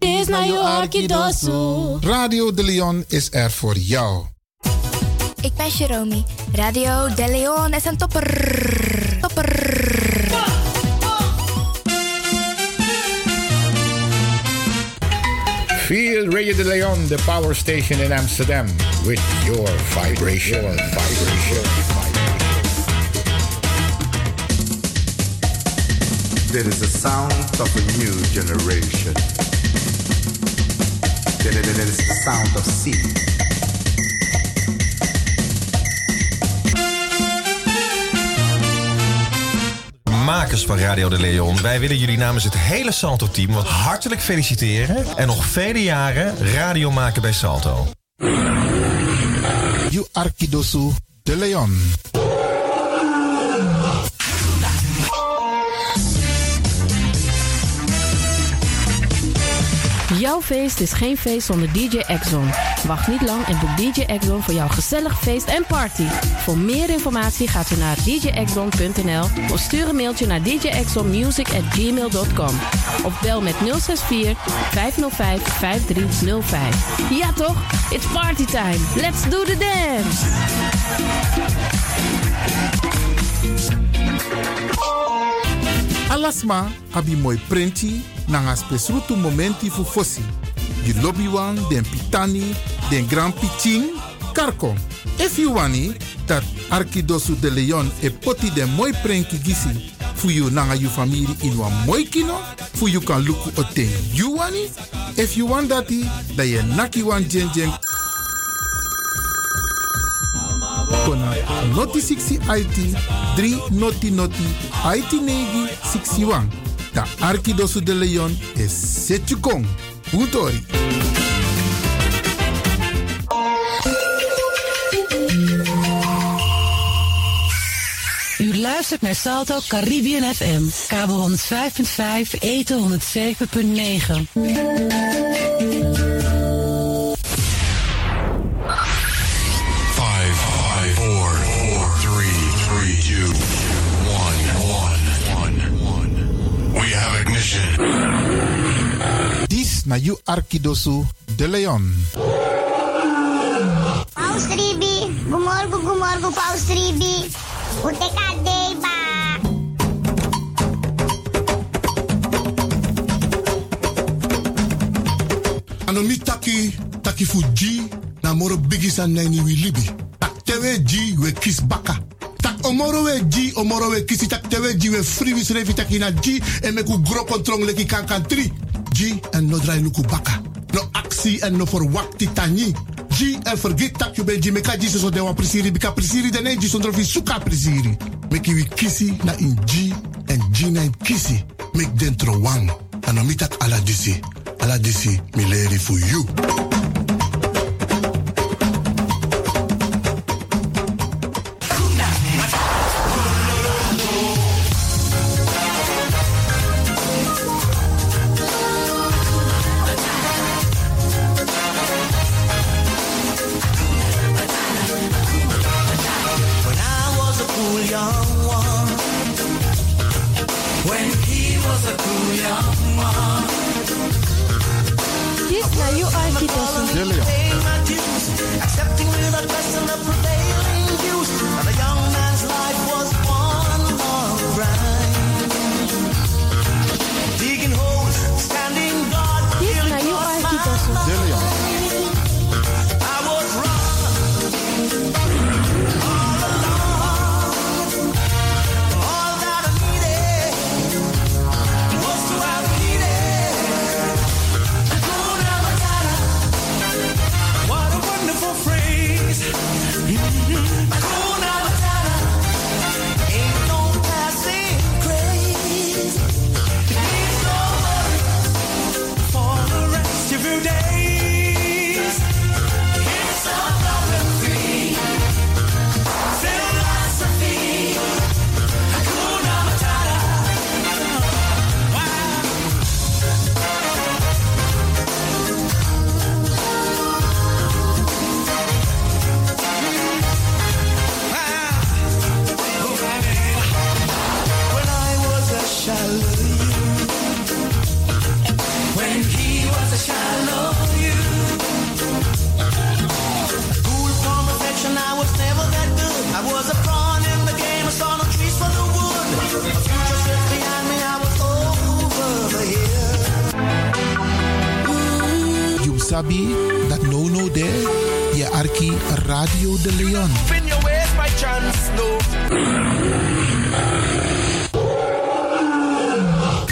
is naar Joakidosu. Radio De Leon is er voor jou. Ik ben Jeromy. Radio De Leon is een topper. Topper. Feel Radio de Leon, the power station in Amsterdam, with your vibration. vibration. There is a sound of a new generation. There there- there is the sound of sea. Makers van Radio de Leon, wij willen jullie namens het hele Salto-team wat hartelijk feliciteren. En nog vele jaren radio maken bij Salto. You Arkidosu De Leon. Jouw feest is geen feest zonder DJ Exxon. Wacht niet lang en boek DJ Exxon voor jouw gezellig feest en party. Voor meer informatie gaat u naar djexxon.nl of stuur een mailtje naar djexxonmusic@gmail.com of bel met 064 505 5305. Ja toch? It's party time. Let's do the dance. Alasma, abi moi prenti, nanga spesrutu momenti fu fossi. Di lobby wan, den pitani, den grand pitin, karko. If you wani, dat Arkidosu de Leon e poti den moi prenki gisi, fu you nanga you famiri in wan moi kino, fu you kan luku oten you wani. If you want dati, da ye naki wan jen jen. Kona noti 60 IT 3 noti noti IT negi 61. Da Arkidosu de Leon is Setjukong. Utori. U luistert naar Salto Caribbean FM. Kabel 105.5, eten 107.9. Five, five, four, four, three, three, two, one, one, one, one. We have ignition. Dis na you Arkidosu de Leon. Paus Ribi, gumorgo, gumorgo, Paus Ribi. O Decadeiba. Ano mi taki, taki fu G, na moro bigis an nani wi libi. Tak tewe G, we kiss baka. Tak omoro we G, omoro we kisi, tak tewe G, we free wis revi taki na G, en meku gro kontrong leki kankan tri. G, en no drai luku baka. No aksi en no forwakti tani. G, en forget tak you ben G, meka G so dewa prisiri, bika prisiri dene G, sondro fi suka prisiri. Meki wi kisi na in G, en G na in kisi. Mek dentro wang. Ano mi tak ala disi. Ala disi mi leri fu you. When I was a cool young one. When he was a cool young one. Yes, now you are Kidosu. Paying my dues, accepting without question the prevailing views. And a young man's life was one long grind. Digging holes, standing guard. Yes, now you are Kidosu. I was wrong. What a wonderful phrase. Hakuna Matata. Ain't no passing craze. Ain't no worry for the rest of your days. It's a problem-free philosophy. Hakuna Matata. When I was a shallow youth, when he was a the shadow of you. Cool from affection, I was never that good. I was a pawn in the game, I saw no trees for the wood. The future sits behind me, I was over the hill. You sabi that no no there. Je arki Radio de Leon. Spin your ways by chance, no.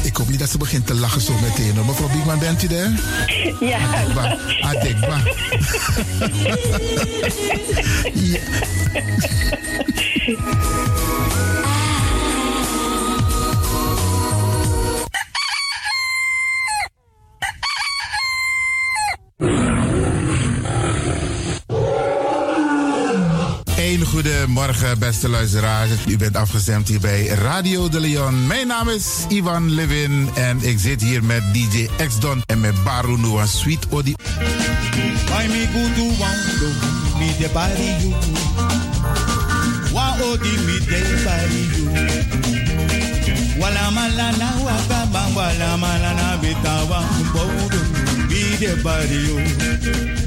Ik hoop niet dat ze begint te lachen zo meteen. hoor. Mevrouw Biekman, bent u daar? Ja. Adekba. Adekba. ja. Een goedemorgen, beste luisteraars. U bent afgestemd hier bij Radio de Leon. Mijn naam is Ivan Levin en ik zit hier met DJ X-Don en met Baru Noah Sweet Odi. Why me go to one do me the body you? Why odi me the body you? Wala malana waka bang wala malana bitawa mbodo um, me the body you.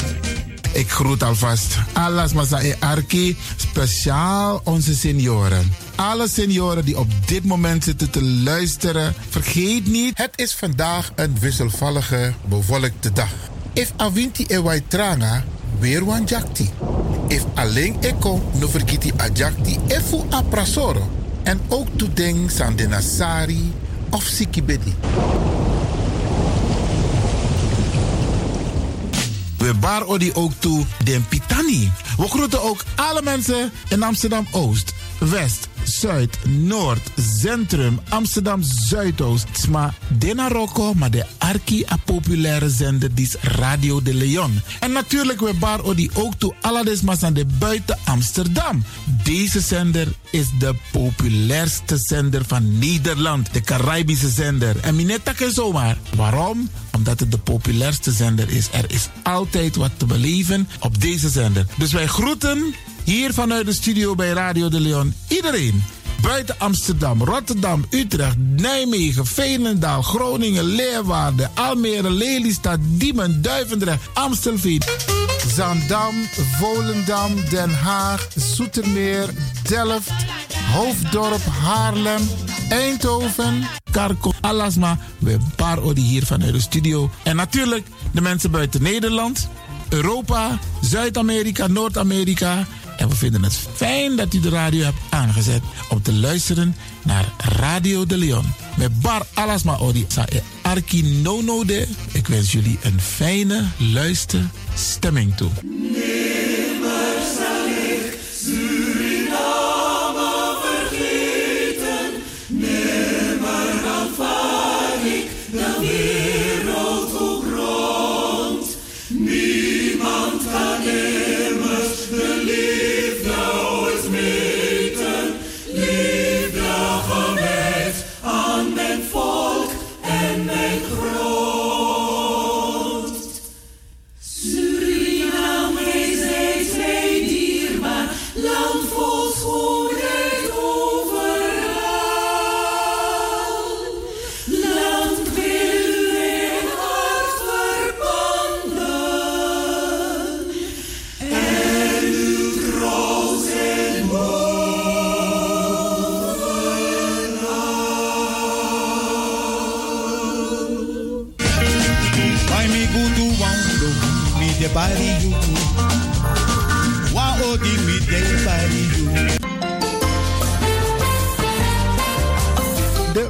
Ik groet alvast alles masa e arki, speciaal onze senioren. Alle senioren die op dit moment zitten te luisteren, vergeet niet, het is vandaag een wisselvallige, bewolkte dag. If avinti e wai tranga, weer wan jakti. If alleen eko, no vergiti a jakti, efu a prasoro. En ook to ding san denasari of sikibedi. We baar odi ook toe den Pitani. We groeten ook alle mensen in Amsterdam Oost, West, Zuid, Noord, Centrum, Amsterdam Zuidoost. Sma Denaroko, maar de arki a populaire zender die is Radio de Leon. En natuurlijk we baar odi ook toe alles maar aan de buiten Amsterdam. Deze zender is de populairste zender van Nederland, de Caribische zender. En minetta ken zomaar. Waarom? Omdat het de populairste zender is. Er is altijd wat te beleven op deze zender. Dus wij groeten hier vanuit de studio bij Radio de Leon iedereen. Buiten Amsterdam, Rotterdam, Utrecht, Nijmegen, Veenendaal, Groningen, Leeuwarden, Almere, Lelystad, Diemen, Duivendrecht, Amstelveen. Zandam, Volendam, Den Haag, Zoetermeer, Delft, Hoofddorp, Haarlem, Eindhoven, Karko, Alasma. We barodi hier vanuit de studio. En natuurlijk de mensen buiten Nederland, Europa, Zuid-Amerika, Noord-Amerika. En we vinden het fijn dat u de radio hebt aangezet om te luisteren naar Radio de Leon. Met Bar Alasma Odi sa e Arki Nono de. Ik wens jullie een fijne luisterstemming toe. Nimmer zal ik Suriname vergeten. Nimmer aanvaard ik de wereld hoe grond. Niemand kan immers de liefde ooit meten. Liefde gewijd aan mijn volk en mijn grond. Suriname is reeds mij dierbaar, land vol schoonheid overal. Land wil u in hart verbonden, en uw trots en bovenal. Why me go to one do me the body you? Why odi me the body you? De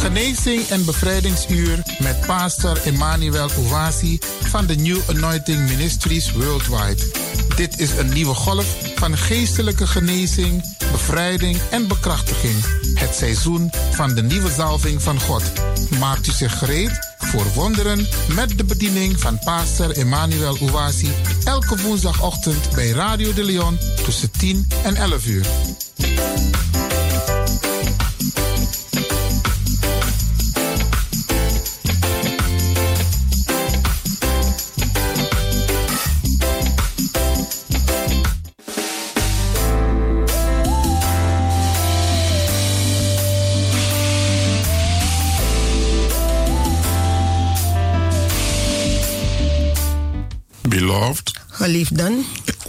Genees verkiezing en bevrijdingsuur met pastor Emmanuel Owasi van de New Anointing Ministries Worldwide. Dit is een nieuwe golf van geestelijke genezing, bevrijding en bekrachtiging. Het seizoen van de nieuwe zalving van God. Maakt u zich gereed voor wonderen met de bediening van pastor Emmanuel Owasi elke woensdagochtend bij Radio de Leon tussen 10 en 11 uur. Beloved, Geliefden,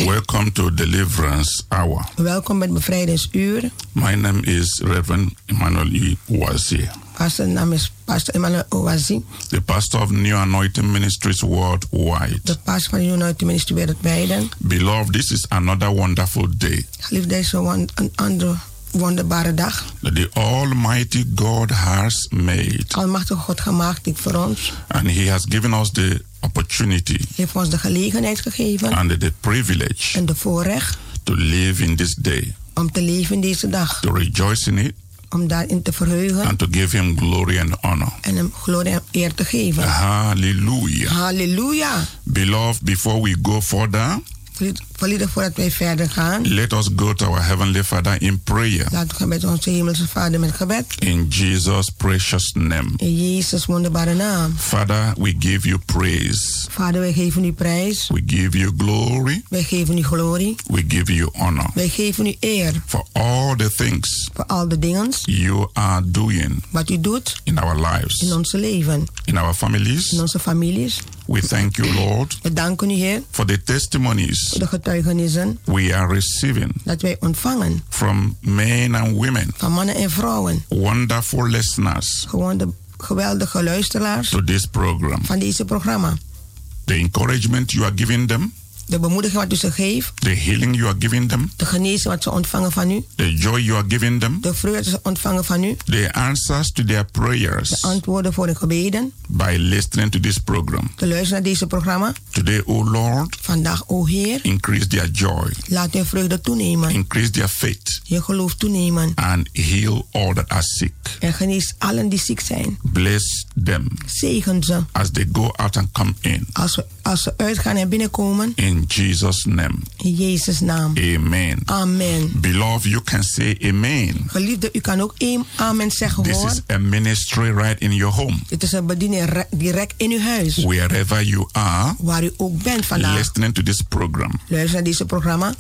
welcome to Deliverance Hour. welkom bij het bevrijdingsuur. My name is Reverend Emmanuel E. Uwazi, Pastor, naam is Pastor Emmanuel Owazi, the pastor of New Anointing Ministries Worldwide. de pastor van de United Ministry Wereldwijde. Beloved, this is another wonderful day Geliefd deze won- een andere wonderbare dag. that the Almighty God has made, Almachtige God gemaakt die voor ons. and He has given us the opportunity Heeft ons de gelegenheid gegeven and the privilege en de voorrecht to live in this day, om te leven in deze dag. to rejoice in it, Om daarin te verheugen and to give Him glory and honor. en hem glorie en eer te geven. Hallelujah. Halleluja. Beloved, before we go further, Geliefd- Geliefden, voordat wij verder gaan, let us go to our Heavenly Father in prayer. laten we gaan met onze hemelse vader met gebed. In Jesus' precious name. In Jezus' wonderbare naam. Father, we give you praise. Vader, wij geven u prijs. We give you glory. Wij geven u glorie. We give you honor Wij geven u eer for all the things voor al de dingen you are doing wat u doet in our lives, in onze leven, in our families. in onze families. We thank you, Lord, We danken u, Heer, for the testimonies voor de getuigenissen we are receiving dat wij ontvangen from men and women, van mannen en vrouwen. wonderful listeners Gewoon de geweldige luisteraars to this program. van deze programma. The encouragement you are giving them, De bemoediging wat u ze geeft, the healing you are giving them, de genezing wat ze ontvangen van u, the joy you are giving them, de vreugde die ze ontvangen van u, the answers to their de prayers antwoorden voor de gebeden, by listening to this program. te luisteren naar deze programma. Today, O Lord, Vandaag, o Heer, increase their joy, laat uw vreugde toenemen, increase their faith, je geloof toenemen and heal all that are sick. en genees allen die ziek zijn. Bless them Zegen ze as they go out and come in. als we, als we uitgaan en binnenkomen. In Jesus' name, In Jezus' naam. amen. Amen. Beloved, you can say amen. Geliefde, u kan ook één amen zeggen This hoor. is a ministry right in your home. Het is een bediening re- direct in uw huis. Wherever you are, Waar u ook bent vandaag. listening to this program, Luister naar deze programma.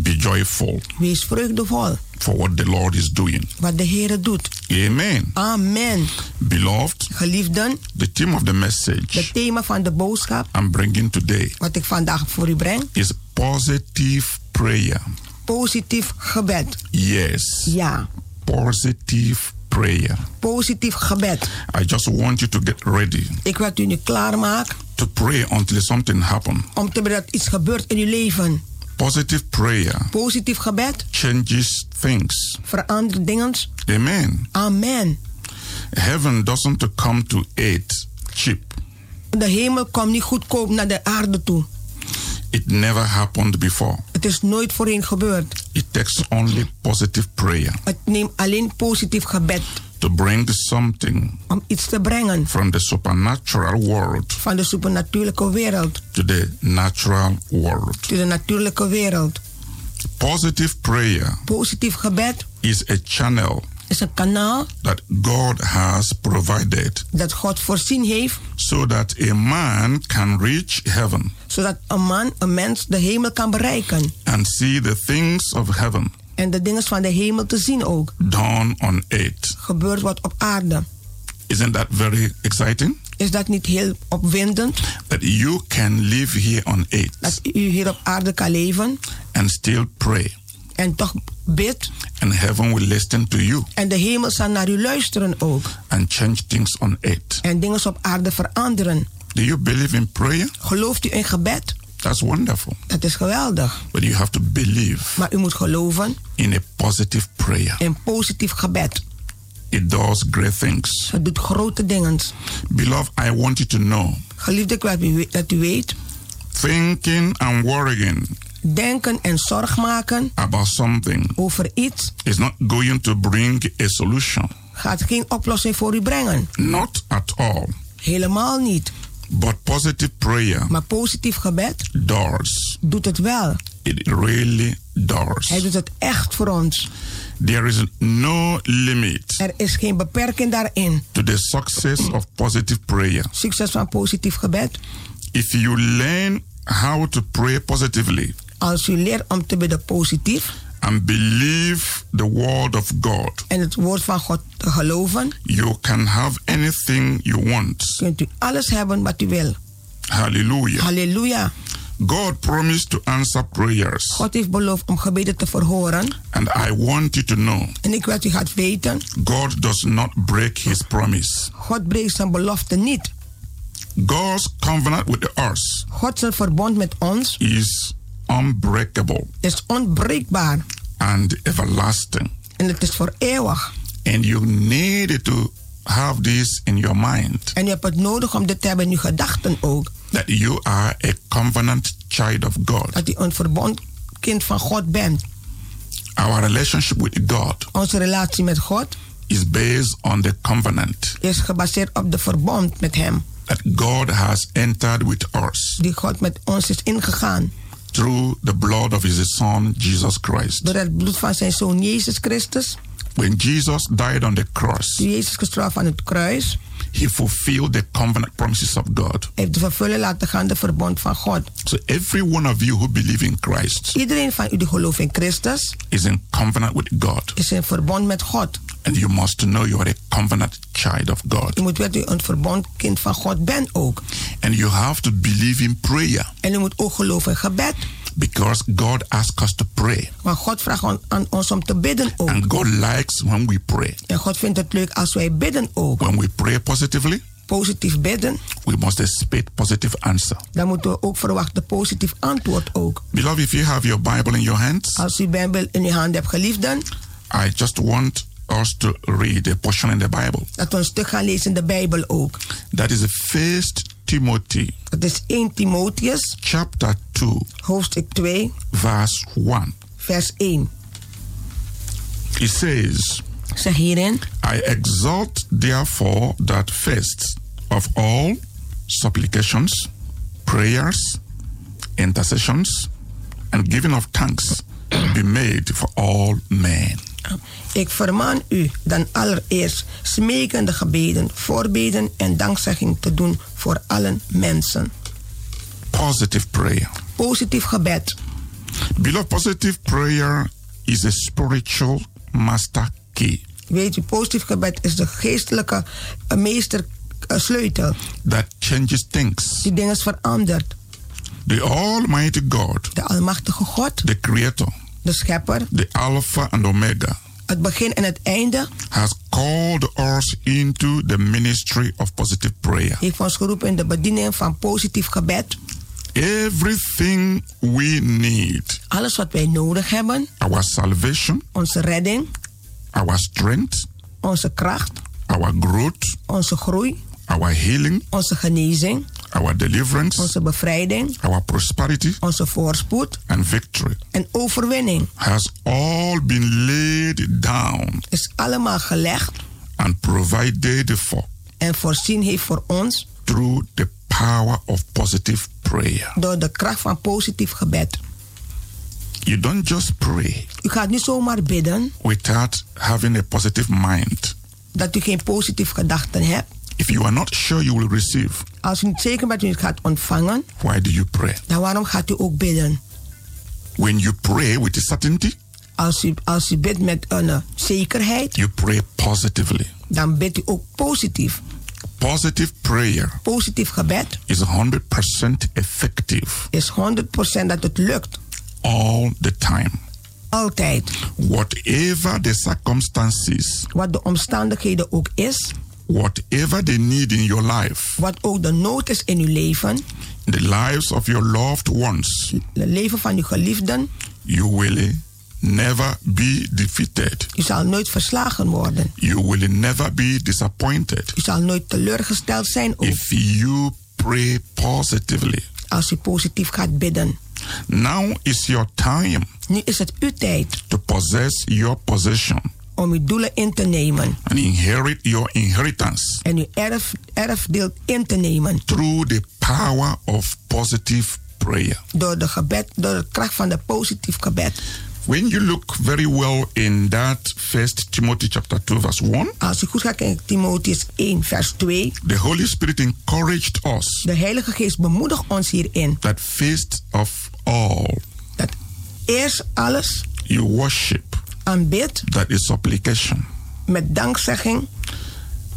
be joyful Wees vreugdevol for what the Lord is doing. wat de Heer doet. Amen. Amen. Beloved, Geliefden, the theme of the message het thema van de boodschap I'm bringing today wat ik vandaag voor u breng. is positive prayer. Positief gebed. Yes, Ja, positive prayer. positief gebed. I just want you to get ready Ik wil dat u nu klaarmaken to pray until something happens. om te bidden dat iets gebeurt in uw leven. Positive prayer Positief gebed changes things. verandert dingen. Amen. Amen. Heaven doesn't come to aid cheap. De hemel komt niet goedkoop naar de aarde toe. It never happened before. Het is nooit voorheen gebeurd. It takes only positive prayer Het neemt alleen positief gebed to bring something om iets te brengen from the supernatural world van de supernatuurlijke wereld to the natural world. tot de natuurlijke wereld. Positive prayer Positief gebed is a channel is een kanaal that God has provided dat God voorzien heeft, so that a man can reach heaven zodat een man, een mens, de hemel kan bereiken. and see the things of heaven En de dingen van de hemel te zien ook. done on earth. Gebeurt wat op aarde. Isn't that very exciting? Is dat niet heel opwindend? That you can live here on Dat earth u hier op aarde kan leven and still pray, en toch bidt. and heaven will listen to you En de hemel zal naar u luisteren ook. and change things on earth. En dingen op aarde veranderen. Do you believe in prayer? Gelooft u in gebed? That's wonderful. Dat is geweldig. But you have to believe Maar u moet geloven in a positive prayer. in positief gebed. it does great things. Het doet grote dingen. Beloved, I want you to know Geliefde, ik wil dat u weet- dat u weet. thinking and worrying Denken en zorg maken about something over iets is not going to bring a solution. gaat geen oplossing voor u brengen. Not at all. Helemaal niet. But positive prayer Maar positief gebed does. doet het wel. It really Hij does. doet het echt voor ons. There is no limit Er is geen beperking daarin. to the success of positive prayer. Succes van positief gebed. If you learn how to pray positively Als u leert om te bidden positief and believe the word of God, en het woord van God te geloven, you can have anything you want. kunt u alles hebben wat u wil. Hallelujah. Halleluja. God promised to answer prayers. God heeft beloofd om gebeden te verhoren. And I want you to know En ik wil dat u gaat weten, God does not break his promise. God breekt zijn belofte niet. God's covenant with the earth God zijn verbond met ons is unbreakable is onbreekbaar. and everlasting. En het is voor eeuwig. And you need to have this in your mind En u hebt het nodig om dit te hebben in uw gedachten ook. that you are a covenant child of God. Dat u een verbond kind van God bent. Our relationship with God Onze relatie met God is based on the covenant is gebaseerd op de verbond met Hem. that God has entered with us Die God met ons is ingegaan. through the blood of his son Jesus Christ. Door het bloed van zijn zoon Jezus Christus. When Jesus died on the cross, Toen Jezus gestraft aan het kruis. he fulfilled the covenant promises of God. Heeft de vervullen laten gaan de verbond van God. So every one of you who believe in Christ Iedereen van u die gelooft in Christus. is in covenant with God. Is in verbond met God. And you must know you are a covenant child of God. U moet weten dat u een verbond kind van God bent ook. And you have to believe in prayer En u moet ook geloven in gebed. because God asks us to pray. Maar God vraagt on- aan ons om te bidden ook. And God likes when we pray. En God vindt het leuk als wij bidden ook. When we pray positively, Positief bidden, we must expect positive answer. dan moeten we ook verwachten positief antwoord ook. Beloved, if you have your Bible in your hands, Als u Bijbel in uw hand hebt, geliefden, I just want us to read a portion in the Bible. dat we een stuk gaan lezen in de Bijbel ook. That is First Timothy Het is 1 Timotheus, chapter 2, hoofdstuk 2, verse 1. vers 1. It says, Zeg hierin, I exhort, therefore, that first of all supplications, prayers, intercessions, and giving of thanks be made for all men. ik vermaan u dan allereerst smekende gebeden, voorbeden en dankzegging te doen voor allen mensen. Positive prayer. Positief gebed. Beloved, positive prayer is a spiritual master key Weet u, positief gebed is de geestelijke eh, meester eh, sleutel. that changes things. Die dingen verandert. The Almighty God, De Almachtige God, the Creator, de Schepper, the Alpha and Omega, het begin en het einde, has called us into the ministry of positive prayer. heeft ons geroepen in de bediening van positief gebed. Everything we need Alles wat wij nodig hebben, our salvation, onze redding, our strength, onze kracht, our growth, onze groei, our healing, onze genezing, our deliverance, onze bevrijding, our prosperity, onze voorspoed and victory en overwinning has all been laid down is allemaal gelegd and provided for en voorzien heeft voor ons through the power of positive prayer. door de kracht van positief gebed. You don't just pray U gaat niet zomaar bidden without having a positive mind. dat u geen positieve gedachten hebt. If you are not sure you will receive, Als u niet zeker bent dat u het gaat ontvangen, why do you pray? dan waarom gaat u ook bidden? When you pray with certainty, Als u, als u bidt met een eh, zekerheid, you pray positively. dan bidt u ook positief. Positive prayer Positief gebed is 100% effective is 100% dat het lukt. all the time. Altijd. Whatever the circumstances, Wat de omstandigheden ook is, whatever the need in your life, wat ook de nood is in uw leven, the lives of your loved ones, het leven van uw geliefden, you will never be defeated. U zal nooit verslagen worden. You will never be disappointed U zal nooit teleurgesteld zijn ook if you pray positively. als u positief gaat bidden. Now is your time Nu is het uw tijd to possess your possession om uw doelen in te nemen and inherit your inheritance en uw erf, erfdeel in te nemen through the power of positive prayer. door de, gebed, door de kracht van de positief gebed. When you look very well in that first Timothy chapter 2 verse 1, Als u goed gaat kijken, Timotheus 1, vers 2. the Holy Spirit encouraged us De Heilige Geest bemoedigt ons hierin. that first of all Eerst alles you worship aanbid that is supplication met dankzegging.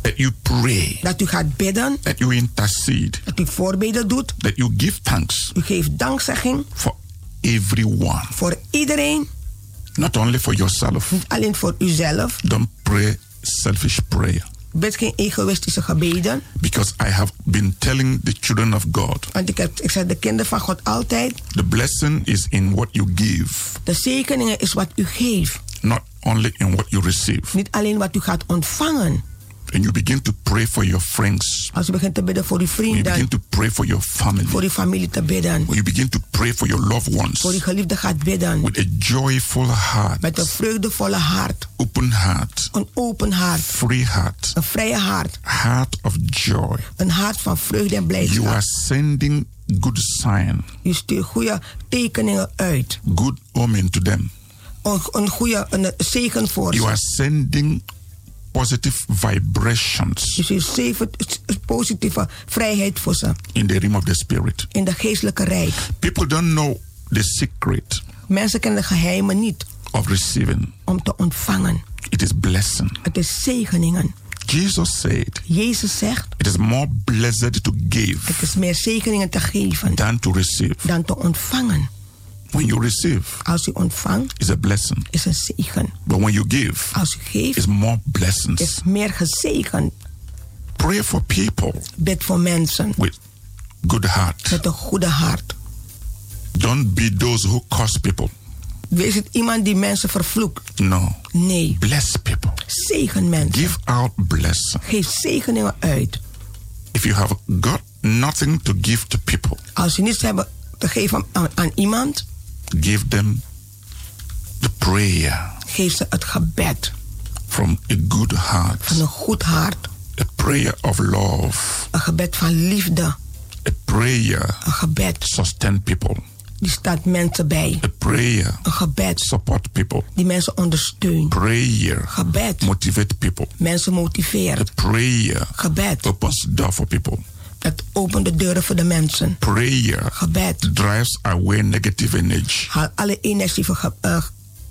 that you pray Dat u gaat bidden. that you intercede Dat u voorbeden doet. that you give thanks U geeft dankzegging for everyone voor iedereen. not only for yourself Niet alleen voor uzelf. don't pray selfish prayer Bid geen egoïstische gebeden. because i have been telling the children of god Want ik, heb, ik zeg de kinderen van God altijd. the blessing is in what you give De zegeningen is wat u geeft. not only in what you receive Niet alleen wat u gaat ontvangen. and you begin to pray for your friends Als u begint te bidden voor uw when you begin vrienden. to pray for your Voor family uw familie te bidden. when you begin to pray for your loved ones Voor uw geliefde gaat bidden. with a joyful heart Met een vreugdevolle hart. open heart Een open hart. free heart Een vrije hart. heart of joy Een hart van vreugde en you blijdschap. are sending good sign Je stuurt goede tekeningen uit. good omen to them Een, een goede een zegen voor you ze. are sending positive vibrations Je stuurt zeven- s- positieve vrijheid voor ze. in the realm of the spirit In de geestelijke rijk. people don't know the secret Mensen kennen de geheimen niet of receiving om te ontvangen. it is blessing Het is zegeningen. jesus said Jezus zegt, it is more blessed to het give is meer zegeningen te geven than to receive dan te ontvangen. when you receive Als u ontvangt, is a blessing is een zegen. but when you give Als u geeft, is more blessings is meer gezegend. pray for people Bid voor mensen with good heart met een goede hart. don't be those who curse people Wees het iemand die mensen vervloekt. no Nee, bless people zegen mensen. give out blessing Geef zegeningen uit. if you have got nothing to give to people Als je niets hebt te geven aan, aan iemand, give them the prayer geef ze het gebed from a good heart van een goed hart. a prayer of love Een gebed van liefde. a prayer Een gebed sustain people die staat mensen bij. a prayer Een gebed support people die mensen ondersteunt. prayer Gebed motivate people mensen a motiveert. prayer Gebed opens door for people het opent de deuren voor de mensen. prayer Gebed drives away negative energy haal alle energieve, ge- eh,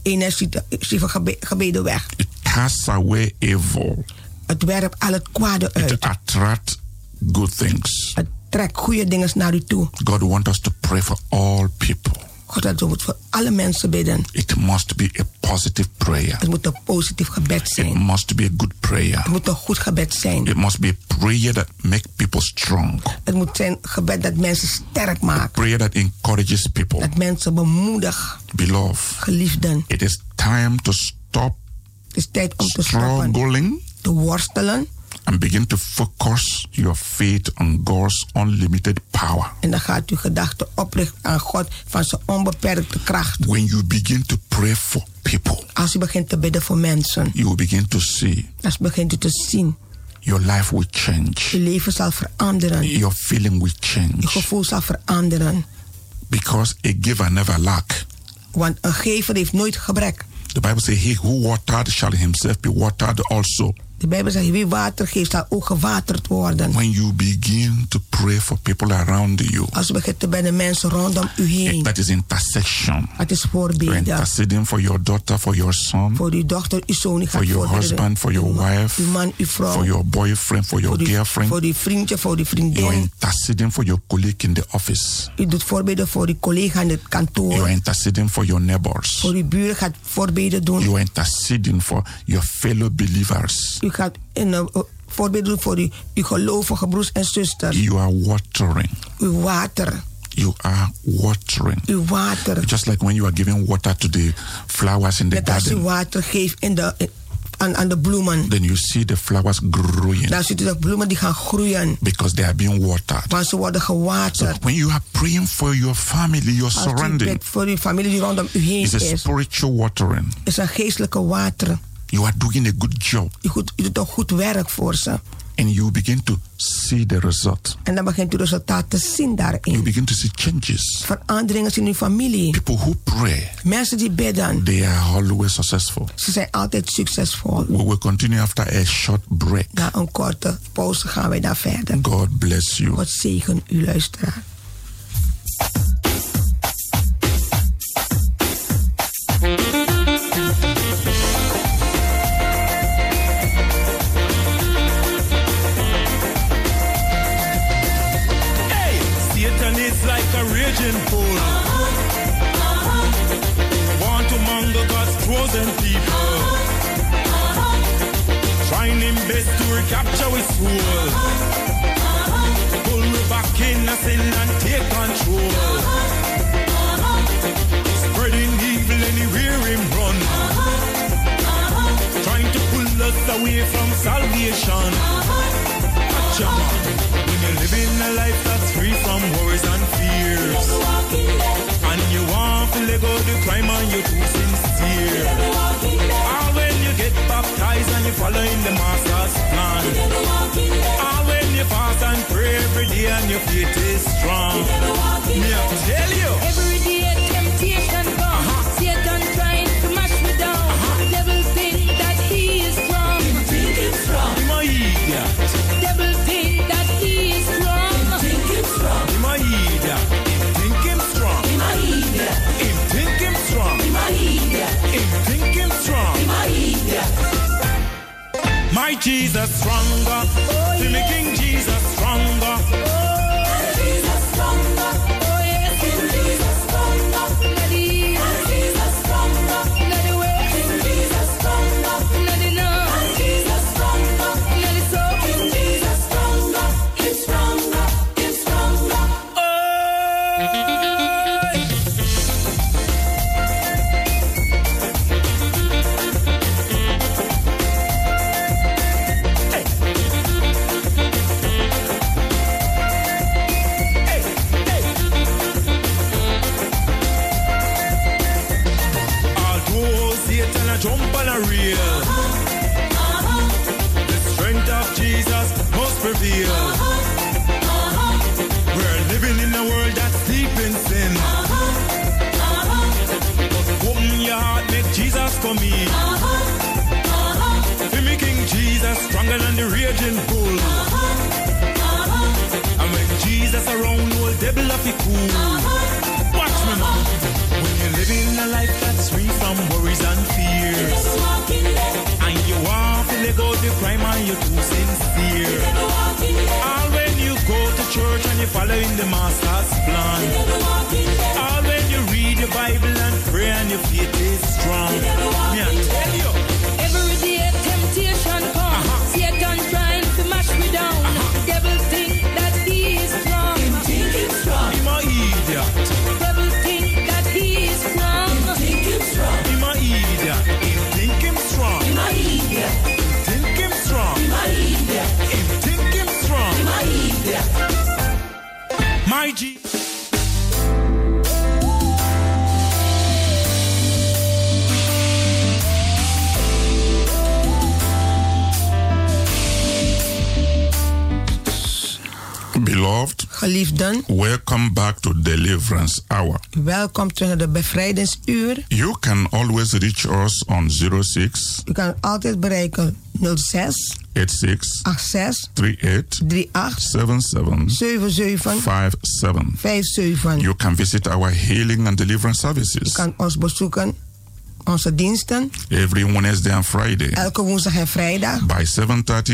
energieve gebe- gebeden weg. it casts away evil Het werpt al het kwade it uit. attracts good things Het trekt goede dingen naar u toe. God wants us to pray for all people. God, dat we voor alle mensen bidden. It must be a positive prayer. Het moet een positief gebed It zijn. must be a good prayer. Het moet een goed gebed zijn. It must be a prayer that makes people strong. Het moet zijn gebed dat mensen sterk maakt. Prayer that encourages people. Dat mensen bemoedigt. Beloved, Geliefden, it is time to stop het is tijd om te stoppen. struggling Te worstelen. and begin to focus your faith on God's unlimited power. En dan gaat uw gedachte oprichten aan God van zijn onbeperkte kracht. When you begin to pray for people, Als u begint te bidden voor mensen, you will begin to see dan begint u te zien. your life will Je change. leven zal veranderen. Your feeling will Je change gevoel zal veranderen. because a giver never lack. Want een gever heeft nooit gebrek. The Bible says, He who watered shall himself be watered also. De Bijbel zegt, wie water geeft, zal ook gewaterd worden. When you begin to pray for people around you, eh, Als we begint bij de mensen rondom u heen. that is intercession. Het is You're voorbeelden. interceding for your daughter, for your son, Voor uw dochter, uw zoon, uw for your husband, for your wife, uw man, uw vrouw. for your boyfriend, for your voor, uw, girlfriend. voor uw vriendje, voor uw You're vriendin. interceding for your colleague in the office. U doet voorbeelden voor uw collega in het You're kantoor. interceding for your neighbors. Voor uw buren gaat voorbeelden doen. You're interceding for your fellow believers. U gaat in, eh, uh, eh, voorbeelden doen voor uw, uw gelovige broers en zusters. You are watering. Uw water. you are watering. U watert. Just like when you are giving water to the flowers in the Net als u garden, water geeft in de, in- aan, aan de bloemen. then you see the flowers growing Dan ziet u de bloemen die gaan groeien. because they are being watered. Want ze worden So gewaterd. when you are praying for your family, your Als u surrounding bidt voor uw familie die rondom u heen is a is. spiritual watering. Is een geestelijke water. You are doing a good job U, goed, u doet een goed werk voor ze. and you begin to see the result. En dan begint u resultaat te zien You daarin. begin to see changes. Veranderingen in uw familie. People who pray, Mensen die bidden. they are always successful. Ze zijn altijd succesvol. We will continue after a short break. Na een korte pauze gaan wij daar verder. God bless you. God zegen u luisteraar. Hey, Satan is like a raging bull. Want to mangle God's chosen people. Trying him best to recapture his soul. Pull me back in a sin and take control. Spreading evil anywhere him run. Trying to pull us away from salvation. Watch your mouth. When you're living a life that's free from worries and fears. And you want to let go the crime and you're too sincere. Ah, when you get baptized and you're following the master's plan. Ah, when you fast and pray every day and your faith is strong. Me, I tell you. Every day temptation comes. Satan trying to mash me down. The devil think that he is strong. My idiot. Devil think that he is strong. Him a idiot. Him think him strong. Him a idiot. Him think him strong. Him a idiot. Him think him strong. Him a idiot. My Jesus stronger. Oh, yeah. me King Jesus stronger. Jesus stronger. Oh yes, King Jesus stronger. Not the Jesus stronger. Not the way. King Jesus stronger. Not the no. Jesus stronger. Not the so. King Jesus stronger. He's stronger. He's stronger. Although Satan a jump on a rail. The strength of Jesus must prevail. We're living in a world that's deep in sin. But open your heart, make Jesus come in. Feel me, King Jesus, stronger than the raging bull. And when Jesus around, no devil of cool. Watch me, man. When you're living a life that's free from worries and fears. And you want to let go the crime and you're too sincere. All when you go to church and you're following the master's plan. All when you read the Bible and pray and your faith is strong. Me, I tell you. Every day temptation comes. Satan trying to mash me down. The devil think that he is strong. Him a idiot. Devil think that he is strong. Him a idiot. Him think him strong. Him a idiot. Him think him strong. Him a idiot. Him think him strong. Him a idiot. My G. Beloved, Geliefden, welcome back to Deliverance Hour. welkom terug naar de bevrijdingsuur. You can always reach us on 06 U kan altijd bereiken 06 86 86 38 38 77 77 57. 57. You can visit our healing and deliverance U services kan ons bezoeken, onze diensten, every Wednesday and Friday elke woensdag en vrijdag, by 7:30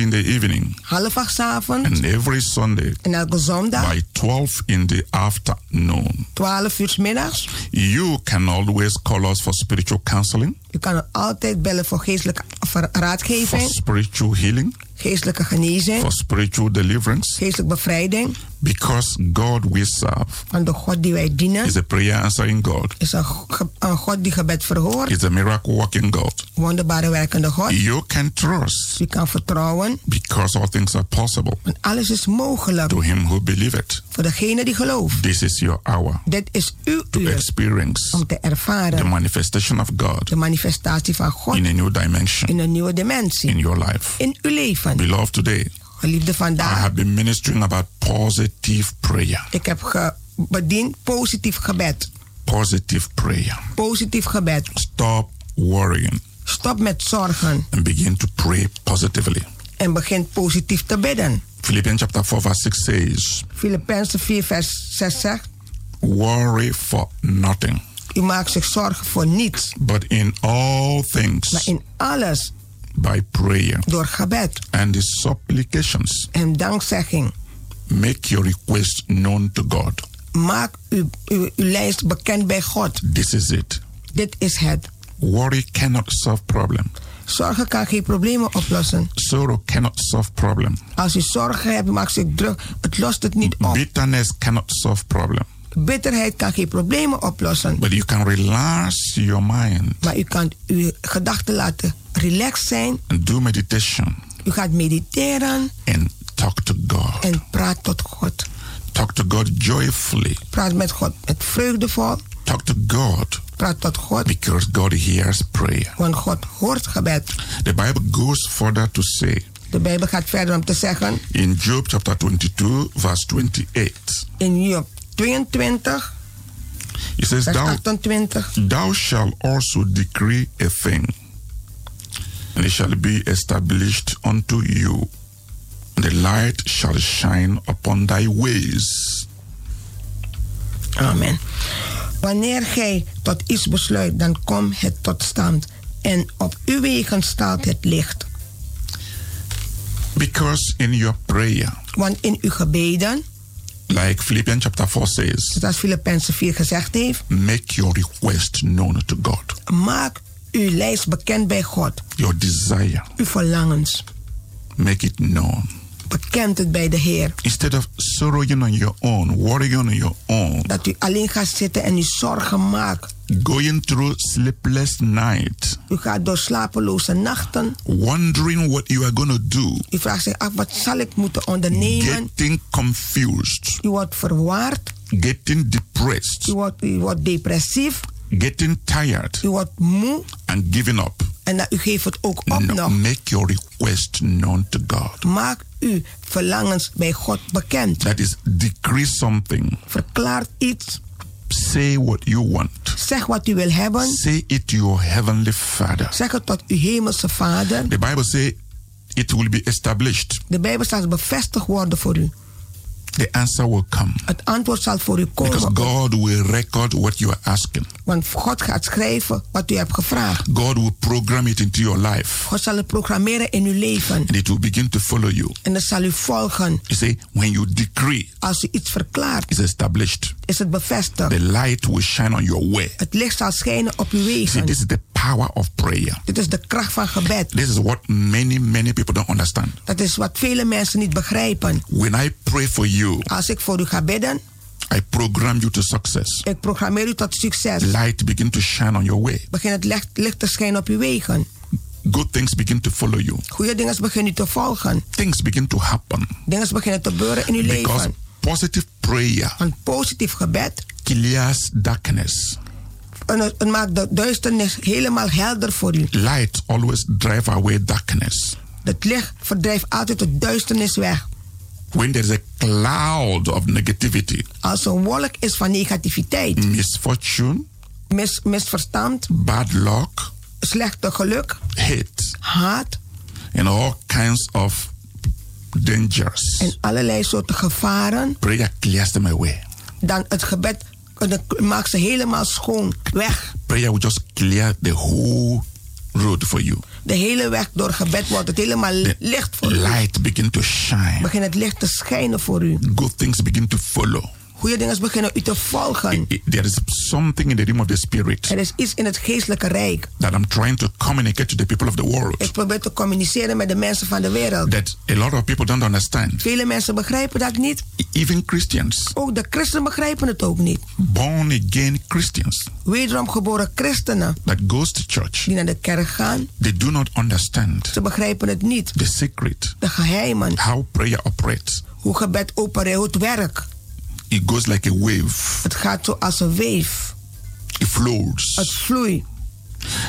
in the evening half acht 's avonds and every Sunday en elke zondag, by 12 in the afternoon. 12 uur 's middags. You can always call us for spiritual counseling, U kan altijd bellen voor geestelijke voor for raadgeving, spiritual healing, geestelijke genezing, for spiritual deliverance geestelijke bevrijding because God we serve van de God die wij dienen. is a prayer answering God, Is een, ge- een God die gebed verhoort, is a miracle working God. wonderbare werkende God. You can trust Je kan vertrouwen, because all things are possible want alles is mogelijk to him who believeth. voor degene die gelooft. This is your hour Dit is uw to uur experience om te the ervaren manifestation of God de manifestatie van God in a new dimension in een nieuwe dimensie in your life. in uw leven. Beloved, today Geliefde I vandaag, have been ministering about positive prayer. ik heb ge- bediend positief gebed. Positive prayer. Positief gebed. Stop worrying Stop met zorgen and begin to pray positively. en begin positief te bidden. Philippians chapter 4 verse 6 says, Filippenzen 4 vers 6 zegt, Worry for nothing, u maakt zich zorgen voor niets, but in all things maar in alles by prayer door gebed and the supplications en dankzegging. make your request known to God. Maak uw, uw, uw lijst bekend bij God. This is it. Dit is het. Worry cannot solve problem. Zorgen kan geen problemen oplossen. Sorrow cannot solve problem. Als u zorgen hebt, maakt zich druk. Het lost het niet op. Bitterness cannot solve problem. Bitterheid kan geen problemen oplossen. But you can relax your mind Maar u kan uw gedachten laten relaxed zijn. and do meditation U gaat mediteren and talk to God. en praat tot God. Talk to God joyfully. Praat met God met vreugdevol. Talk to God Praat tot God, because God hears prayer. want God hoort gebed. The Bible goes further to say De Bijbel gaat verder om te zeggen in Job chapter 22, verse 28, in Job 22, it says, vers Thou, 28. thou shalt also decree a thing, and it shall be established unto you, and the light shall shine upon thy ways. Amen. Wanneer gij tot iets besluit, dan komt het tot stand. En op uw wegen staat het licht. Because in your prayer, Want in uw gebeden, like Philippians chapter 4 says, zoals Filippenzen 4 gezegd heeft, make your request known to God, maak uw lijst bekend bij God. your desire, Uw verlangens. make it known. Bekend het bij de Heer. Instead of sorrowing on your own, worrying on your own, Dat u alleen gaat zitten en u zorgen maakt. going through sleepless night, U gaat door slapeloze nachten. wondering what you are going to do, U vraagt zich af, wat zal ik moeten ondernemen? getting confused, U wordt verwaard. getting depressed, U wordt, u wordt depressief. getting tired, U wordt moe. and giving up. En dat u geeft het ook op No, nog. make your request known to God. Maak uw verlangens bij God bekend. That is, decree something. Verklaar iets. Say what you want. Zeg wat u wil hebben. Say it to your heavenly Father. Zeg het tot uw hemelse vader. The Bible says it will be established. De Bijbel staat bevestigd worden voor u. The answer will come. Het antwoord zal voor u Because komen. God will record what you are asking. Want God gaat schrijven wat u hebt gevraagd. God will program it into your life. God zal het programmeren in uw leven. And it will begin to follow you. En dat zal u volgen. You say, when you decree, Als u iets verklaart, it's established. is het bevestigd. The light will shine on your way. Het licht zal schijnen op uw You see, wegen. this is the power of prayer. Dit is de kracht van gebed. This is what many, many people don't understand. Dat is wat vele mensen niet begrijpen. When I pray for you, Als ik voor u ga bidden, I program you to success. ik programmeer u tot succes. Light begin to shine on your way. Begin het licht, licht te schijnen op uw wegen. Good things begin to follow you. Goede dingen beginnen u te volgen. Things begin to happen. Dingen beginnen te gebeuren in uw Because leven. positive prayer Een positief gebed clears darkness. en het, het maakt de duisternis helemaal helder voor u. Light always drive away darkness. Het licht verdrijft altijd de duisternis weg. When there is a cloud of negativity, Als een wolk is van negativiteit, misfortune, mis, misverstand, bad luck, slechte geluk, hate, haat and all kinds of dangers, en allerlei soorten gevaren, prayer clears them away. dan het gebed eh, dat maakt ze helemaal schoon weg. Prayer will just clear the whole road for you. De hele weg door gebed wordt het helemaal The licht voor u. light begin to shine. Begin het licht te schijnen voor u. Good things begin to follow. goede dingen beginnen u te volgen. I- there is something in the realm of the spirit Er is iets in het geestelijke rijk. that I'm trying to communicate to the people of the world Ik probeer te communiceren met de mensen van de wereld. that a lot of people don't understand. E- Vele mensen begrijpen dat niet. Even Christians, Ook de christenen begrijpen het ook niet. born again Christians Wederom geboren christenen that goes to church, die naar de kerk gaan, they do not understand ze begrijpen het niet. the secret, De geheimen, how prayer operates. hoe gebed opereert, hoe het werkt. It goes like a wave, Het gaat zo als een weef. it flows. Het vloeit.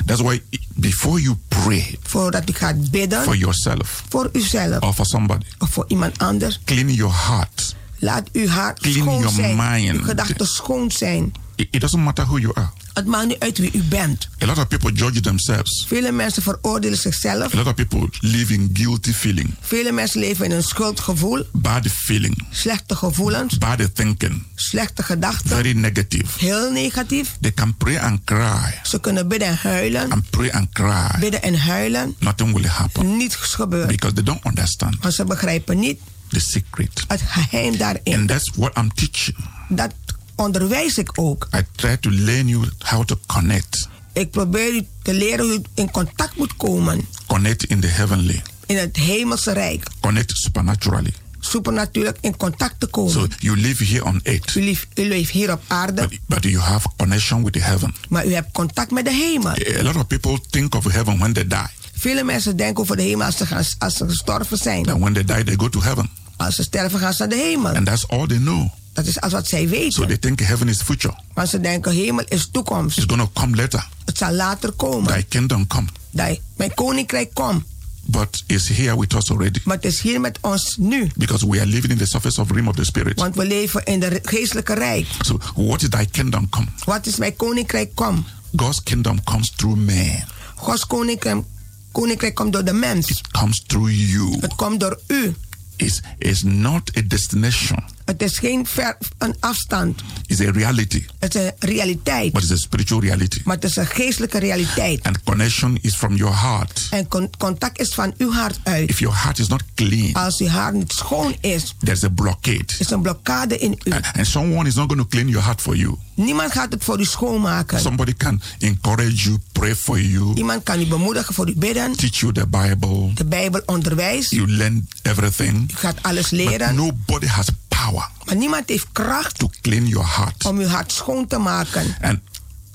That's why i- before you pray Voordat u gaat bidden for yourself voor uzelf or for somebody, of voor iemand anders, clean your heart. laat uw hart Clean schoon your zijn. mind. Uw gedachten schoon zijn. It, it doesn't matter who you are. Het maakt niet uit wie u bent. A lot of people judge themselves. Vele mensen veroordelen zichzelf. A lot of people live in guilty feeling, Vele mensen leven in een schuldgevoel, bad feeling, slechte gevoelens, bad thinking, slechte gedachten, very negative. heel negatief. They can pray and cry, Ze kunnen bidden en huilen, pray and cry. bidden en huilen. Nothing will happen Niets gebeurt, because they don't understand want ze begrijpen niet the secret. het geheim daarin. And that's what I'm teaching. Dat onderwijs ik ook. I try to learn you how to connect, Ik probeer u te leren hoe u in contact moet komen connect in the heavenly, in het hemelse rijk. connect supernaturally. Supernatuurlijk in contact te komen. So you live here on earth, U, lief, u leeft hier op aarde, but you have connection with the heaven. maar u hebt contact met de hemel. A lot of people think of heaven when they die. Vele mensen denken over de hemel als ze, gaan, als ze gestorven zijn. And when they die, they go to heaven. Als ze sterven gaan ze naar de hemel. And that's all they know. Dat is als wat zij So weten. they think heaven is future. Want ze denken hemel is toekomst. It's going to come later. Het zal later komen. Thy kingdom come. Dat mijn koninkrijk komt. But it's here with us already. Maar het is hier met ons nu. Because we are living in the surface of realm of the spirit. Want we leven in de re- geestelijke rijk. So what is thy kingdom come? Wat is mijn koninkrijk kom? God's kingdom comes through man. Gods koninkrijk, koninkrijk komt door de mens. Comes through you. Het komt door u. It's, it's not a destination. Het is geen ver, een afstand. It's a reality. Het is een realiteit. But it's a spiritual reality. Maar het is een geestelijke realiteit. And connection is from your heart. En con- contact is van uw hart uit. If your heart is not clean, Als uw hart niet schoon is, there's a blockade. is een blokkade in u. And someone is not going to clean your heart for you. Niemand gaat het voor u schoonmaken. Somebody can encourage you, pray for you, Iemand kan u bemoedigen voor u bidden. teach you the Bible. De Bijbel onderwijst. You learn everything. U gaat alles But leren. nobody has power Maar niemand heeft kracht to clean your heart. om uw hart schoon te maken. And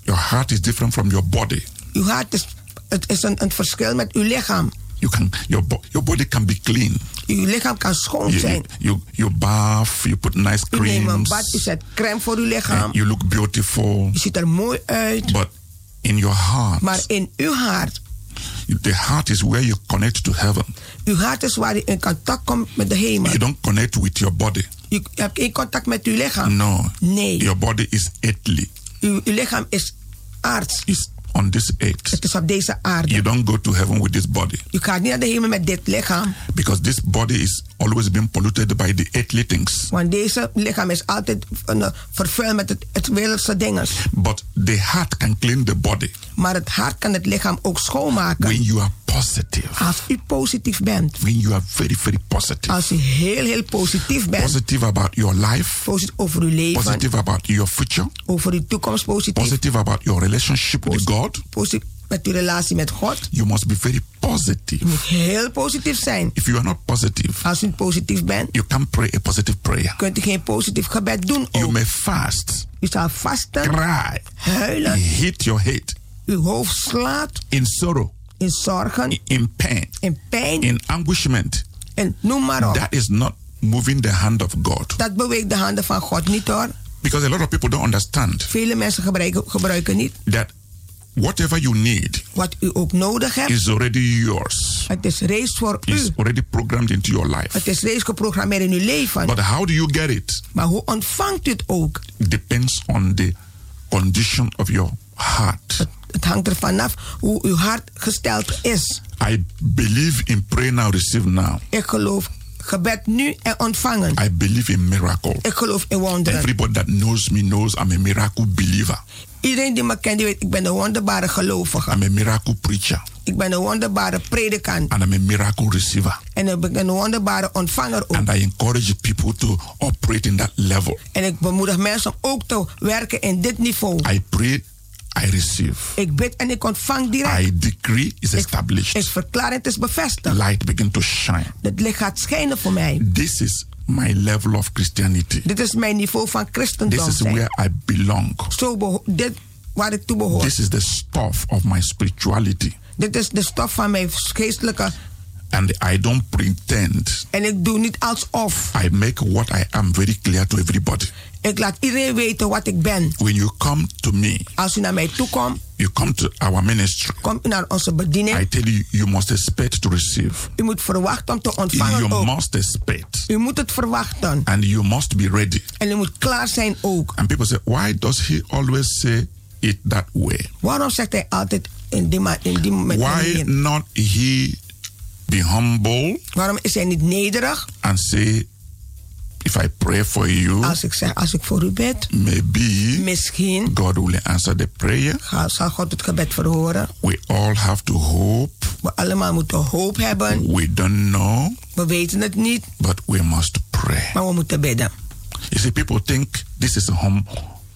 your heart is different from your body. Uw hart is, het is een, een verschil met uw lichaam. You can your bo- your body can be clean. Uw lichaam kan schoon You, zijn. you, you, you bath, you put nice U neemt een creams, bad, u zet crème voor uw lichaam. and you look beautiful. U ziet er mooi uit. But in your heart, Maar in uw hart, the heart is where you connect to heaven. uw hart is waar u in contact komt met de hemel. You don't connect with your body. U hebt geen contact met uw lichaam. No. Nee, Your body is earthly. uw, uw lichaam is aards. It's on this earth. Het is op deze aarde. You don't go to heaven with this body U gaat niet naar de hemel met dit lichaam, because this body is always being polluted by the earthly things. want deze lichaam is altijd eh, vervuild met het, het wereldse dingen. But the heart can clean the body Maar het hart kan het lichaam ook schoonmaken. when you are positive. Als u positief bent, When you are very, very positive. als u Ah, heel, heel positief bent, Positive about your life. positief over uw leven, Positive about your future. over uw toekomst positief, Positive about your relationship with God. positief met uw relatie met God, You must be very u positive. moet heel positief zijn. If you are not positive, Als u niet positief bent, you can pray a positive prayer. kunt u geen positief gebed doen. You Ook. may fast, U zal vasten, cry, huilen, hit your head uw hoofd slaat in sorrow, in zorgen, in pain, in pijn, in anguishment. en noem maar op. That is not moving the hand of God. Dat beweegt de handen van God niet hoor. Because a lot of people don't understand Vele mensen gebruiken, gebruiken niet that whatever you need wat u ook nodig hebt. is already yours. Het is reeds voor It's u. already programmed into your life. Het is reeds geprogrammeerd in uw leven. But how do you get it? Maar hoe ontvangt u het ook? Depends on the condition of your heart. Het hangt ervan af hoe uw hart gesteld is. I believe in pray now, receive now. Ik geloof Gebed nu en ontvangen. I believe in miracle. Ik geloof in wonderen. Everybody that knows me knows I'm a miracle believer. Iedereen die me kent, die weet, ik ben een wonderbare gelovige. I'm a miracle preacher. Ik ben een wonderbare predikant. And I'm a miracle receiver. En ik ben een wonderbare ontvanger ook. And I encourage people to operate in that level. En ik bemoedig mensen ook te werken in dit niveau. I pray, I receive. Ik bid en ik ontvang direct. I decree is established. Ik verklaar het is bevestigd. Light begin to shine. Het licht gaat schijnen voor mij. This is my level of Christianity. Dit is mijn niveau van This christendom. is zijn. where I belong. Zo beho- dit waar ik toe behoor. This is the stuff of my spirituality. Dit is de stof van mijn geestelijke. And I don't pretend. En ik doe niet alsof. I make what I am very clear to everybody. Ik laat iedereen weten wat ik ben. When you come to me, Als u naar mij toe komt, you come to our ministry. komt u naar onze bediening. I tell you, you must expect to receive. U moet verwachten om te You ontvangen ook. must expect. U moet het verwachten. And you must be ready. En u moet klaar zijn ook. And people say, why does he always say it that way? Waarom zegt hij altijd in die, ma- in die moment? Why not he be humble Waarom is hij niet nederig? and say, if I pray for you, Als ik zeg, als ik voor u bid, maybe misschien God will answer the prayer. ga- zal God het gebed verhoren. We all have to hope. We allemaal moeten hoop hebben. We don't know, We weten het niet, but we must pray. maar we moeten bidden. You see, people think this is hum-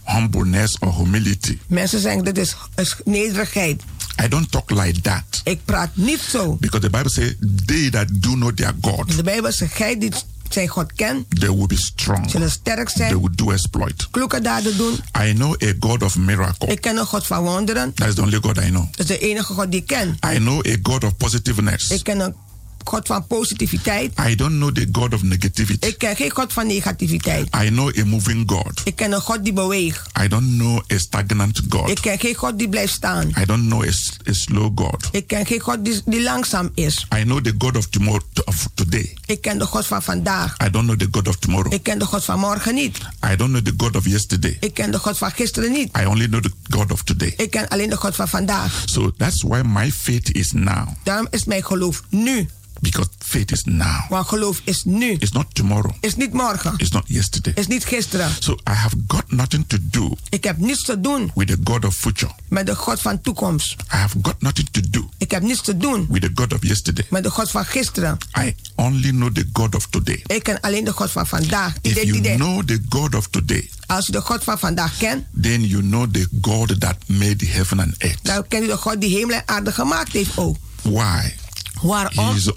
humbleness or humility. Mensen zeggen, dit is, is nederigheid. I don't talk like that Ik praat niet zo. because the Bible says, they that do know their God, De Bijbel zegt, gij die zijn God kent, they will be strong. zullen sterk They zijn, will do exploit. kloeke daden doen. I know a God of miracle. Ik ken een God van wonderen. That's the only God I know. Dat is de enige God die ik ken. I know a God of positiveness. Ik ken een God van positiviteit. I don't know the God of negativity. Ik ken geen God van negativiteit. I know a moving God. Ik ken een God die beweegt. I don't know a stagnant God. Ik ken geen God die blijft staan. I don't know a, s- a slow God. Ik ken geen God die, die langzaam is. I know the God of tomorrow of today. Ik ken de God van vandaag. I don't know the God of tomorrow. Ik ken de God van morgen niet. I don't know the God of yesterday. Ik ken de God van gisteren niet. I only know the God of today. Ik ken alleen de God van vandaag. So that's why my faith is now. Daarom is mijn geloof nu. Because faith is now. Want geloof is nu. It's not tomorrow. Is niet morgen. It's not yesterday. Is niet gisteren. So I have got nothing to do Ik heb niets te doen with the God of future. met de God van toekomst. I have got nothing to do Ik heb niets te doen with the God of yesterday. met de God van gisteren. I only know the God of today. Ik ken alleen de God van vandaag. If Idee, you idee. know the God of today, Als u de God van vandaag kent, then you know the God that made heaven and earth. dan kent u de God die hemel en aarde gemaakt heeft ook. Why? Waarom? He is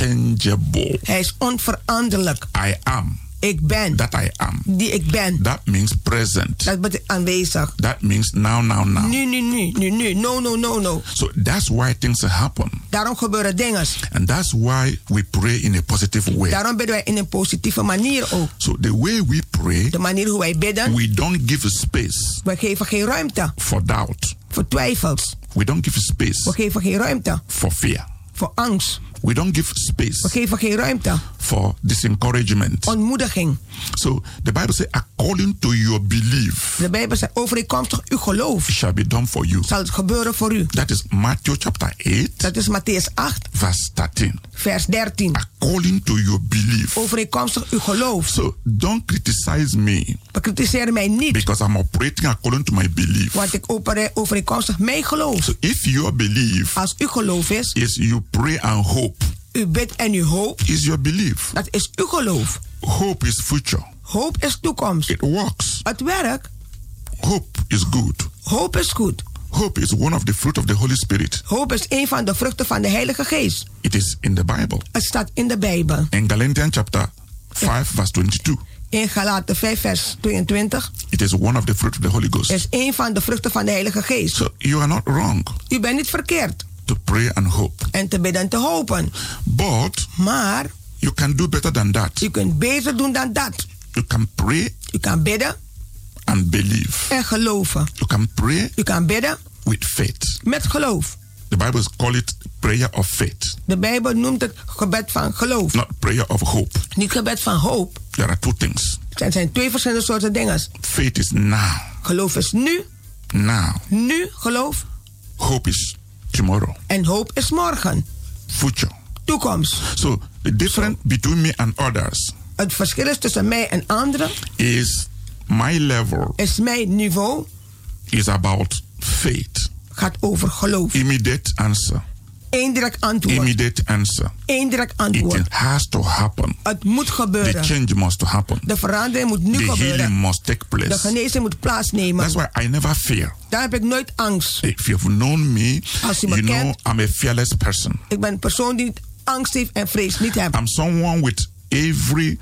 unchangeable. Hij is onveranderlijk. I am Ik ben that I am. die ik ben. That means present. Dat betekent aanwezig. That means now, now, now. Nu, nu, nu, nu, nu. No, no, no, no. So that's why things happen. Daarom gebeuren dingen. And that's why we pray in a positive way. Daarom bidden wij in een positieve manier ook. So the way we pray, De manier hoe wij bidden, we don't give space we geven geen ruimte for doubt. voor twijfels. We don't give space We geven geen ruimte for fear. voor angst. We don't give We space geven geen ruimte. for disencouragement. Ontmoediging. So the Bible says, according to your belief, De Bijbel zegt overeenkomstig uw it geloof. shall be done for you. Zal het gebeuren voor u. That is Matthew chapter 8, Dat is Matthäus 8, verse 13. vers 13. According to your belief. Overeenkomstig uw geloof. So don't criticize me Bekritiseer mij niet, because I'm operating according to my belief. want ik opereer overeenkomstig mijn geloof. So if your belief Als uw geloof is, is you pray and hope, u bidt en u hoopt, is your belief. dat is uw geloof. Hope is future. Hoop is toekomst. It works. Het werkt. Hope is good. Hoop is goed. Hope is one of the fruit of the Holy Spirit. Hoop is een van de vruchten van de Heilige Geest. It is in the Bible. Het staat in de Bijbel. In Galatians chapter 5 verse 22. In Galaten 5, vers 22 It is one of the fruit of the Holy Ghost. is een van de vruchten van de Heilige Geest. So you are not wrong U bent niet verkeerd to pray and hope. en te bidden en te hopen. But Maar you can do better than that. u kunt beter doen dan dat. You can pray U kan bidden and believe. en geloven. You can pray U kan bidden with faith. met geloof. The Bible call it prayer of faith, De Bijbel noemt het gebed van geloof. not prayer of hope. Niet gebed van hoop. There are two things. Het zijn twee verschillende soorten dingen. Faith is now, Geloof is nu, now. nu geloof. Hope is tomorrow, En hoop is morgen, future. toekomst. So the difference between me and others Het verschil is tussen mij en anderen is my level is mijn niveau is about faith. gaat over geloof. Immediate answer. Eindelijk antwoord. Immediate answer. Eindelijk antwoord. It has to happen. Het moet The gebeuren. change must happen. De verandering moet nu the healing gebeuren. must take place. De genezing moet plaatsnemen. That's why I never fear. Daar heb ik nooit angst. If you've known me, Als je me you know kent. I'm a fearless person. Ik ben een persoon die angst heeft en vrees niet heeft. I'm someone with every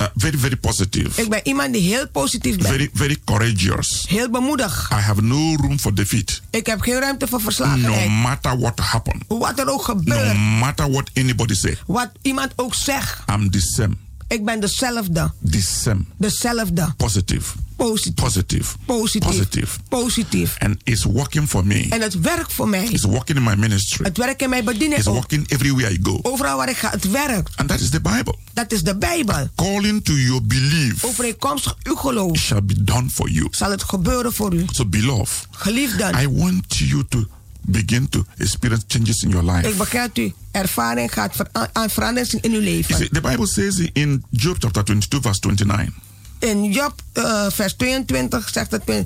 uh, very very positive, Ik ben iemand die heel positief bent. very very courageous. Heel bemoedig. I have no room for defeat. Ik heb geen ruimte voor No verslagenheid. matter what happen, Wat er ook no gebeurt. matter what anybody say, Wat iemand ook zegt. I'm the same, Ik ben dezelfde. the same, Dezelfde. positive, Positive. positive, Positief. positive, Positief. and it's working for me. En het werkt voor mij. It's working in my ministry. Het werkt in mijn bediening It's ook. working everywhere I go, Overal waar ik ga, het werkt. and that is the Bible. Dat is de Bijbel. Calling to your belief Overeenkomstig uw geloof shall be done for you. zal het gebeuren voor u. So, beloved, I Geliefden, want you to begin to experience changes in your life. ik begrijp u. Ervaring gaat vera- aan verandering zien in uw You see, leven. the Bible says in Job chapter 22, verse 29, In Job eh, vers 22 zegt het eh,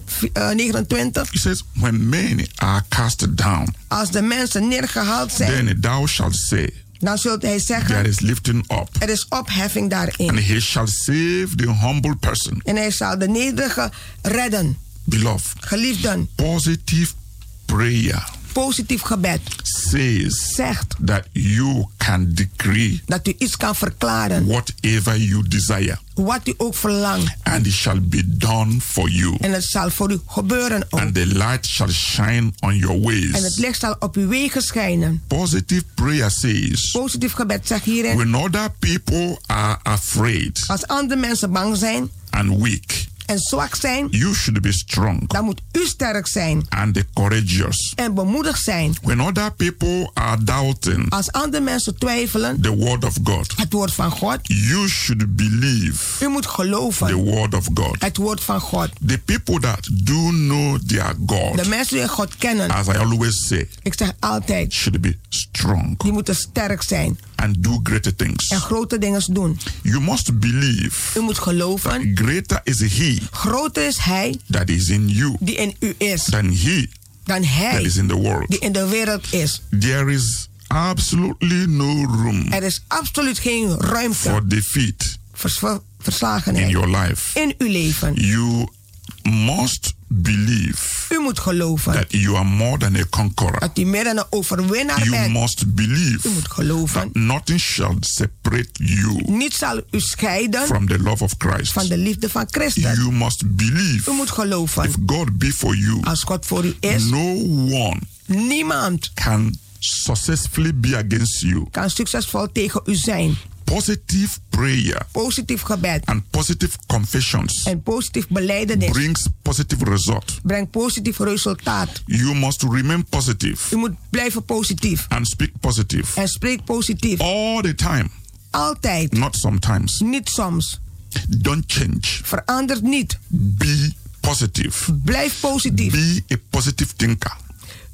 eh, 29. it says, When many are cast down, Als de mensen neergehaald zijn, then thou shalt say, dan zult hij There zeggen, is lifting up, er is opheffing and daarin. he shall save the humble person. En hij zal de nederige redden. Beloved, Geliefden, positive prayer positief gebed says zegt that you can decree dat u iets kan verklaren. whatever you desire, Wat u ook verlangt. and it shall be done for you. En het zal voor u gebeuren ook. And the light shall shine on your En het ways. licht zal op uw wegen schijnen. Positive prayer says, Positief gebed zegt hierin. when other people are afraid Als andere mensen bang zijn and weak, en zwak zijn, you should be strong dan moet u sterk zijn and courageous. en bemoedig zijn. When other people are doubting Als andere mensen twijfelen, the word of God, het woord van God, you should believe u moet the geloven. word of God. Het woord van God. The people that do know their De God, mensen die God kennen, as I always say, ik zeg altijd, should be strong die moeten sterk zijn and do greater things. en grote dingen doen. You must believe U moet geloven. greater is He Groter is Hij that is in you die in u is than He dan that Hij is in the world. die in de wereld is. There is absolutely no room Er is absoluut geen for ruimte defeat voor ver- in verslagenheid your life. in uw leven. You must believe U moet geloven that you are more than a conqueror. dat u meer dan een overwinnaar You bent. must believe U moet geloven. that nothing shall separate you Niets zal u scheiden from the love of Christ. van de liefde van Christus. You must believe U moet geloven. if God be for you, Als God voor u is, no one niemand can successfully be against you. kan succesvol tegen u zijn. Positive prayer Positief gebed and positive confessions en positief beleidenis brings positive result. brengt positief resultaat. You must remain positive U moet blijven positief and speak positive en spreek positief. all the time, Altijd, not sometimes. niet soms. Don't change. Verandert niet. Be positive. Blijf positief. Be a positive thinker.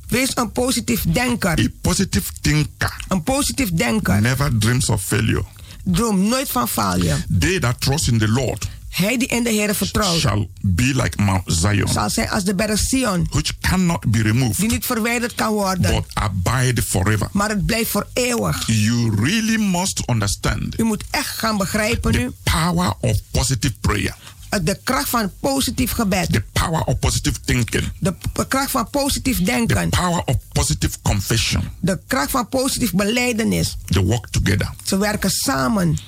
Wees een positief denker. A positive thinker Een positief denker. never dreams of failure. Droom nooit van failure. They that trust in the Lord Hij die in de Heer vertrouwt, shall be like Mount Zion, zal zijn als de berg Sion, which cannot be die removed niet verwijderd kan worden, but abide forever. maar het blijft voor eeuwig. You really must understand U moet echt gaan begrijpen nu the power of positive prayer, eh, de kracht van positief gebed, the power of positive thinking, de p- kracht van positief the denken, power of positive confession. de kracht van positief beleidenis. They work together. Ze werken samen.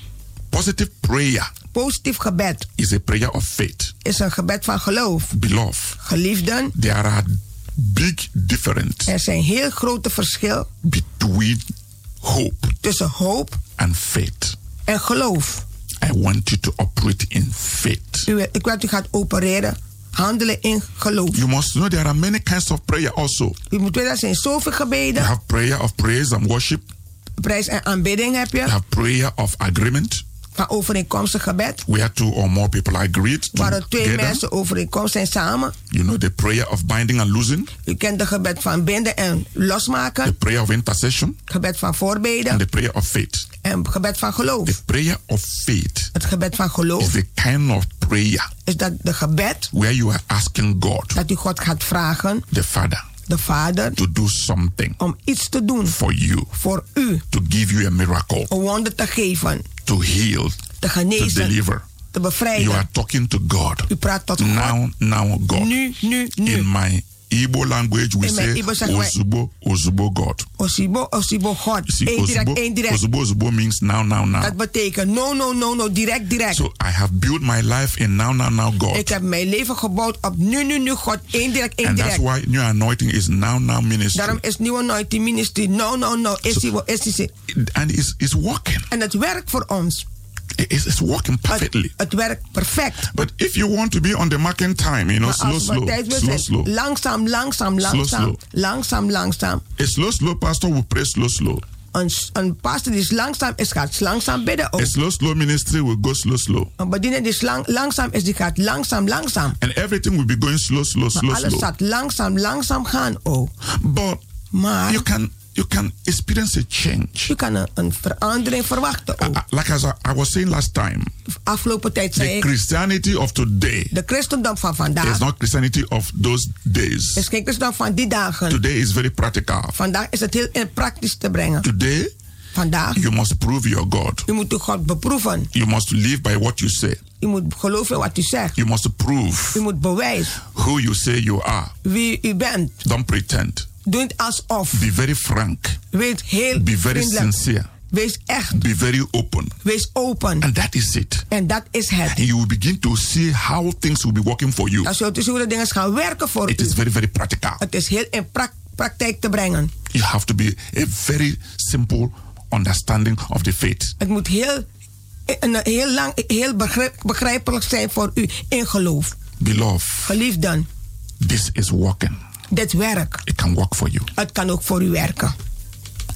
Positive prayer Positief gebed is a prayer of faith. is een gebed van geloof. Beloved, Geliefden, there are big difference er zijn heel grote verschil between hope tussen hoop and faith. en geloof. I want you to operate in faith. U, ik weet u gaat opereren, handelen in geloof. You must know there are many kinds of prayer also. U moet weten, er zijn zoveel You gebeden. have prayer of praise and worship. Prijs en aanbidding heb You je. have prayer of agreement. Een overeenkomstig gebed. where two or more people agreed Waar twee together. mensen overeenkomst zijn samen. You know the prayer of binding and losing, U kent de gebed van binden en losmaken. prayer of intercession, Gebed van voorbeden. and the prayer of faith. En gebed van geloof. Prayer of faith Het gebed van geloof is the kind of prayer is dat de gebed where you are asking God, dat u God gaat vragen, the Father, de Vader, to do something om iets te doen for you, voor u. to give you a miracle, Een wonder te geven, to heal, te to genezen, deliver. te You are bevrijden. talking to God. U praat tot God. Now, now, God. In my Igbo language, we In my say Igbo zeggen wij- Ozubo, Ozubo God. Osibo, Osibo, God. You see, Eén direct, Ozubo, één direct. Ozubo, Ozubo means now, now, now. Dat betekent no, no, no, no, direct, direct. So I have built my life in now, now, now God. Ik heb mijn leven gebouwd op nu, nu, nu, God. Eén direct, één And that's direct. why new anointing is now, now ministry. Daarom is nieuwe anointing ministry. No, no, no. Is die, is die, is die. And it's, it's working. En het werkt voor ons. It's, it's working perfectly. Het werkt perfect. But if you want to be on the marking time, you know, Maar slow, als we slow, tijd wil slow, zijn, slow. Langzaam, langzaam, Slow, langzaam. slow. Langzaam, langzaam. A slow, slow pastor will pray slow, slow. Een, s- een pastor die is langzaam is, gaat langzaam bidden ook. A slow, slow ministry will go slow, slow. Een bediener die is lang, langzaam is, die gaat langzaam, langzaam. And everything will be going slow, slow, slow, Maar alles slow. gaat langzaam, langzaam gaan ook. But Maar you can you can experience a change. Uh, je kan een, een uh, verandering verwachten oh. ook. Like as I, I was saying last time, Afgelopen tijd zei the ik, Christianity of today de christendom van is vandaag Er not Christianity of those days. is geen christendom van die dagen. Today is very practical. Vandaag is het heel in praktisch te brengen. Today Vandaag, you must prove your God. u moet uw God beproeven. You must live by what you say. U moet geloven wat u zegt. You must prove U moet bewijzen who you say you are. wie u bent. Don't pretend. Doe het alsof. Be very frank. Wees heel Be very vriendelijk. sincere. Wees echt. Be very open. Wees open. And that is it. En dat is het. And you will begin to see how things will be working for you. Dan zult u zien hoe de dingen gaan werken voor It u. is very, very practical. Het is heel in prak- praktijk te brengen. You have to be a very simple understanding of the faith. Het moet heel, een, een heel, lang, heel begrip- begrijpelijk zijn voor u in geloof. Beloved, Geliefden, this is working. dit werk, It can work for you. het kan ook voor u werken.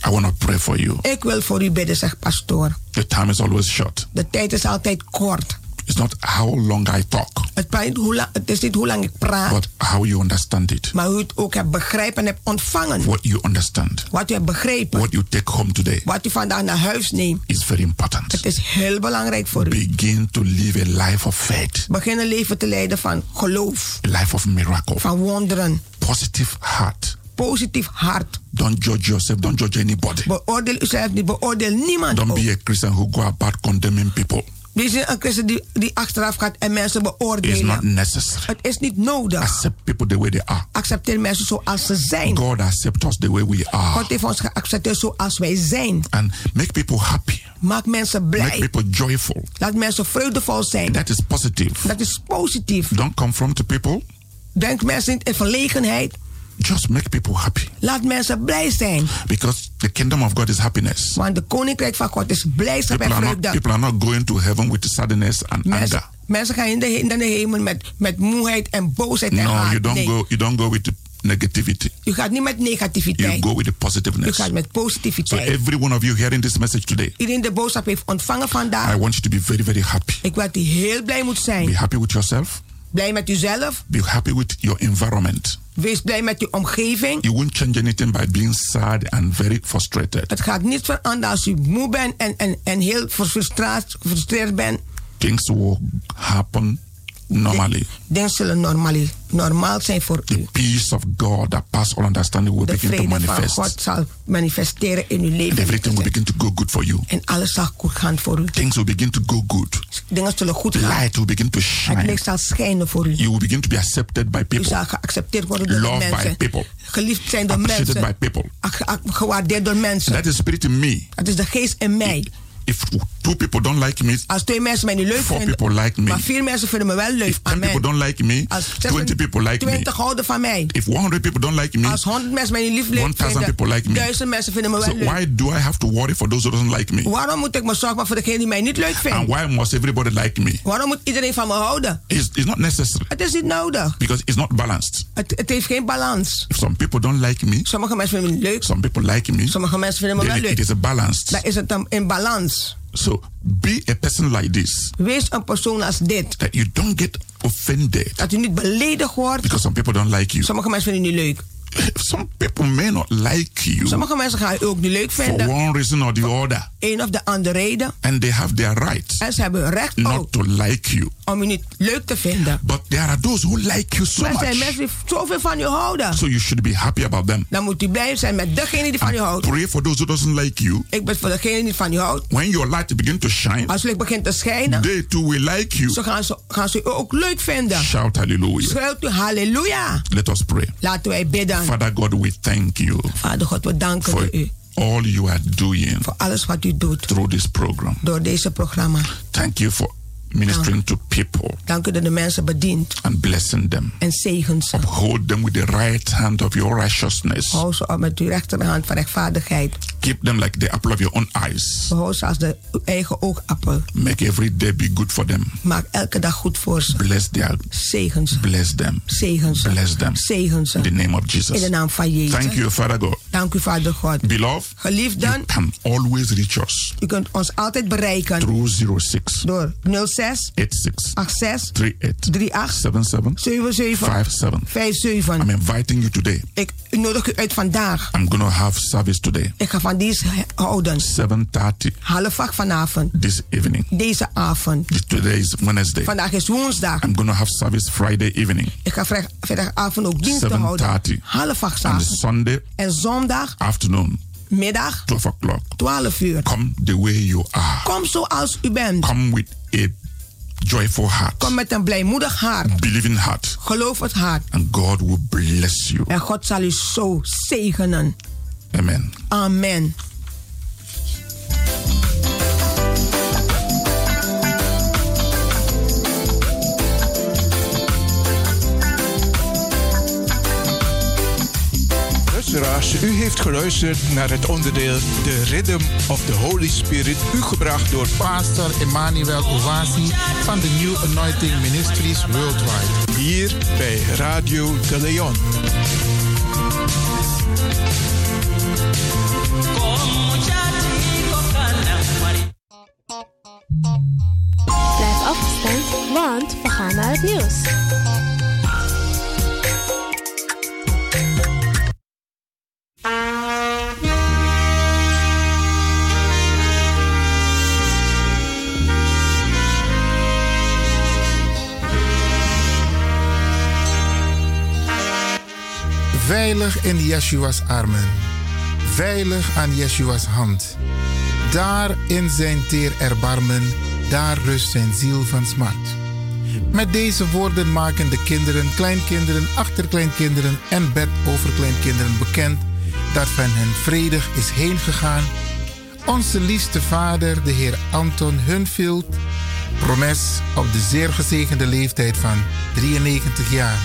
I want to pray for you. Ik wil voor u bidden, zegt pastoor. The time is always short. De tijd is altijd kort. It's not how long I talk, Het, praat, hoe lang, het is niet hoe lang ik praat, but how you understand it. maar hoe u het ook hebt begrepen en hebt ontvangen. What you understand, Wat u hebt begrepen, what you take home today wat u vandaag naar huis neemt. is very important. Het is heel belangrijk voor u. Begin to live a life of faith, Begin een leven te leiden van geloof, a life of miracle, van wonderen, positive heart. positief hart. Don't judge yourself, don't judge anybody. Beoordeel uzelf niet, beoordeel niemand. Don't ook. be a Christian who go about condemning people. Wees niet een christen die, die achteraf gaat en mensen It's beoordelen. not necessary. Het is niet nodig. Accept people the way they are. Accepteer mensen zoals ze zijn. God accept us the way we are. God heeft ons geaccepteerd zoals wij zijn. And make people happy. Maak mensen Make blij. people joyful. Laat mensen vreugdevol zijn. That is positive. Dat is positief. Don't confront the people. Denk mensen niet in verlegenheid. Just make people happy. Laat mensen blij zijn. Because the kingdom of God is happiness. Want de koninkrijk van God is blijdschap en People are not, vreugde. people are not going to heaven with sadness and anger. Mensen, mensen gaan in de, in de hemel met, met moeheid en boosheid en No, haat. Nou, you don't Nee. go you don't go with the negativity. U gaat niet met You negativiteit. go with the U positiveness. gaat met So positiviteit. every one of you hearing this message today, Iedereen de boodschap heeft ontvangen vandaag. I want you to be very, very happy. Ik wil dat u heel blij moet Be zijn. happy with yourself. Blij met uzelf. Be happy with your environment. Wees blij met uw omgeving. You won't change anything by being sad and very frustrated. Het gaat niet veranderen als u moe bent en, en, en heel frustreerd, frustreerd bent. Things will happen normally. Dingen zullen normali- normaal zijn voor u. Peace of God that pass all understanding will De begin to vrede van God manifest. zal manifesteren in uw And leven. everything will begin to go good for you. En alles zal goed gaan voor u. Things will begin to go good. Dingen zullen goed gaan. Light will begin to Het shine. licht zal schijnen voor u. You will begin to be accepted by U people, zal geaccepteerd worden door de loved by mensen. people, Geliefd zijn door appreciated by mensen. people. Ge- ge- Gewaardeerd door mensen. That is spirit in me. Het is de geest in mij. If two people don't like me, Als twee mensen mij niet leuk four vinden, people like me. maar vier mensen vinden me wel leuk. If ten people Amen. don't like me, Als 20 people like me. 20 houden van mij. If 100 people don't like me, Als 100 mensen mij niet lief leuk 1000 people like vinden, me. duizend mensen vinden me so wel why leuk. do I have to worry for those who don't like me? Waarom moet ik me zorgen maken voor degene die mij niet leuk And vindt? why must everybody like me? Waarom moet iedereen van me houden? It's, it's not necessary Het is niet nodig. because it's not balanced. Het, het heeft geen balans. If some people don't like me, Sommige mensen vinden me niet leuk, some people like me, sommige mensen vinden me wel then it leuk. is a balanced. Dan is het dan in balans. So be a person like this. Wees een persoon als dit. That you don't get offended Dat u niet beledigd wordt. because some people don't like you. Sommige mensen vinden u niet leuk. Some people may not like you Sommige mensen gaan u ook niet leuk for vinden. one reason or the other, Een of de andere reden. and they have their right En ze hebben recht not to like you. om u niet leuk te vinden. But there are those who like you so Maar er zijn much. mensen die zoveel van u houden. So you should be happy about them. Dan moet u blij zijn met degene die van u houdt. Pray for those who doesn't like you. Ik ben voor degene die van u houdt. When your light begin to shine, Als licht begint te schijnen, they too will like you. zo gaan ze, gaan ze u ook leuk vinden. Shout hallelujah. Schuilt u halleluja. Let us pray. Laten wij bidden. Father God, we thank you Vader God, we for danken u all you are doing voor alles wat u doet through this program. door deze programma. Thank you for ministering to people Dank u dat de mensen bedient and blessing them. en zegen ze. Hold them with the right hand of your righteousness. Hou ze op met uw rechterhand van rechtvaardigheid. Keep them like the apple of your own eyes. Behoud ze als de uw eigen oogappel. Make every day be good for them. Maak elke dag goed voor ze. Bless their Zegen ze. bless them. Zegen ze. Bless them. Zegen ze. In the name of In de Jesus. naam van Jezus. Thank you, Father God. Dank u, Vader God. Beloved, Geliefden, can always reach us u kunt ons altijd bereiken through 06 door 06 86 86 38 38 77 77 57. 57. I'm inviting you today. Ik nodig u uit vandaag. I'm going to have service today, Ik ga van dienst houden. 7:30 Half acht vanavond. this evening. Deze avond. Today is Wednesday. Vandaag is woensdag. I'm going to have service Friday evening, Ik ga vrij- vrijdagavond ook dienst houden. 7:30, Half acht 's and avonds. Sunday En zondag afternoon, middag 12 o'clock. 12 uur. Come the way you are. Kom zoals u bent. Come with a joyful heart, Kom met een blijmoedig hart. believing heart, Geloof het hart. and God will bless you. En God zal u zo zegenen. Amen. Amen. Luisteraars, u heeft geluisterd naar het onderdeel The Rhythm of the Holy Spirit, u gebracht door Pastor Emmanuel Owasi van de New Anointing Ministries Worldwide. hier bij Radio de Leon. Blijf afgestemd, want we gaan naar het nieuws. Veilig in Yeshua's armen. Veilig aan Yeshua's hand. Daar in zijn teer erbarmen, daar rust zijn ziel van smart. Met deze woorden maken de kinderen, kleinkinderen, achterkleinkinderen en bedoverkleinkinderen bekend dat van hen vredig is heengegaan. Onze liefste vader, de heer Anton Hunfield, promes op de zeer gezegende leeftijd van 93 jaar.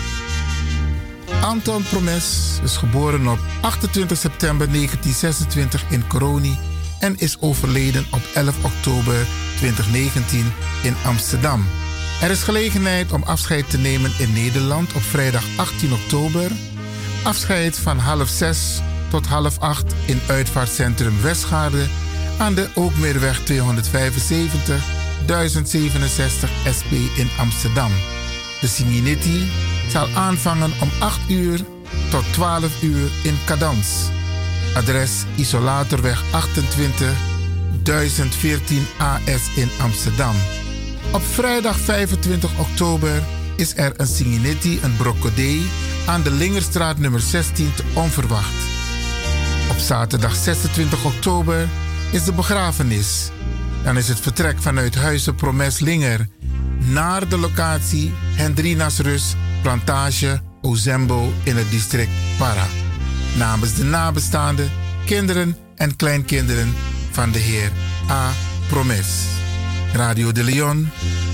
Anton Promes is geboren op 28 september 1926 in Coroni en is overleden op 11 oktober 2019 in Amsterdam. Er is gelegenheid om afscheid te nemen in Nederland op vrijdag 18 oktober. Afscheid van half 6 tot half 8 in uitvaartcentrum Westgaarde aan de Ookmeerweg 275 1067 SP in Amsterdam. De Siminiti zal aanvangen om 8 uur tot 12 uur in Cadans. Adres Isolatorweg 28 1014 AS in Amsterdam. Op vrijdag 25 oktober is er een Siminiti, een broccodee, aan de Lingerstraat nummer 16 te onverwacht. Op zaterdag 26 oktober is de begrafenis. Dan is het vertrek vanuit Huizen Promes Linger naar de locatie Hendrinasrus Plantage Ozembo in het district Para. Namens de nabestaanden, kinderen en kleinkinderen van de heer A. Promes. Radio de Leon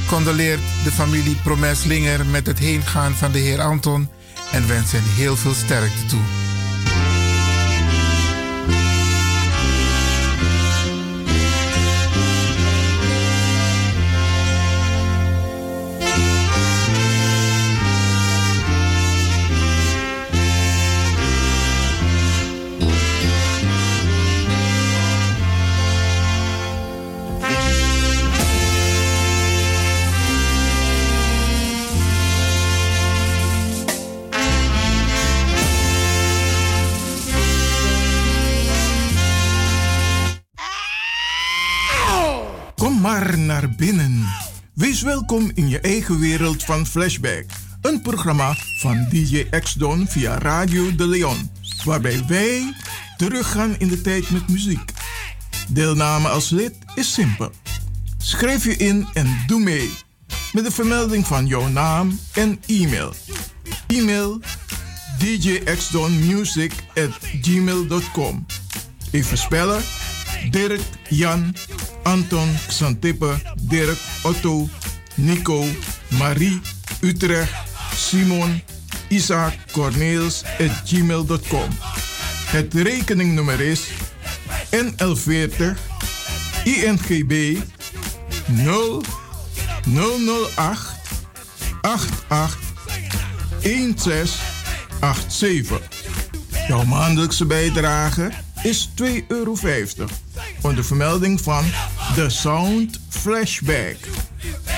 condoleert de familie Promes Linger met het heengaan van de heer Anton en wenst hen heel veel sterkte toe. Thank lekker naar binnen. Wees welkom in je eigen wereld van Flashback. Een programma van DJ X-Don via Radio De Leon. Waarbij wij teruggaan in de tijd met muziek. Deelname als lid is simpel. Schrijf je in en doe mee. Met de vermelding van jouw naam en e-mail. E-mail djxdonmusic Even spellen. Dirk, Jan, Anton, Xantippe, Dirk, Otto, Nico, Marie, Utrecht, Simon, Isaac, Corneels at gmail.com. Het rekeningnummer is NL40 INGB 0 008 88 1687. Jouw maandelijkse bijdrage is 2,50 euro. Onder vermelding van de Sound Flashback.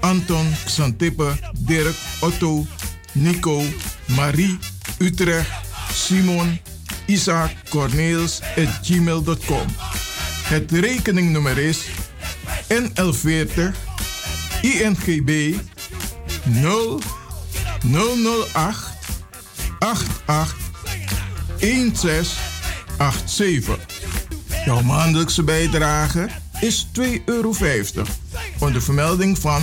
Anton, Xantippe, Dirk, Otto, Nico, Marie, Utrecht, Simon, Isaac, Corneels at gmail.com. Het rekeningnummer is NL40 INGB 0 008 88 1687. Jouw maandelijkse bijdrage is 2,50 euro. Onder vermelding van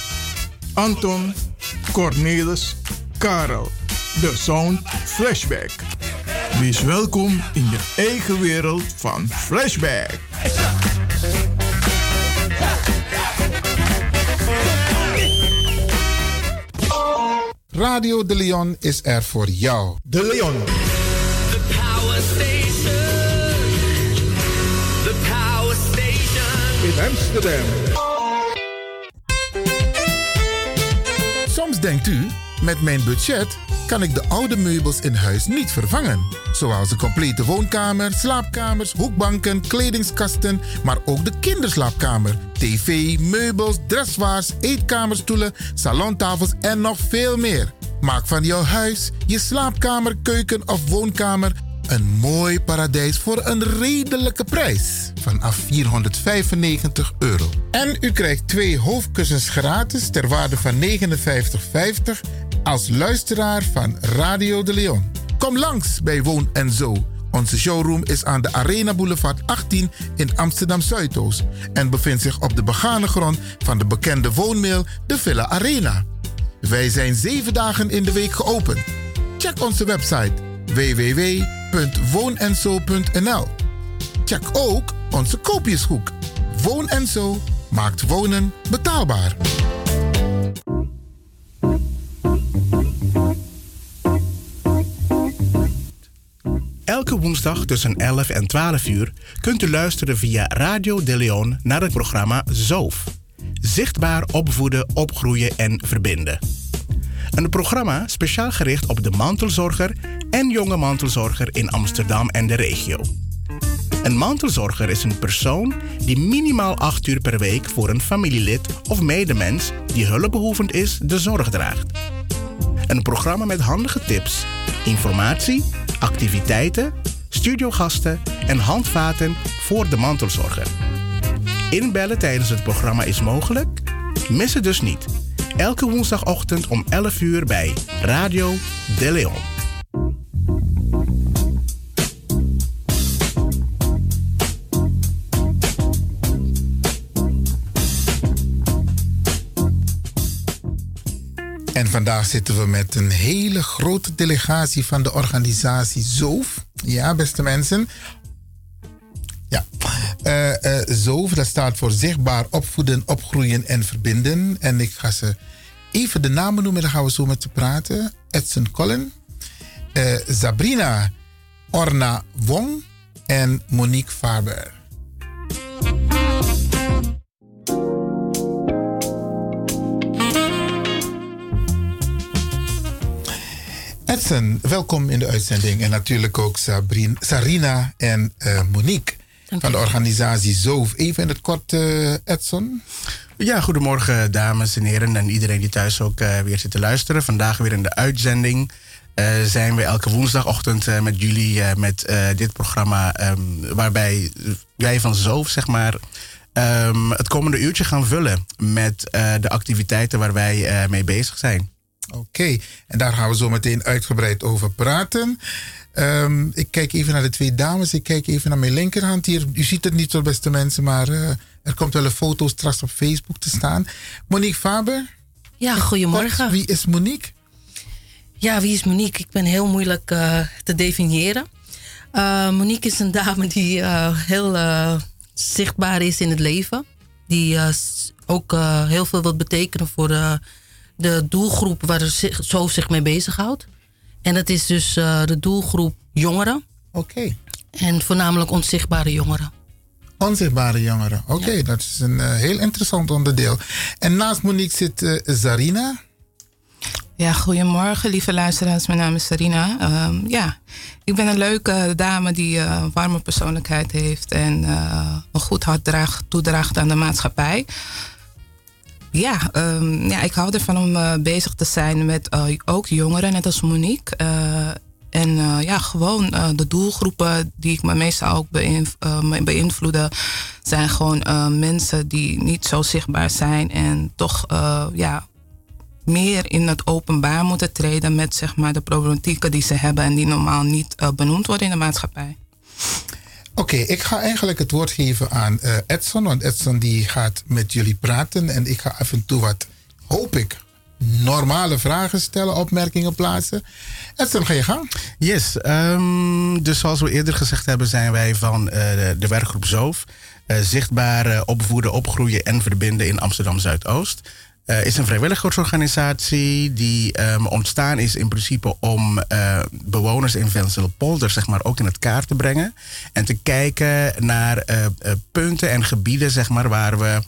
Anton, Cornelis, Karel. De Sound Flashback. Wees welkom in je eigen wereld van Flashback. Radio De Leon is er voor jou. De Leon. The power station. The power station. In Amsterdam. Soms denkt u, met mijn budget kan ik de oude meubels in huis niet vervangen. Zoals een complete woonkamer, slaapkamers, hoekbanken, kledingskasten, maar ook de kinderslaapkamer, tv, meubels, dressoirs, eetkamerstoelen, salontafels en nog veel meer. Maak van jouw huis, je slaapkamer, keuken of woonkamer een mooi paradijs voor een redelijke prijs vanaf 495 euro. En u krijgt twee hoofdkussens gratis ter waarde van 59,50 als luisteraar van Radio de Leon. Kom langs bij Woon en Zo. Onze showroom is aan de Arena Boulevard 18 in Amsterdam Zuidoost en bevindt zich op de begane grond van de bekende woonmail de Villa Arena. Wij zijn zeven dagen in de week geopend. Check onze website www.woonenzo.nl. Check ook onze koopjeshoek. Woon en Zo maakt wonen betaalbaar. Elke woensdag tussen 11 en 12 uur kunt u luisteren via Radio De Leon naar het programma ZOOF. Zichtbaar opvoeden, opgroeien en verbinden. Een programma speciaal gericht op de mantelzorger en jonge mantelzorger in Amsterdam en de regio. Een mantelzorger is een persoon die minimaal 8 uur per week voor een familielid of medemens die hulpbehoevend is, de zorg draagt. Een programma met handige tips, informatie, activiteiten, studiogasten en handvaten voor de mantelzorger. Inbellen tijdens het programma is mogelijk. Mis het dus niet. Elke woensdagochtend om 11 uur bij Radio De Leon. En vandaag zitten we met een hele grote delegatie van de organisatie ZOOF. Ja, beste mensen. Ja. Eh, eh, ZOOF, dat staat voor Zichtbaar Opvoeden, Opgroeien en Verbinden. En ik ga ze even de namen noemen, dan gaan we zo met ze praten. Edson Collen, eh, Sabrina Orna Wong en Monique Faber. Edson, welkom in de uitzending. En natuurlijk ook Sabrina, Sarina en eh, Monique van de organisatie ZOOF. Even in het kort, eh, Edson. Ja, goedemorgen dames en heren en iedereen die thuis ook eh, weer zit te luisteren. Vandaag weer in de uitzending eh, zijn we elke woensdagochtend eh, met jullie eh, met eh, dit programma ehm, waarbij wij van Zoof zeg maar ehm, het komende uurtje gaan vullen met eh, de activiteiten waar wij eh, mee bezig zijn. Oké, en daar gaan we zo meteen uitgebreid over praten. Ehm, ik kijk even naar de twee dames. Ik kijk even naar mijn linkerhand hier. U ziet het niet zo, beste mensen, maar eh, er komt wel een foto straks op Facebook te staan. Monique Faber. Ja, goedemorgen. Wie is Monique? Ja, wie is Monique? Ik ben heel moeilijk eh, te definiëren. Eh, Monique is een dame die eh, heel eh, zichtbaar is in het leven. Die eh, s- ook eh, heel veel wil betekenen voor eh, de doelgroep waar ze zo zich mee bezighoudt. En dat is dus eh, de doelgroep jongeren. Oké. En voornamelijk onzichtbare jongeren. Onzichtbare jongeren. Oké, dat is een eh, heel interessant onderdeel. En naast Monique zit eh, Zarina. Ja, goedemorgen lieve luisteraars. Mijn naam is Sarina. Ehm, ja, ik ben een leuke dame die eh, een warme persoonlijkheid heeft en eh, een goed hart draagt, toedraagt aan de maatschappij. Ja, ehm, ja, ik hou ervan om eh, bezig te zijn met eh, ook jongeren, net als Monique. Eh, en eh, ja, gewoon eh, de doelgroepen die ik me meestal ook beïnv- eh, me beïnvloeden, zijn gewoon eh, mensen die niet zo zichtbaar zijn en toch eh, ja, meer in het openbaar moeten treden met zeg maar, de problematieken die ze hebben en die normaal niet eh, benoemd worden in de maatschappij. Oké, ik ga eigenlijk het woord geven aan eh, Edson. Want Edson die gaat met jullie praten. En ik ga af en toe wat, hoop ik, normale vragen stellen, opmerkingen plaatsen. Edson, ga je gang. Yes, ehm, dus zoals we eerder gezegd hebben, zijn wij van eh, de- de werkgroep ZOOF. eh, zichtbaar eh, opvoeden, opgroeien en verbinden in Amsterdam Zuidoost. Eh is een vrijwilligersorganisatie die ehm, ontstaan is in principe om eh, bewoners in Venselpolder zeg maar, ook in het kaart te brengen. En te kijken naar eh, eh, punten en gebieden zeg maar, waar we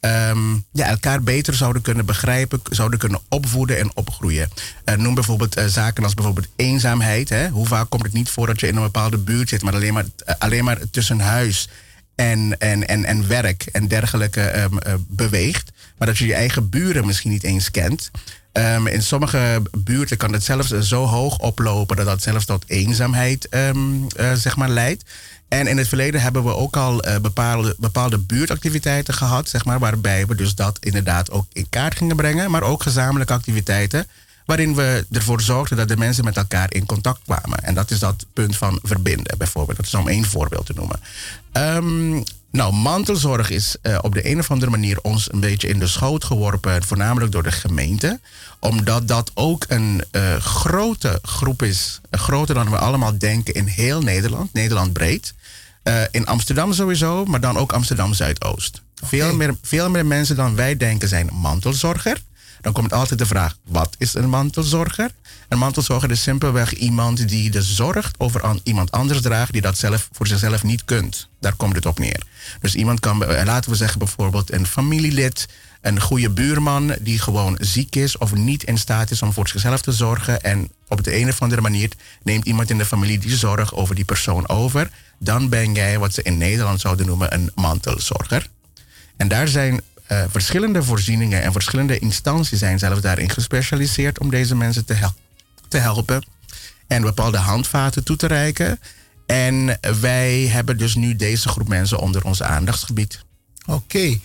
ehm, ja, elkaar beter zouden kunnen begrijpen, k- zouden kunnen opvoeden en opgroeien. Eh, noem bijvoorbeeld eh, zaken als bijvoorbeeld eenzaamheid. Hè? Hoe vaak komt het niet voor dat je in een bepaalde buurt zit, maar alleen maar, eh, alleen maar tussen huis en, en, en, en werk en dergelijke ehm, eh, beweegt. Maar dat je je eigen buren misschien niet eens kent. Ehm, in sommige buurten kan het zelfs eh, zo hoog oplopen dat dat zelfs tot eenzaamheid ehm, eh, zeg maar, leidt. En in het verleden hebben we ook al eh, bepaalde, bepaalde buurtactiviteiten gehad, zeg maar, waarbij we dus dat inderdaad ook in kaart gingen brengen, maar ook gezamenlijke activiteiten waarin we ervoor zorgden dat de mensen met elkaar in contact kwamen. En dat is dat punt van verbinden, bijvoorbeeld. Dat is om één voorbeeld te noemen. Ehm, nou, mantelzorg is eh, op de een of andere manier ons een beetje in de schoot geworpen, voornamelijk door de gemeente. Omdat dat ook een eh, grote groep is, eh, groter dan we allemaal denken in heel Nederland, Nederland breed. Eh, in Amsterdam sowieso, maar dan ook Amsterdam Zuidoost. Veel, meer, veel meer mensen dan wij denken zijn mantelzorger. dan komt altijd de vraag: wat is een mantelzorger? Een mantelzorger is simpelweg iemand die de zorg over aan iemand anders draagt die dat zelf voor zichzelf niet kunt. Daar komt het op neer. Dus iemand kan, eh, laten we zeggen bijvoorbeeld een familielid, een goede buurman die gewoon ziek is of niet in staat is om voor zichzelf te zorgen. En op de een of andere manier neemt iemand in de familie die zorg over die persoon over. Dan ben jij wat ze in Nederland zouden noemen een mantelzorger. En daar zijn eh, verschillende voorzieningen en verschillende instanties zijn zelfs daarin gespecialiseerd om deze mensen te, hel- te helpen en bepaalde handvaten toe te reiken. En wij hebben dus nu deze groep mensen onder ons aandachtsgebied. Oké,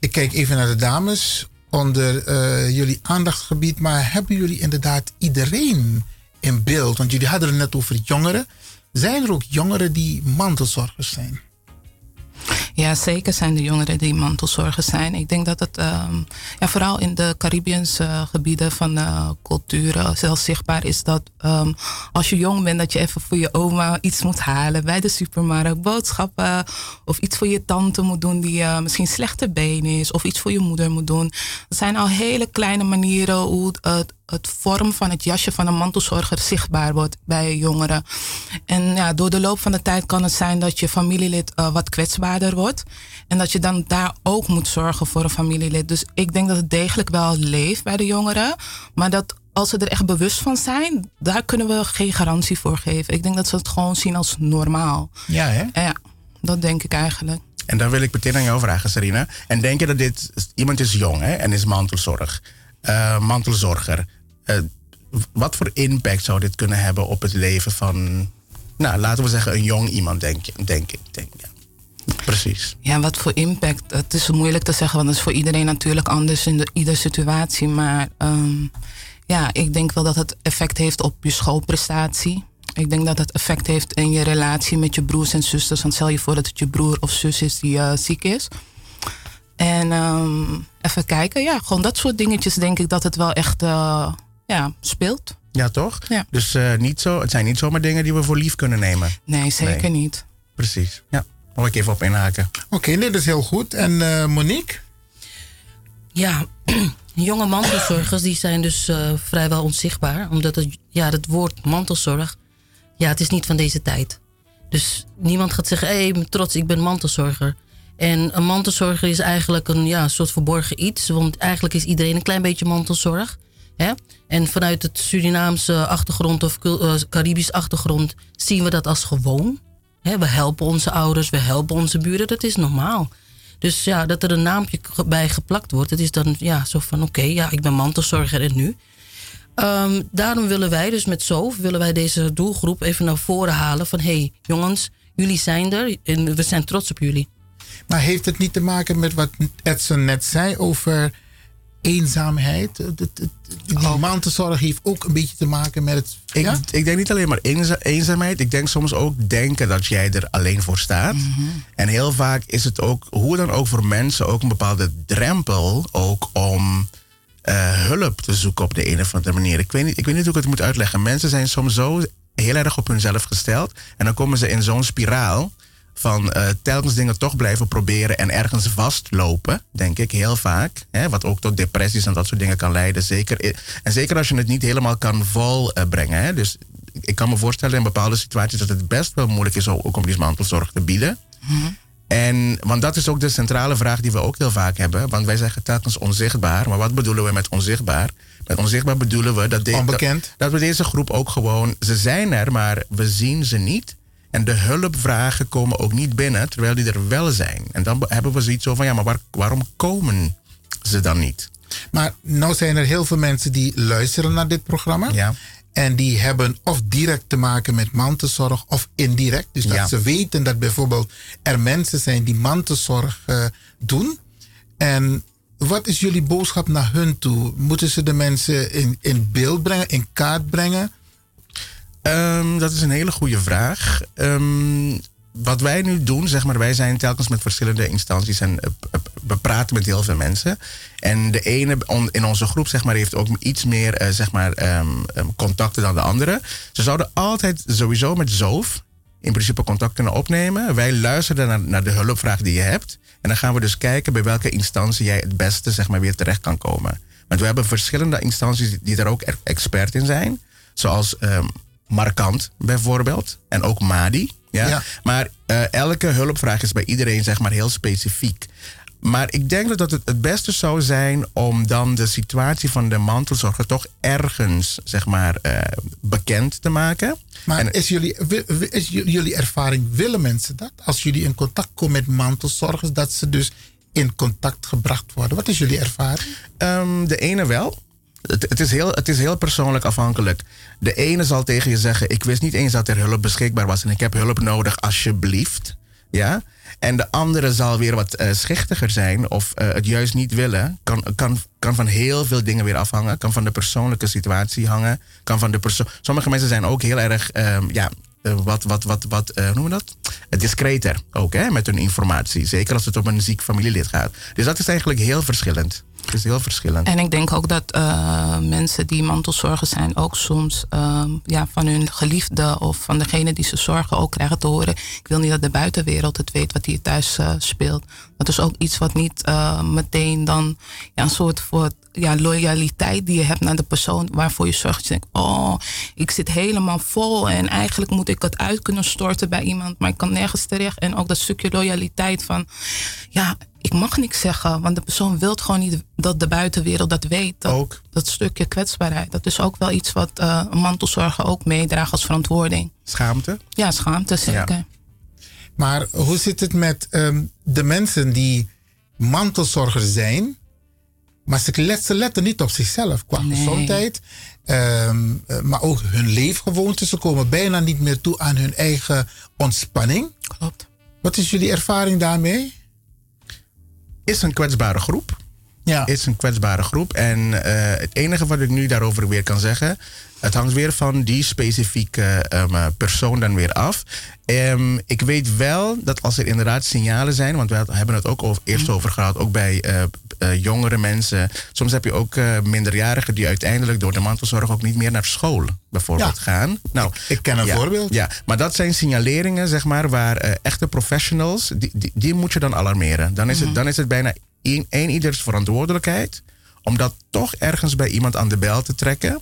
ik kijk even naar de dames onder eh, jullie aandachtsgebied. Maar hebben jullie inderdaad iedereen in beeld? Want jullie hadden het net over jongeren. Zijn er ook jongeren die mantelzorgers zijn? Ja, zeker zijn de jongeren die mantelzorgers zijn. Ik denk dat het ehm, ja, vooral in de Caribische gebieden van eh, culturen zelfs zichtbaar is dat ehm, als je jong bent, dat je even voor je oma iets moet halen bij de supermarkt, boodschappen of iets voor je tante moet doen die eh, misschien slechte been is of iets voor je moeder moet doen. Dat zijn al hele kleine manieren hoe het- het, het vorm van het jasje van een mantelzorger zichtbaar wordt bij jongeren. En ja, door de loop van de tijd kan het zijn dat je familielid eh, wat kwetsbaarder wordt. En dat je dan daar ook moet zorgen voor een familielid. Dus ik denk dat het degelijk wel leeft bij de jongeren. Maar dat als ze er echt bewust van zijn, daar kunnen we geen garantie voor geven. Ik denk dat ze het gewoon zien als normaal. Ja, hè? En ja, dat denk ik eigenlijk. En daar wil ik meteen aan jou vragen, Sarina. En denk je dat dit iemand is jong hè, en is mantelzorg, eh, mantelzorger? Eh, w- wat voor impact zou dit kunnen hebben op het leven van, nou, laten we zeggen, een jong iemand, denk, je- denk ik. Denk, ja. Precies. Ja, wat voor impact? Het is moeilijk te zeggen, want het is voor iedereen natuurlijk anders in de, ieder situatie. Maar ehm, ja, ik denk wel dat het effect heeft op je schoolprestatie. Ik denk dat het effect heeft in je relatie met je broers en zusters. Want stel je voor dat het je broer of zus is die eh, ziek is. En ehm, even kijken, ja, gewoon dat soort dingetjes denk ik dat het wel echt eh, ja, speelt. Ja, toch? Ja. Dus eh, niet zo, het zijn niet zomaar dingen die we voor lief kunnen nemen. Nee, zeker Nee. niet. Precies. Ja, mag ik even op inhaken. Oké, nee, dat is heel goed. En eh, Monique? Ja, jonge mantelzorgers die zijn dus eh, vrijwel onzichtbaar. Omdat het, ja, het woord mantelzorg, ja, het is niet van deze tijd. Dus niemand gaat zeggen, hé, hey, ik ben trots, ik ben mantelzorger. En een mantelzorger is eigenlijk een ja, soort verborgen iets. Want eigenlijk is iedereen een klein beetje mantelzorg. Hè? En vanuit het Surinaamse achtergrond of cul- eh, Caribisch achtergrond zien we dat als gewoon. Hè? We helpen onze ouders, we helpen onze buren, dat is normaal. Dus ja, dat er een naampje ge- bij geplakt wordt, het is dan ja, zo van oké, ja, ik ben mantelzorger en nu. Ehm, daarom willen wij dus met SOF, willen wij deze doelgroep even naar voren halen van hé hey, jongens, jullie zijn er en we zijn trots op jullie. Maar heeft het niet te maken met wat Edson net zei over eenzaamheid? Het- het- het- Die mantelzorg heeft ook een beetje te maken met het... Ik, ja? ik denk niet alleen maar eenza- eenzaamheid. Ik denk soms ook denken dat jij er alleen voor staat. Mhm. Mhm. En heel vaak is het ook, hoe dan ook voor mensen, ook een bepaalde drempel ook om eh, hulp te zoeken op de een of andere manier. Ik weet, niet, ik weet niet hoe ik het moet uitleggen. Mensen zijn soms zo heel erg op hunzelf gesteld. En dan komen ze in zo'n spiraal van eh, telkens dingen toch blijven proberen en ergens vastlopen, denk ik heel vaak. Hè, wat ook tot depressies en dat soort dingen kan leiden. Zeker, i- en zeker als je het niet helemaal kan volbrengen. hè. dus ik kan me voorstellen in bepaalde situaties dat het best wel moeilijk is ook om die mantelzorg te bieden. En, want dat is ook de centrale vraag die we ook heel vaak hebben. Want wij zeggen telkens onzichtbaar. Maar wat bedoelen we met onzichtbaar? Met onzichtbaar bedoelen we dat, de- dat, dat we deze groep ook gewoon... Ze zijn er, maar we zien ze niet. En de hulpvragen komen ook niet binnen, terwijl die er wel zijn. En dan be- hebben we zoiets zo van, ja, maar waar- waarom komen ze dan niet? Maar nou zijn er heel veel mensen die luisteren naar dit programma. En die hebben of direct te maken met mantelzorg of indirect. Dus dat Ja. ze weten dat bijvoorbeeld er mensen zijn die mantelzorg eh, doen. En wat is jullie boodschap naar hun toe? Moeten ze de mensen in, in beeld brengen, in kaart brengen? Ehm, dat is een hele goede vraag. Ehm, wat wij nu doen, zeg maar, wij zijn telkens met verschillende instanties en eh, p- p- we praten met heel veel mensen. En de ene on- in onze groep, zeg maar, heeft ook iets meer, eh, zeg maar, ehm, ehm, contacten dan de andere. Ze zouden altijd sowieso met Zoof in principe contact kunnen opnemen. Wij luisteren naar, naar de hulpvraag die je hebt. En dan gaan we dus kijken bij welke instantie jij het beste, zeg maar, weer terecht kan komen. Want we hebben verschillende instanties die- die daar ook er- expert in zijn. Zoals ehm, Markant bijvoorbeeld. En ook Madi. Ja? Ja. Maar eh, elke hulpvraag is bij iedereen zeg maar, heel specifiek. Maar ik denk dat het het beste zou zijn om dan de situatie van de mantelzorger toch ergens zeg maar, eh, bekend te maken. Maar is, jullie, wi- wi- is j- jullie ervaring, willen mensen dat? Als jullie in contact komen met mantelzorgers, dat ze dus in contact gebracht worden. Wat is jullie ervaring? Ehm, de ene wel. Het, het, is heel, het is heel persoonlijk afhankelijk. De ene zal tegen je zeggen: Ik wist niet eens dat er hulp beschikbaar was en ik heb hulp nodig, alsjeblieft. Ja? En de andere zal weer wat eh, schichtiger zijn of eh, het juist niet willen. Kan, kan, kan van heel veel dingen weer afhangen. Kan van de persoonlijke situatie hangen. Kan van de perso- Sommige mensen zijn ook heel erg ehm, ja, eh, wat, wat, wat, wat eh, hoe noemen we dat? Eh, discreter ook hè, met hun informatie. Zeker als het om een ziek familielid gaat. Dus dat is eigenlijk heel verschillend. Het is heel verschillend. En ik denk ook dat eh, mensen die mantelzorgen zijn ook soms ehm, ja, van hun geliefde of van degene die ze zorgen ook krijgen te horen. Ik wil niet dat de buitenwereld het weet wat hier thuis eh, speelt. Dat is ook iets wat niet eh, meteen dan ja, een soort voor, ja, loyaliteit die je hebt naar de persoon waarvoor je zorgt. Je denkt, oh, ik zit helemaal vol en eigenlijk moet ik het uit kunnen storten bij iemand, maar ik kan nergens terecht. En ook dat stukje loyaliteit van, ja, ik mag niks zeggen, want de persoon wil gewoon niet dat de buitenwereld dat weet. Dat, dat stukje kwetsbaarheid, dat is ook wel iets wat eh, een mantelzorger ook meedraagt als verantwoording. Schaamte? Ja, schaamte zeker. Maar hoe zit het met ehm, de mensen die mantelzorger zijn, maar ze letten, ze letten niet op zichzelf qua gezondheid, ehm, eh, maar ook hun leefgewoonten. Ze komen bijna niet meer toe aan hun eigen ontspanning. Klopt. Wat is jullie ervaring daarmee? is een kwetsbare groep. Ja. Is een kwetsbare groep. En eh, het enige wat ik nu daarover weer kan zeggen. Het hangt weer van die specifieke ehm, eh, persoon dan weer af. Ehm, ik weet wel dat als er inderdaad signalen zijn, want we had- hebben het ook over, eerst over gehad, ook bij eh, eh, jongere mensen. Soms heb je ook eh, minderjarigen die uiteindelijk door de mantelzorg ook niet meer naar school bijvoorbeeld Ja. gaan. Nou, ik, ken een ja, voorbeeld. Ja, maar dat zijn signaleringen, zeg maar, waar eh, echte professionals, die, die, die moet je dan alarmeren. Dan is, Mhm. het, dan is het bijna een, een ieders verantwoordelijkheid om dat toch ergens bij iemand aan de bel te trekken.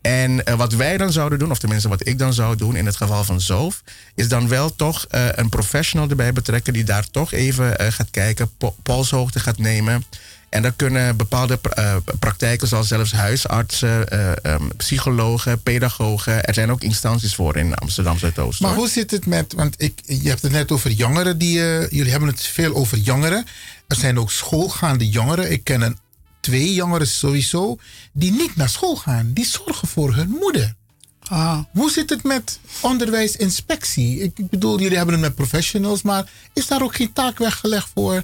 En eh, wat wij dan zouden doen, of tenminste wat ik dan zou doen in het geval van Zoof, is dan wel toch eh, een professional erbij betrekken die daar toch even eh, gaat kijken, po- polshoogte gaat nemen. En dan kunnen bepaalde pra- eh, praktijken, zoals zelfs huisartsen, eh, ehm, psychologen, pedagogen, er zijn ook instanties voor in Amsterdam Zuidoost. Maar hoor. hoe zit het met, want ik, je hebt het net over jongeren, die, eh, jullie hebben het veel over jongeren. Er zijn ook schoolgaande jongeren. Ik ken een, twee jongeren sowieso, die niet naar school gaan. Die zorgen voor hun moeder. Hoe zit het met onderwijsinspectie? Ik ik bedoel, jullie hebben het met professionals, maar is daar ook geen taak weggelegd voor,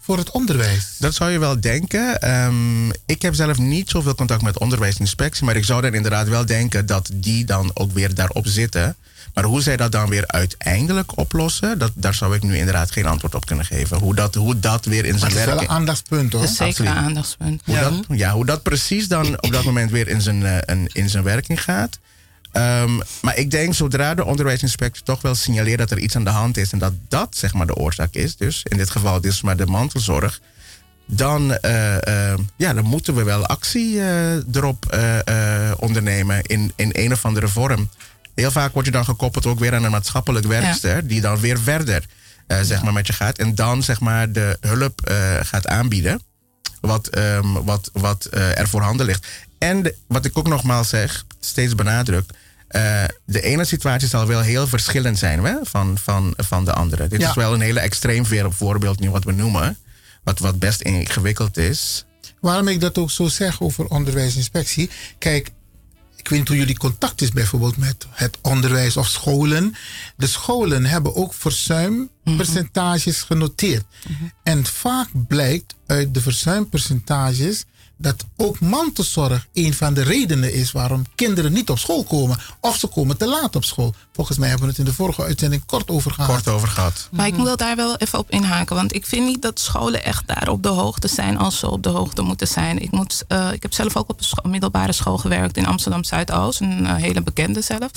voor het onderwijs? Dat zou je wel denken. Ehm, ik heb zelf niet zoveel contact met onderwijsinspectie, maar ik zou dan inderdaad wel denken dat die dan ook weer daarop zitten. Maar hoe zij dat dan weer uiteindelijk oplossen, dat, daar zou ik nu inderdaad geen antwoord op kunnen geven. Hoe dat, hoe dat weer in Maar zijn het is wel werk. een aandachtspunt hoor. Dat is zeker een aandachtspunt. Hoe, dat, ja, hoe dat precies dan op dat moment weer in zijn, eh, een- in zijn werking gaat. Ehm, maar ik denk zodra de onderwijsinspectie toch wel signaleert dat er iets aan de hand is en dat dat zeg maar de oorzaak is, dus in dit geval dus maar de mantelzorg, dan, eh, eh, ja, dan moeten we wel actie eh, erop eh, eh, ondernemen in, in een of andere vorm. Heel vaak word je dan gekoppeld ook weer aan een maatschappelijk werkster, die dan weer verder eh, zeg maar, met je gaat en dan zeg maar, de hulp eh, gaat aanbieden wat, ehm, wat, wat eh, er voorhanden ligt. En de- wat ik ook nogmaals zeg, steeds benadruk. eh, de ene situatie zal wel heel verschillend zijn hè, van, van, van de andere. Dit Ja. is wel een hele extreem veer- voorbeeld nu wat we noemen. Wat, wat best ingewikkeld is. Waarom ik dat ook zo zeg over onderwijsinspectie. Kijk, ik weet niet hoe jullie contact is bijvoorbeeld met het onderwijs of scholen. De scholen hebben ook verzuimpercentages genoteerd. En vaak blijkt uit de verzuimpercentages dat ook mantelzorg een van de redenen is waarom kinderen niet op school komen. Of ze komen te laat op school. Volgens mij hebben we het in de vorige uitzending kort over gehad. Kort over gehad. Maar ik wil daar wel even op inhaken. Want ik vind niet dat scholen echt daar op de hoogte zijn als ze op de hoogte moeten zijn. Ik, moet, eh, ik heb zelf ook op een scho- middelbare school gewerkt in Amsterdam Zuidoost. Een eh, hele bekende zelf.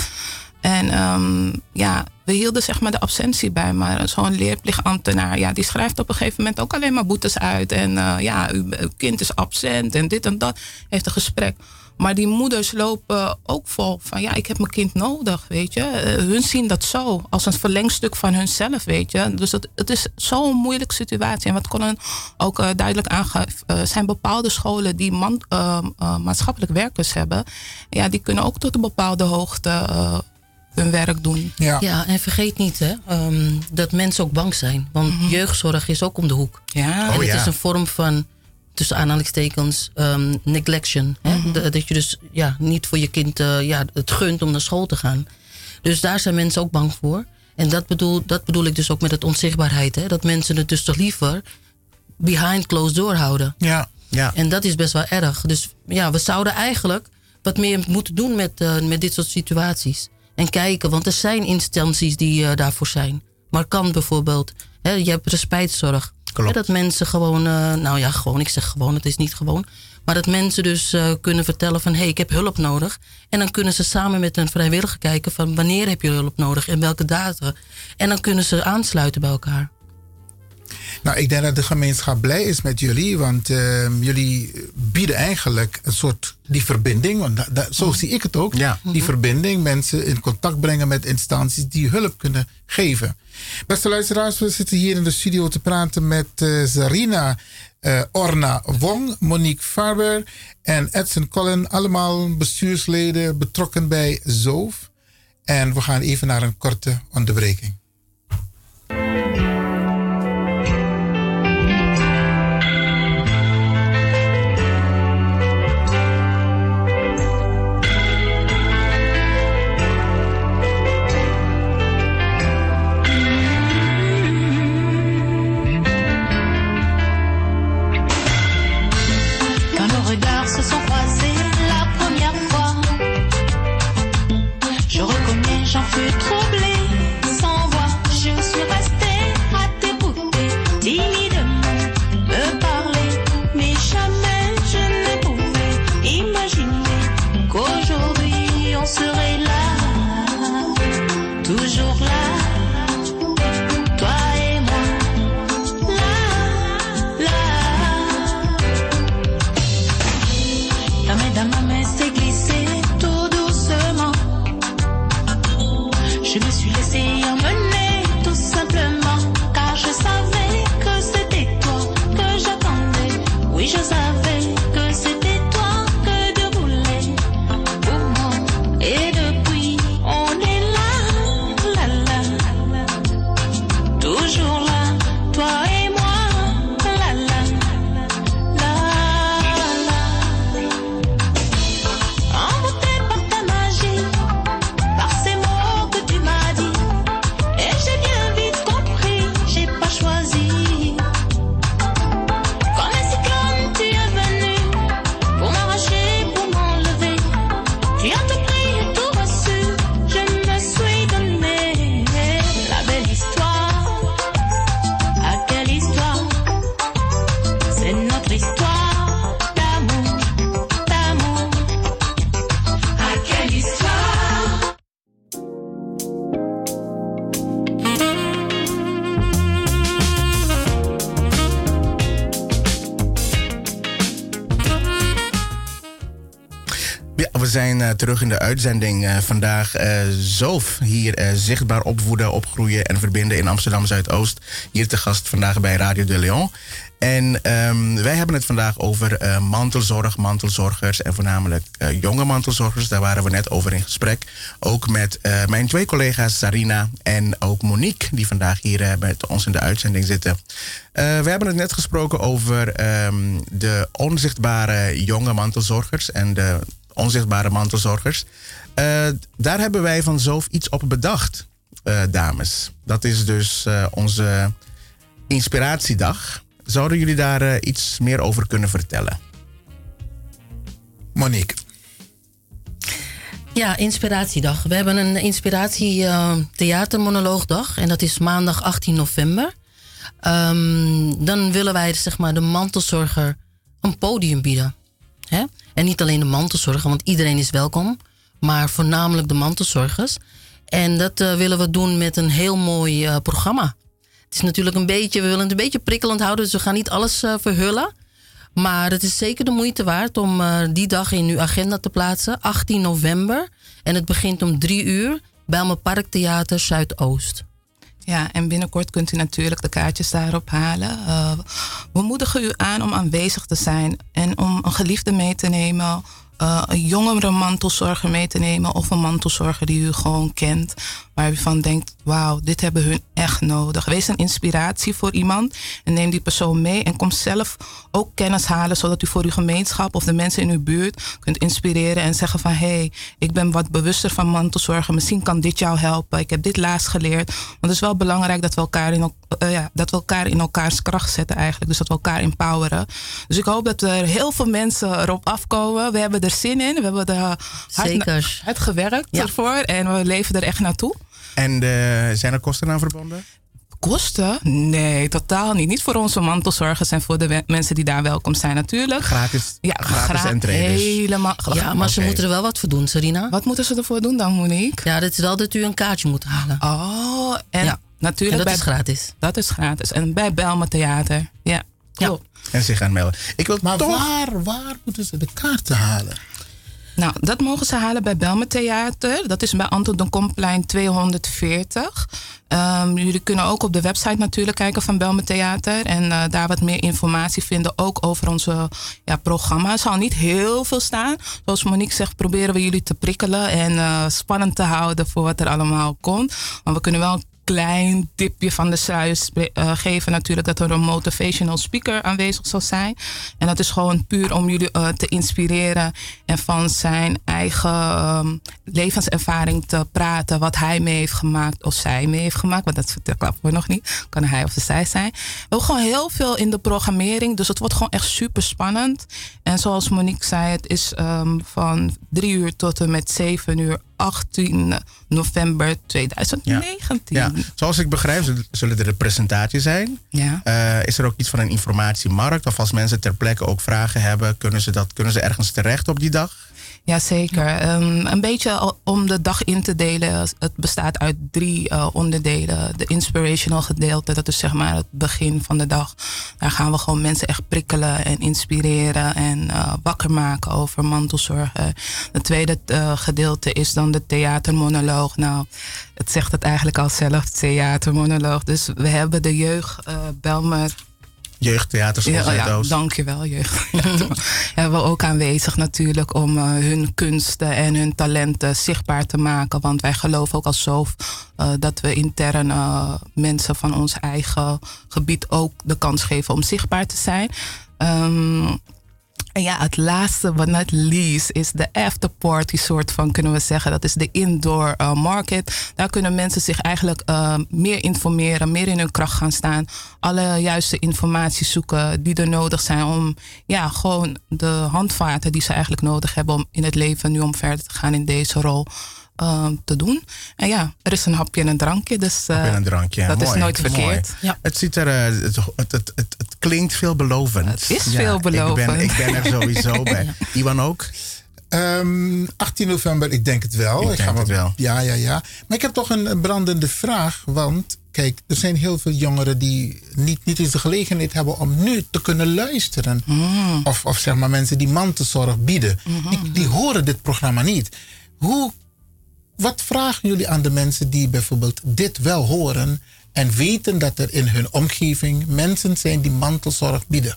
En ehm, ja, we hielden zeg maar de absentie bij. Maar zo'n leerplichtambtenaar, ja, die schrijft op een gegeven moment ook alleen maar boetes uit. En eh, ja, uw, uw kind is absent en dit en dat. Heeft een gesprek. Maar die moeders lopen ook vol van, ja, ik heb mijn kind nodig, weet je. Eh, hun zien dat zo, als een verlengstuk van hunzelf, weet je. Dus dat, het is zo'n moeilijke situatie. En wat Colin ook eh, duidelijk aangeeft, eh, zijn bepaalde scholen die man, eh, eh, maatschappelijk werkers hebben, ja, die kunnen ook tot een bepaalde hoogte eh, hun werk doen. Ja. en vergeet niet hè, ehm, dat mensen ook bang zijn. Want jeugdzorg is ook om de hoek. Mhm. Ja. en Oh, het ja. is een vorm van, tussen aanhalingstekens, ehm, neglection. Hè? Mhm. De- dat je dus ja, niet voor je kind eh, ja, het gunt om naar school te gaan. Dus daar zijn mensen ook bang voor. En dat bedoel, dat bedoel ik dus ook met het onzichtbaarheid. Hè? Dat mensen het dus toch liever behind closed door houden. Ja, ja. En dat is best wel erg. Dus ja, we zouden eigenlijk wat meer moeten doen met, eh, met dit soort situaties. En kijken, want er zijn instanties die eh, daarvoor zijn. Maar kan bijvoorbeeld, hè, je hebt respijtzorg. Klopt. Hè, dat mensen gewoon, eh, nou ja, gewoon, ik zeg gewoon, het is niet gewoon. Maar dat mensen dus eh, kunnen vertellen van, hé, hey, ik heb hulp nodig. En dan kunnen ze samen met een vrijwilliger kijken van, wanneer heb je hulp nodig en welke data. En dan kunnen ze aansluiten bij elkaar. Nou, ik denk dat de gemeenschap blij is met jullie, want ehm, jullie bieden eigenlijk een soort die verbinding, want da- da- zo zie ik het ook, die verbinding, mensen in contact brengen met instanties die hulp kunnen geven. Beste luisteraars, we zitten hier in de studio te praten met eh, Zarina eh, Orna Wong, Monique Farber en Edson Collin, allemaal bestuursleden betrokken bij ZOOF. En we gaan even naar een korte onderbreking. Quand nos regards se sont croisés la première fois, je reconnais, j'en fus troublée, sans voix. Je suis restée à t'écouter, timidement me parler, mais jamais je ne pouvais imaginer qu'aujourd'hui on serait là, toujours là, toi et moi, là, là. La main dans ma main s'est glissée tout doucement. Je me suis laissé emmener tout simplement. Car je savais que c'était toi que j'attendais. Oui, je savais que c'était toi que je voulais. Pour moi. Et depuis, on est là, là, là. Toujours là, toi et moi. La, la, la, la. Envoûté par ta magie, par ces mots que tu m'as dit. Et j'ai bien vite compris, j'ai pas choisi. Comme un cyclone, tu es venu pour m'arracher, pour m'enlever. Tu as tout pris et tout reçu, je me suis donné. La belle histoire, ah quelle histoire, c'est notre histoire d'amour, d'amour. Ah, quelle histoire Ja, we zijn eh, terug in de uitzending eh, vandaag. eh Zoof hier eh, zichtbaar opvoeden, opgroeien en verbinden in Amsterdam Zuidoost. Hier te gast vandaag bij Radio de Leon. En ehm, wij hebben het vandaag over eh, mantelzorg, mantelzorgers en voornamelijk eh, jonge mantelzorgers. Daar waren we net over in gesprek. Ook met eh, mijn twee collega's Sarina en ook Monique, die vandaag hier eh, met ons in de uitzending zitten. Eh, we hebben het net gesproken over ehm, de onzichtbare jonge mantelzorgers en de onzichtbare mantelzorgers. Eh, daar hebben wij van Zoof iets op bedacht, eh, dames. Dat is dus eh, onze inspiratiedag. Zouden jullie daar eh, iets meer over kunnen vertellen? Monique. Ja, Inspiratiedag. We hebben een inspiratie eh, theatermonoloogdag en dat is maandag 18 november. Ehm, dan willen wij zeg maar, de mantelzorger een podium bieden. Hè? En niet alleen de mantelzorger, want iedereen is welkom, maar voornamelijk de mantelzorgers. En dat eh, willen we doen met een heel mooi eh, programma. Het is natuurlijk een beetje, we willen het een beetje prikkelend houden, dus we gaan niet alles eh, verhullen. Maar het is zeker de moeite waard om eh, die dag in uw agenda te plaatsen. 18 november. En het begint om 3 uur bij mijn Parktheater Zuidoost. Ja, en binnenkort kunt u natuurlijk de kaartjes daarop halen. Eh, we moedigen u aan om aanwezig te zijn en om een geliefde mee te nemen, eh, een jongere mantelzorger mee te nemen of een mantelzorger die u gewoon kent, waar u van denkt, wauw, dit hebben hun echt nodig. Wees een inspiratie voor iemand en neem die persoon mee en kom zelf ook kennis halen, zodat u voor uw gemeenschap of de mensen in uw buurt kunt inspireren en zeggen van hé, hey, ik ben wat bewuster van mantelzorgen, misschien kan dit jou helpen, ik heb dit laatst geleerd. Want het is wel belangrijk dat we elkaar in, el- eh, ja, dat we elkaar in elkaars kracht zetten eigenlijk, dus dat we elkaar empoweren. Dus ik hoop dat er heel veel mensen erop afkomen. We hebben er zin in, we hebben er hard, na- Zeker. hard gewerkt Ja. ervoor en we leven er echt naartoe. En eh, zijn er kosten aan verbonden? Kosten? Nee, totaal niet. Niet voor onze mantelzorgers en voor de we- mensen die daar welkom zijn natuurlijk. Gratis, ja, gratis entree dus. Helemaal. Ja, maar ze moeten er wel wat voor doen, Sarina. Wat moeten ze ervoor doen dan, Monique? Ja, dat is wel dat u een kaartje moet halen. Oh, en Ja. natuurlijk... En dat bij- is gratis. Dat is gratis. En bij Belma Theater. Ja, klopt. En zich aanmelden. Ik wil Maar toch... waar, waar moeten ze de kaarten halen? Nou, dat mogen ze halen bij Belme Theater. Dat is bij Anton de Komplein 240. Ehm, jullie kunnen ook op de website natuurlijk kijken van Belme Theater. En eh, daar wat meer informatie vinden. Ook over onze ja, programma. Er zal niet heel veel staan. Zoals Monique zegt, proberen we jullie te prikkelen. En eh, spannend te houden voor wat er allemaal komt. Maar we kunnen wel een klein tipje van de sluier eh, geven natuurlijk dat er een motivational speaker aanwezig zal zijn. En dat is gewoon puur om jullie eh, te inspireren en van zijn eigen ehm, levenservaring te praten. Wat hij mee heeft gemaakt of zij mee heeft gemaakt. Want dat vertel- klappen we nog niet. Kan hij of zij zijn. We hebben gewoon heel veel in de programmering. Dus het wordt gewoon echt super spannend. En zoals Monique zei, het is ehm, van 3 uur tot en met 7 uur 18 november 2019. Ja. Zoals ik begrijp zul- zullen er een presentatie zijn. Ja. Eh, is er ook iets van een informatiemarkt? Of als mensen ter plekke ook vragen hebben, kunnen ze, dat, kunnen ze ergens terecht op die dag? Jazeker. Ehm, een beetje al- om de dag in te delen. Het bestaat uit drie eh, onderdelen. De inspirational gedeelte, dat is zeg maar het begin van de dag. Daar gaan we gewoon mensen echt prikkelen en inspireren en eh, wakker maken over mantelzorgen. Het tweede eh, gedeelte is dan de theatermonoloog. Nou, het zegt het eigenlijk al zelf, theatermonoloog. Dus we hebben de jeugd, eh Belmer, Jeugdtheaterschool ja, ja, Zuidoost. dankjewel, jeugd. Hebben we ook aanwezig natuurlijk om eh, hun kunsten en hun talenten zichtbaar te maken. Want wij geloven ook als zoof eh, dat we intern eh, mensen van ons eigen gebied ook de kans geven om zichtbaar te zijn. Ehm, en ja, het laatste, but not least, is de afterparty soort van, kunnen we zeggen. Dat is de indoor eh, market. Daar kunnen mensen zich eigenlijk eh, meer informeren, meer in hun kracht gaan staan. Alle juiste informatie zoeken die er nodig zijn om ja, gewoon de handvaten die ze eigenlijk nodig hebben om in het leven nu om verder te gaan in deze rol eh, te doen. En ja, er is een hapje en een drankje, dus eh, Weer een drankje. ja. dat is Mooi, nooit mooi. verkeerd. Het, ziet er, eh, het, het, het, het, het klinkt veelbelovend. Het is veelbelovend. Ik ben, ik ben er sowieso bij. Iwan ook? 18 Ehm, november, ik denk het wel. Ik denk wel. het wel. Ja, ja, ja. Maar ik heb toch een een brandende vraag. Want kijk, er zijn heel veel jongeren die niet, niet eens de gelegenheid hebben om nu te kunnen luisteren. Of, of zeg maar mensen die mantelzorg bieden. die, die horen dit programma niet. Hoe, wat vragen jullie aan de mensen die bijvoorbeeld dit wel horen en weten dat er in hun omgeving mensen zijn die mantelzorg bieden?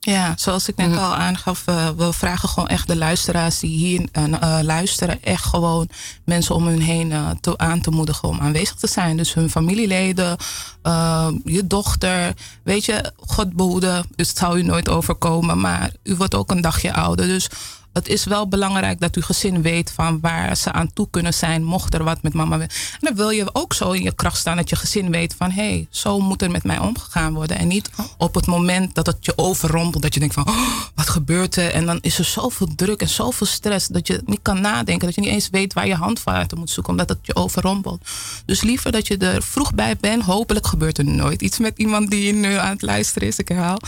Ja, zoals ik net al aangaf, eh, we vragen gewoon echt de luisteraars die hier eh, eh, luisteren, echt gewoon mensen om hun heen eh, te, aan te moedigen om aanwezig te zijn. Dus hun familieleden, eh, je dochter. Weet je, God behoede, dus het zal u nooit overkomen, maar u wordt ook een dagje ouder. Dus het is wel belangrijk dat uw gezin weet van waar ze aan toe kunnen zijn, mocht er wat met mama. En dan wil je ook zo in je kracht staan dat je gezin weet van hé, hey, zo moet er met mij omgegaan worden. En niet op het moment dat het je overrompelt, dat je denkt van "Oh, wat gebeurt er? En dan is er zoveel druk en zoveel stress dat je niet kan nadenken, dat je niet eens weet waar je handvaten moet zoeken, omdat het je overrompelt. Dus liever dat je er vroeg bij bent. Hopelijk gebeurt er nooit iets met iemand die nu aan het luisteren is, ik herhaal.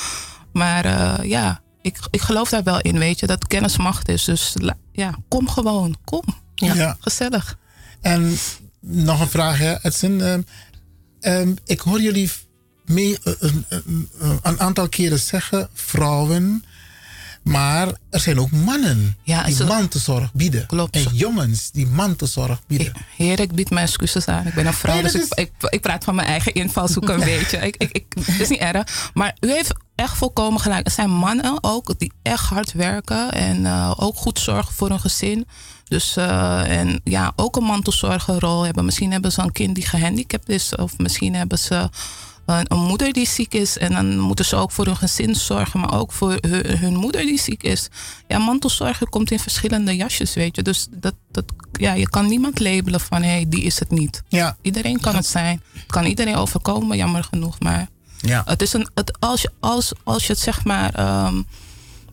Maar eh, ja, ik, ik geloof daar wel in, weet je, dat kennis macht is. Dus la- ja, kom gewoon, kom. Ja, Ja. gezellig. En nog een vraag, hè, Edson. Ehm, ehm, ik hoor jullie mee, eh, eh, eh, eh, een aantal keren zeggen, vrouwen. Maar er zijn ook mannen Ja, die zo- mantelzorg bieden. En jongens die mantelzorg bieden. Heer, ik bied mijn excuses aan. Ik ben een vrouw, Nee, dus dat ik, ik, ik praat van mijn eigen invalshoek een beetje. Ik, ik, ik, het is niet erg. Maar u heeft echt volkomen gelijk. Het zijn mannen ook die echt hard werken en eh, ook goed zorgen voor hun gezin. Dus eh, en ja, ook een mantelzorgerrol hebben. Misschien hebben ze een kind die gehandicapt is, of misschien hebben ze een, een moeder die ziek is. En dan moeten ze ook voor hun gezin zorgen, maar ook voor hun, hun moeder die ziek is. Ja, mantelzorger komt in verschillende jasjes, weet je. Dus dat, dat, ja, je kan niemand labelen van hé, hey, die is het niet. Ja. Iedereen kan het zijn. Het kan iedereen overkomen, jammer genoeg. Maar Ja. het is een, het, als, je, als, als je het zeg maar. ehm,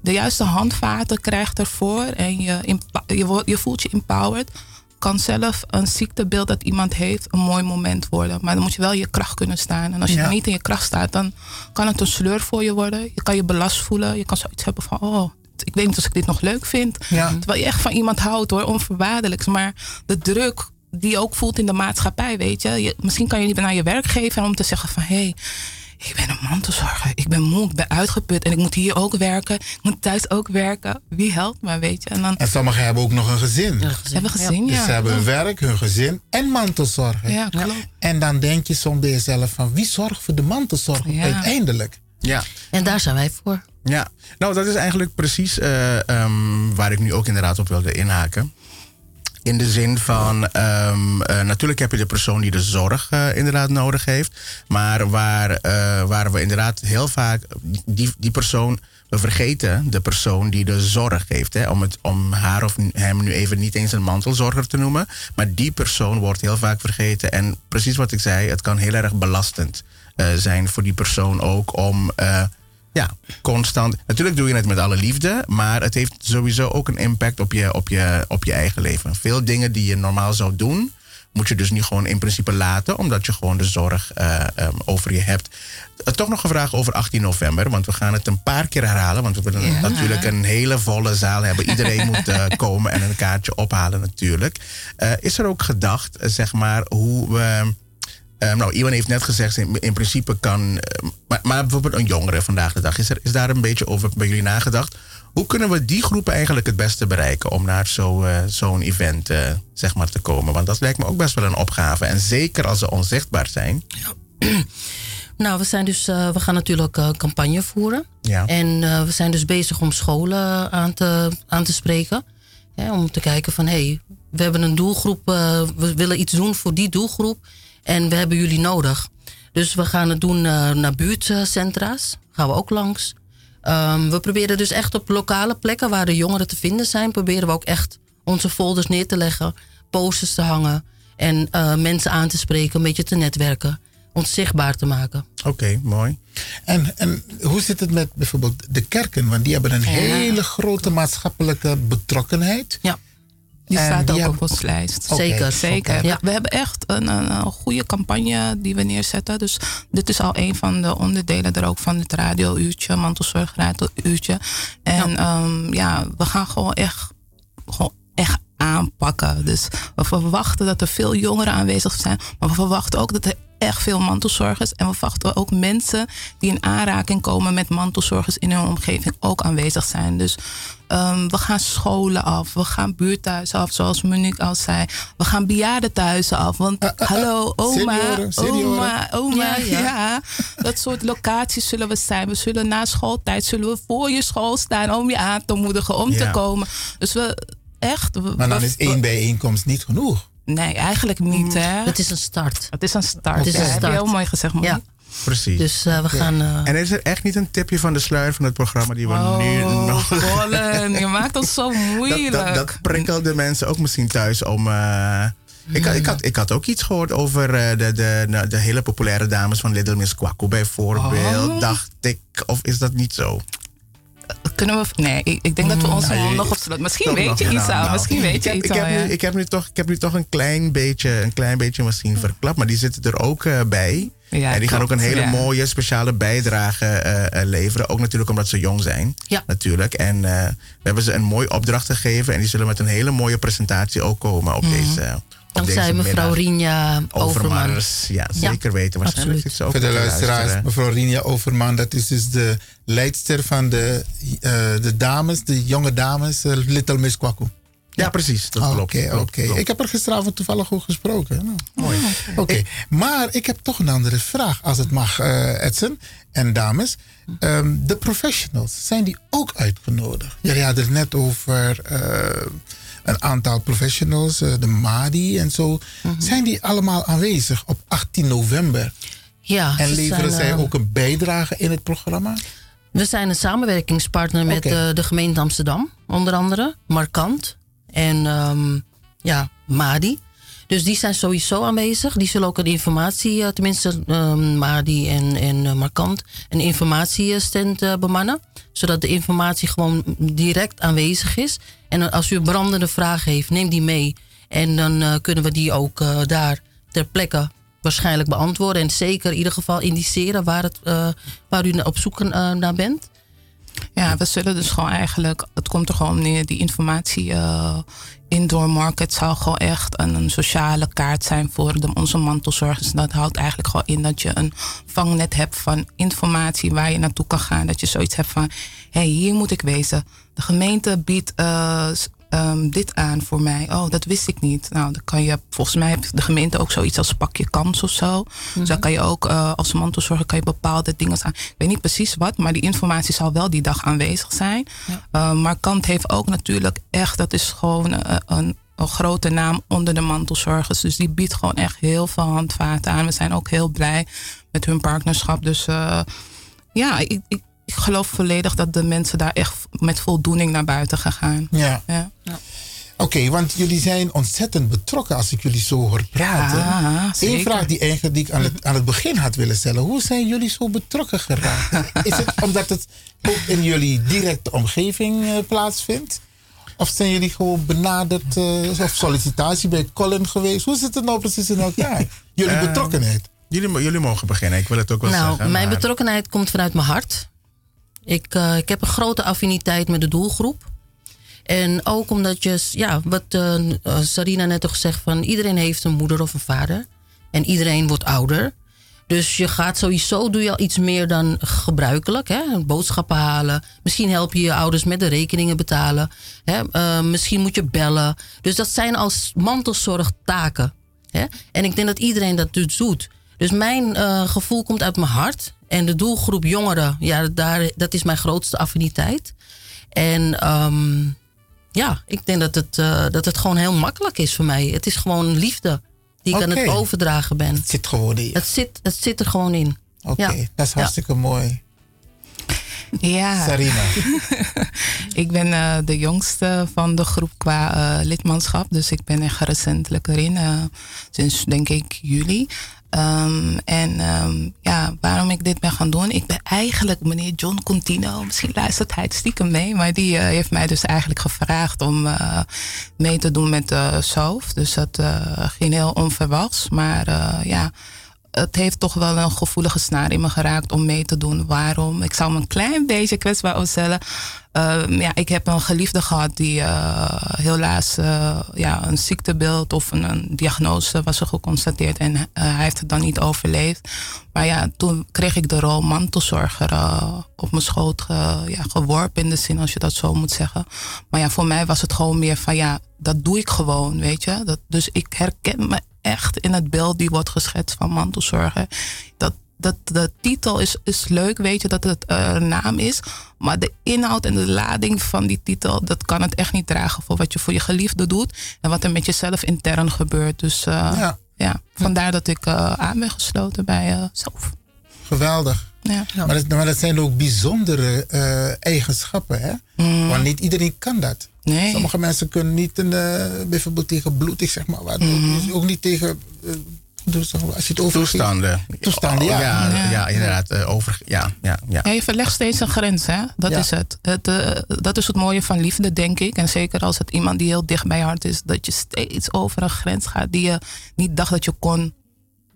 de juiste handvaten krijgt ervoor en je, empa- je, wo- je voelt je empowered, kan zelf een ziektebeeld dat iemand heeft een mooi moment worden. Maar dan moet je wel in je kracht kunnen staan. En als je Ja. niet in je kracht staat, dan kan het een sleur voor je worden. Je kan je belast voelen. Je kan zoiets hebben van, oh, ik weet niet of ik dit nog leuk vind. Terwijl je echt van iemand houdt hoor, onvoorwaardelijk. Maar de druk die je ook voelt in de maatschappij, weet je. je misschien kan je niet naar je werkgever om te zeggen van, hé, hey, ik ben een mantelzorger. Ik ben moe, ik ben uitgeput en ik moet hier ook werken. Ik moet thuis ook werken. Wie helpt me, weet je? En dan, En sommigen hebben ook nog een gezin. gezin. Hebben gezin, ja. Dus ze hebben hun Ja. werk, hun gezin en mantelzorg. Ja, klopt. En dan denk je soms bij jezelf van wie zorgt voor de mantelzorg Ja. uiteindelijk? Ja. En daar zijn wij voor. Ja, nou dat is eigenlijk precies eh, ehm, waar ik nu ook inderdaad op wilde inhaken. In de zin van, ehm, eh, natuurlijk heb je de persoon die de zorg eh, inderdaad nodig heeft. Maar waar, eh, waar we inderdaad heel vaak die, die persoon, we vergeten de persoon die de zorg heeft. Hè, om, het, om haar of hem nu even niet eens een mantelzorger te noemen. Maar die persoon wordt heel vaak vergeten. En precies wat ik zei, het kan heel erg belastend eh, zijn voor die persoon ook om... eh, ja, constant. Natuurlijk doe je het met alle liefde, maar het heeft sowieso ook een impact op je, op je, op je eigen leven. Veel dingen die je normaal zou doen, moet je dus nu gewoon in principe laten, omdat je gewoon de zorg eh, ehm, over je hebt. Eh, toch nog een vraag over 18 november, want we gaan het een paar keer herhalen, want we willen Ja. natuurlijk een hele volle zaal hebben. Iedereen moet eh, komen en een kaartje ophalen natuurlijk. Eh, is er ook gedacht, eh, zeg maar, hoe we... Ehm, nou, Iwan heeft net gezegd, in, in principe kan. ehm, maar, maar bijvoorbeeld een jongere vandaag de dag. Is, er, is daar een beetje over bij jullie nagedacht? Hoe kunnen we die groepen eigenlijk het beste bereiken om naar zo, eh, zo'n event eh, zeg maar, te komen? Want dat lijkt me ook best wel een opgave. En zeker als ze onzichtbaar zijn. Nou, we, zijn dus, eh, we gaan natuurlijk eh, campagne voeren. Ja. En eh, we zijn dus bezig om scholen aan te, aan te spreken. Hè, om te kijken van, hé, hey, we hebben een doelgroep. eh, we willen iets doen voor die doelgroep. En we hebben jullie nodig. Dus we gaan het doen eh, naar buurtcentra's. Gaan we ook langs. Ehm, we proberen dus echt op lokale plekken waar de jongeren te vinden zijn... proberen we ook echt onze folders neer te leggen. Posters te hangen. En eh, mensen aan te spreken, een beetje te netwerken. Ons zichtbaar te maken. Oké, mooi. En, en hoe zit het met bijvoorbeeld de kerken? Want die hebben een hele grote maatschappelijke betrokkenheid. Ja. Die En staat die ook hebben- op ons lijst. Oké, Zeker. Zeker. oké. We- We hebben echt een, een, een goede campagne die we neerzetten. Dus dit is al een van de onderdelen er ook van het radio-uurtje, mantelzorgradio-uurtje. En ja. ja, we gaan gewoon echt, gewoon echt aanpakken. Dus we verwachten dat er veel jongeren aanwezig zijn. Maar we verwachten ook dat er echt veel mantelzorgers. En we verwachten ook mensen die in aanraking komen met mantelzorgers in hun omgeving ook aanwezig zijn. Dus ehm, we gaan scholen af. We gaan buurthuizen af, zoals Monique al zei. We gaan bejaardentehuizen af. Want hallo, oma, senioren, senioren. oma, oma. Ja, ja. ja, dat soort locaties zullen we zijn. We zullen na schooltijd zullen we voor je school staan om je aan te moedigen om Ja. te komen. Dus we echt. we- Maar dan we- is één bijeenkomst niet genoeg. Nee, eigenlijk niet. Hè? Het is een start. Het is een start. Het is Ja, een heb je start. heel mooi gezegd, man. Precies. Dus eh, we gaan. eh, En is er echt niet een tipje van de sluier van het programma die we nu nog. Oh, eh, Colin, je maakt ons zo dat, moeilijk. dat, dat prikkelde mensen ook misschien thuis om. eh, ik, had- ik, had, ik had ook iets gehoord over eh, de, de, nou, de hele populaire dames van Little Miss Kwaku bijvoorbeeld. Oh. Dacht ik, of is dat niet zo? Kunnen we. Nee, ik, ik denk dat we ons Nou, nog je- nog op slot. Misschien toch weet nog, je nou, iets al. nou. Misschien weet je ik heb, iets ik al. heb, ja. nu, ik, heb nu toch, ik heb nu toch een klein beetje, een klein beetje misschien verklapt, maar die zitten er ook eh, bij. en die gaan ook klopt, een hele ja. mooie speciale bijdrage eh, eh, leveren. Ook natuurlijk omdat ze jong zijn. Ja. Natuurlijk. En eh, we hebben ze een mooie opdracht gegeven. En die zullen met een hele mooie presentatie ook komen op Mhm. deze, Dankzij deze mevrouw middag. Rinja Overman. Overmars, ja, zeker weten. Waarschijnlijk absoluut. zit ze ook Voor de te luisteraars, luisteren. mevrouw Rinja Overman, dat is dus de leidster van de, eh, de dames, de jonge dames, eh, Little Miss Kwaku. Ja, precies. Oké, oké. klopt, klopt. Ik heb er gisteravond toevallig over gesproken. Nou, Mooi. Oké, maar ik heb toch een andere vraag, als het mag, eh, Edson en dames. Ehm, de professionals, zijn die ook uitgenodigd? Jullie hadden het net over eh, een aantal professionals, eh, de MADI en zo. Mhm. Zijn die allemaal aanwezig op 18 november? Ja, En ze leveren zijn, zij eh, ook een bijdrage in het programma? We zijn een samenwerkingspartner met Oké. eh, de gemeente Amsterdam, onder andere. Markant en ehm, ja, Madi. Dus die zijn sowieso aanwezig. Die zullen ook een informatie, eh, tenminste ehm, Madi en, en eh, Markant, een informatiestand eh, bemannen. Zodat de informatie gewoon direct aanwezig is. En als u een brandende vraag heeft, neem die mee. En dan eh, kunnen we die ook eh, daar ter plekke waarschijnlijk beantwoorden. En zeker in ieder geval indiceren waar, het, eh, waar u na- op zoek eh, naar bent. Ja, we zullen dus gewoon eigenlijk, het komt er gewoon om neer, die informatie eh, indoor market zal gewoon echt een, een sociale kaart zijn voor de, onze mantelzorgers. En dat houdt eigenlijk gewoon in dat je een vangnet hebt van informatie waar je naartoe kan gaan. Dat je zoiets hebt van, hé, hey, hier moet ik wezen. De gemeente biedt eh, s- ehm, dit aan voor mij. Oh, dat wist ik niet. Nou, dan kan je, volgens mij heeft de gemeente ook zoiets als pak je kans of zo. Dus dan kan je ook eh, als mantelzorger kan je bepaalde dingen aan. Ik weet niet precies wat, maar die informatie zal wel die dag aanwezig zijn. Eh, maar Kant heeft ook natuurlijk echt, dat is gewoon eh, een, een grote naam onder de mantelzorgers. Dus die biedt gewoon echt heel veel handvaten aan. We zijn ook heel blij met hun partnerschap. Dus eh, ja, ik, ik, ik geloof volledig dat de mensen daar echt met voldoening naar buiten gaan gaan. Ja. Ja. Oké, want jullie zijn ontzettend betrokken als ik jullie zo hoor praten. Ja, Eén zeker. vraag die, eigenlijk, die ik aan het, aan het begin had willen stellen. Hoe zijn jullie zo betrokken geraakt? Is het omdat het ook in jullie directe omgeving eh, plaatsvindt? Of zijn jullie gewoon benaderd eh, of sollicitatie bij Colin geweest? Hoe zit het nou precies in elkaar? Jullie Eh, betrokkenheid. Jullie, mo- jullie mogen beginnen. Ik wil het ook wel nou, zeggen. mijn maar- betrokkenheid komt vanuit mijn hart. Ik, eh, ik heb een grote affiniteit met de doelgroep. En ook omdat je, s- ja, wat eh, eh, Sarina net al gezegd van iedereen heeft een moeder of een vader. En iedereen wordt ouder. Dus je gaat sowieso, doe je al iets meer dan gebruikelijk. Hè? Boodschappen halen. Misschien help je je ouders met de rekeningen betalen. Hè? Eh, misschien moet je bellen. Dus dat zijn als mantelzorgtaken. Hè? En ik denk dat iedereen dat dus doet. Dus mijn eh, gevoel komt uit mijn hart. En de doelgroep jongeren, ja, daar, dat is mijn grootste affiniteit. En ehm, ja, ik denk dat het, eh, dat het gewoon heel makkelijk is voor mij. Het is gewoon liefde die ik aan het Oké. overdragen ben. Het zit gewoon in. Het zit, het zit er gewoon in. Oké, Ja. dat is Ja. hartstikke mooi. Ja. Sarina. ik ben eh, de jongste van de groep qua eh, lidmaatschap. Dus ik ben echt recentelijk erin. eh, sinds denk ik juli. Ehm, en ehm, ja, waarom ik dit ben gaan doen. Ik ben eigenlijk meneer John Contino. Misschien luistert hij het stiekem mee. Maar die eh, heeft mij dus eigenlijk gevraagd om eh, mee te doen met eh SOF. Dus dat eh, ging heel onverwachts. Maar eh, ja, het heeft toch wel een gevoelige snaar in me geraakt om mee te doen. Waarom? Ik zou me een klein beetje kwetsbaar opstellen. Ehm, ja, ik heb een geliefde gehad die eh, helaas eh, ja, een ziektebeeld of een, een diagnose was er geconstateerd. En eh, hij heeft het dan niet overleefd. Maar ja, toen kreeg ik de rol mantelzorger eh, op mijn schoot ge- ja, geworpen. In de zin, als je dat zo moet zeggen. Maar ja, voor mij was het gewoon meer van ja, dat doe ik gewoon, weet je. Dat, dus ik herken me echt in het beeld die wordt geschetst van mantelzorger. Dat, dat, de titel is, is leuk, weet je, dat het eh, een naam is. Maar de inhoud en de lading van die titel, dat kan het echt niet dragen voor wat je voor je geliefde doet. En wat er met jezelf intern gebeurt. Dus eh, ja. vandaar dat ik eh, aan ben gesloten bij eh zelf. Geweldig. Ja. Maar, dat, maar dat zijn ook bijzondere eh, eigenschappen, hè? Mm. Want niet iedereen kan dat. Nee. Sommige mensen kunnen niet een, eh, bijvoorbeeld tegen bloed, ik zeg maar wat. Mm-hmm. Dus Ook niet tegen. eh, dus als je het over Toestanden. Toestanden, ja. Ja, ja, Ja. inderdaad. eh, over, ja, ja, ja. Ja, je verlegt steeds een grens, hè? Dat Ja. is het. het eh, dat is het mooie van liefde, denk ik. En zeker als het iemand die heel dicht bij je hart is, dat je steeds over een grens gaat die je niet dacht dat je kon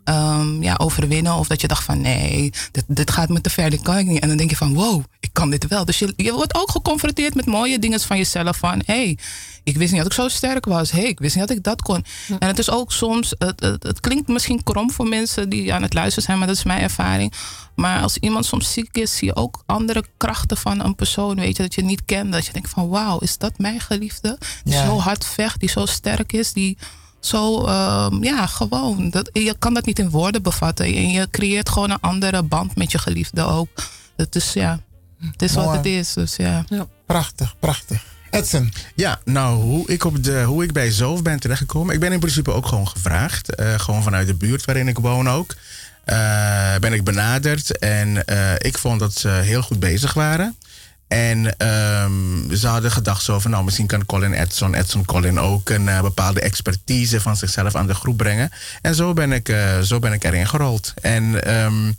ehm, ja, overwinnen. Of dat je dacht van nee, dit, dit gaat me te ver, dit kan ik niet. En dan denk je van wow, ik kan dit wel. Dus je, je wordt ook geconfronteerd met mooie dingen van jezelf. Van hé, hey, ik wist niet dat ik zo sterk was. Hé, hey, ik wist niet dat ik dat kon. En het is ook soms, het, het, het klinkt misschien krom voor mensen die aan het luisteren zijn, maar dat is mijn ervaring. Maar als iemand soms ziek is, zie je ook andere krachten van een persoon, weet je, dat je niet kent. Dat je denkt van wauw, is dat mijn geliefde? Dus Die Ja. zo hard vecht, die zo sterk is, die zo, ehm, ja, gewoon. Dat, je kan dat niet in woorden bevatten. En je creëert gewoon een andere band met je geliefde ook. Het is, ja, het is wat Mooi. het is. Dus ja. Prachtig, prachtig. Edson. Ja, nou, hoe ik, op de, hoe ik bij Zoof ben terechtgekomen. Ik ben in principe ook gewoon gevraagd. eh, gewoon vanuit de buurt waarin ik woon ook. eh, ben ik benaderd. En eh, ik vond dat ze heel goed bezig waren. En ehm, ze hadden gedacht zo van, nou, misschien kan Colin Edson, Edson Colin ook een eh, bepaalde expertise van zichzelf aan de groep brengen. En zo ben ik, eh, zo ben ik erin gerold. En ehm,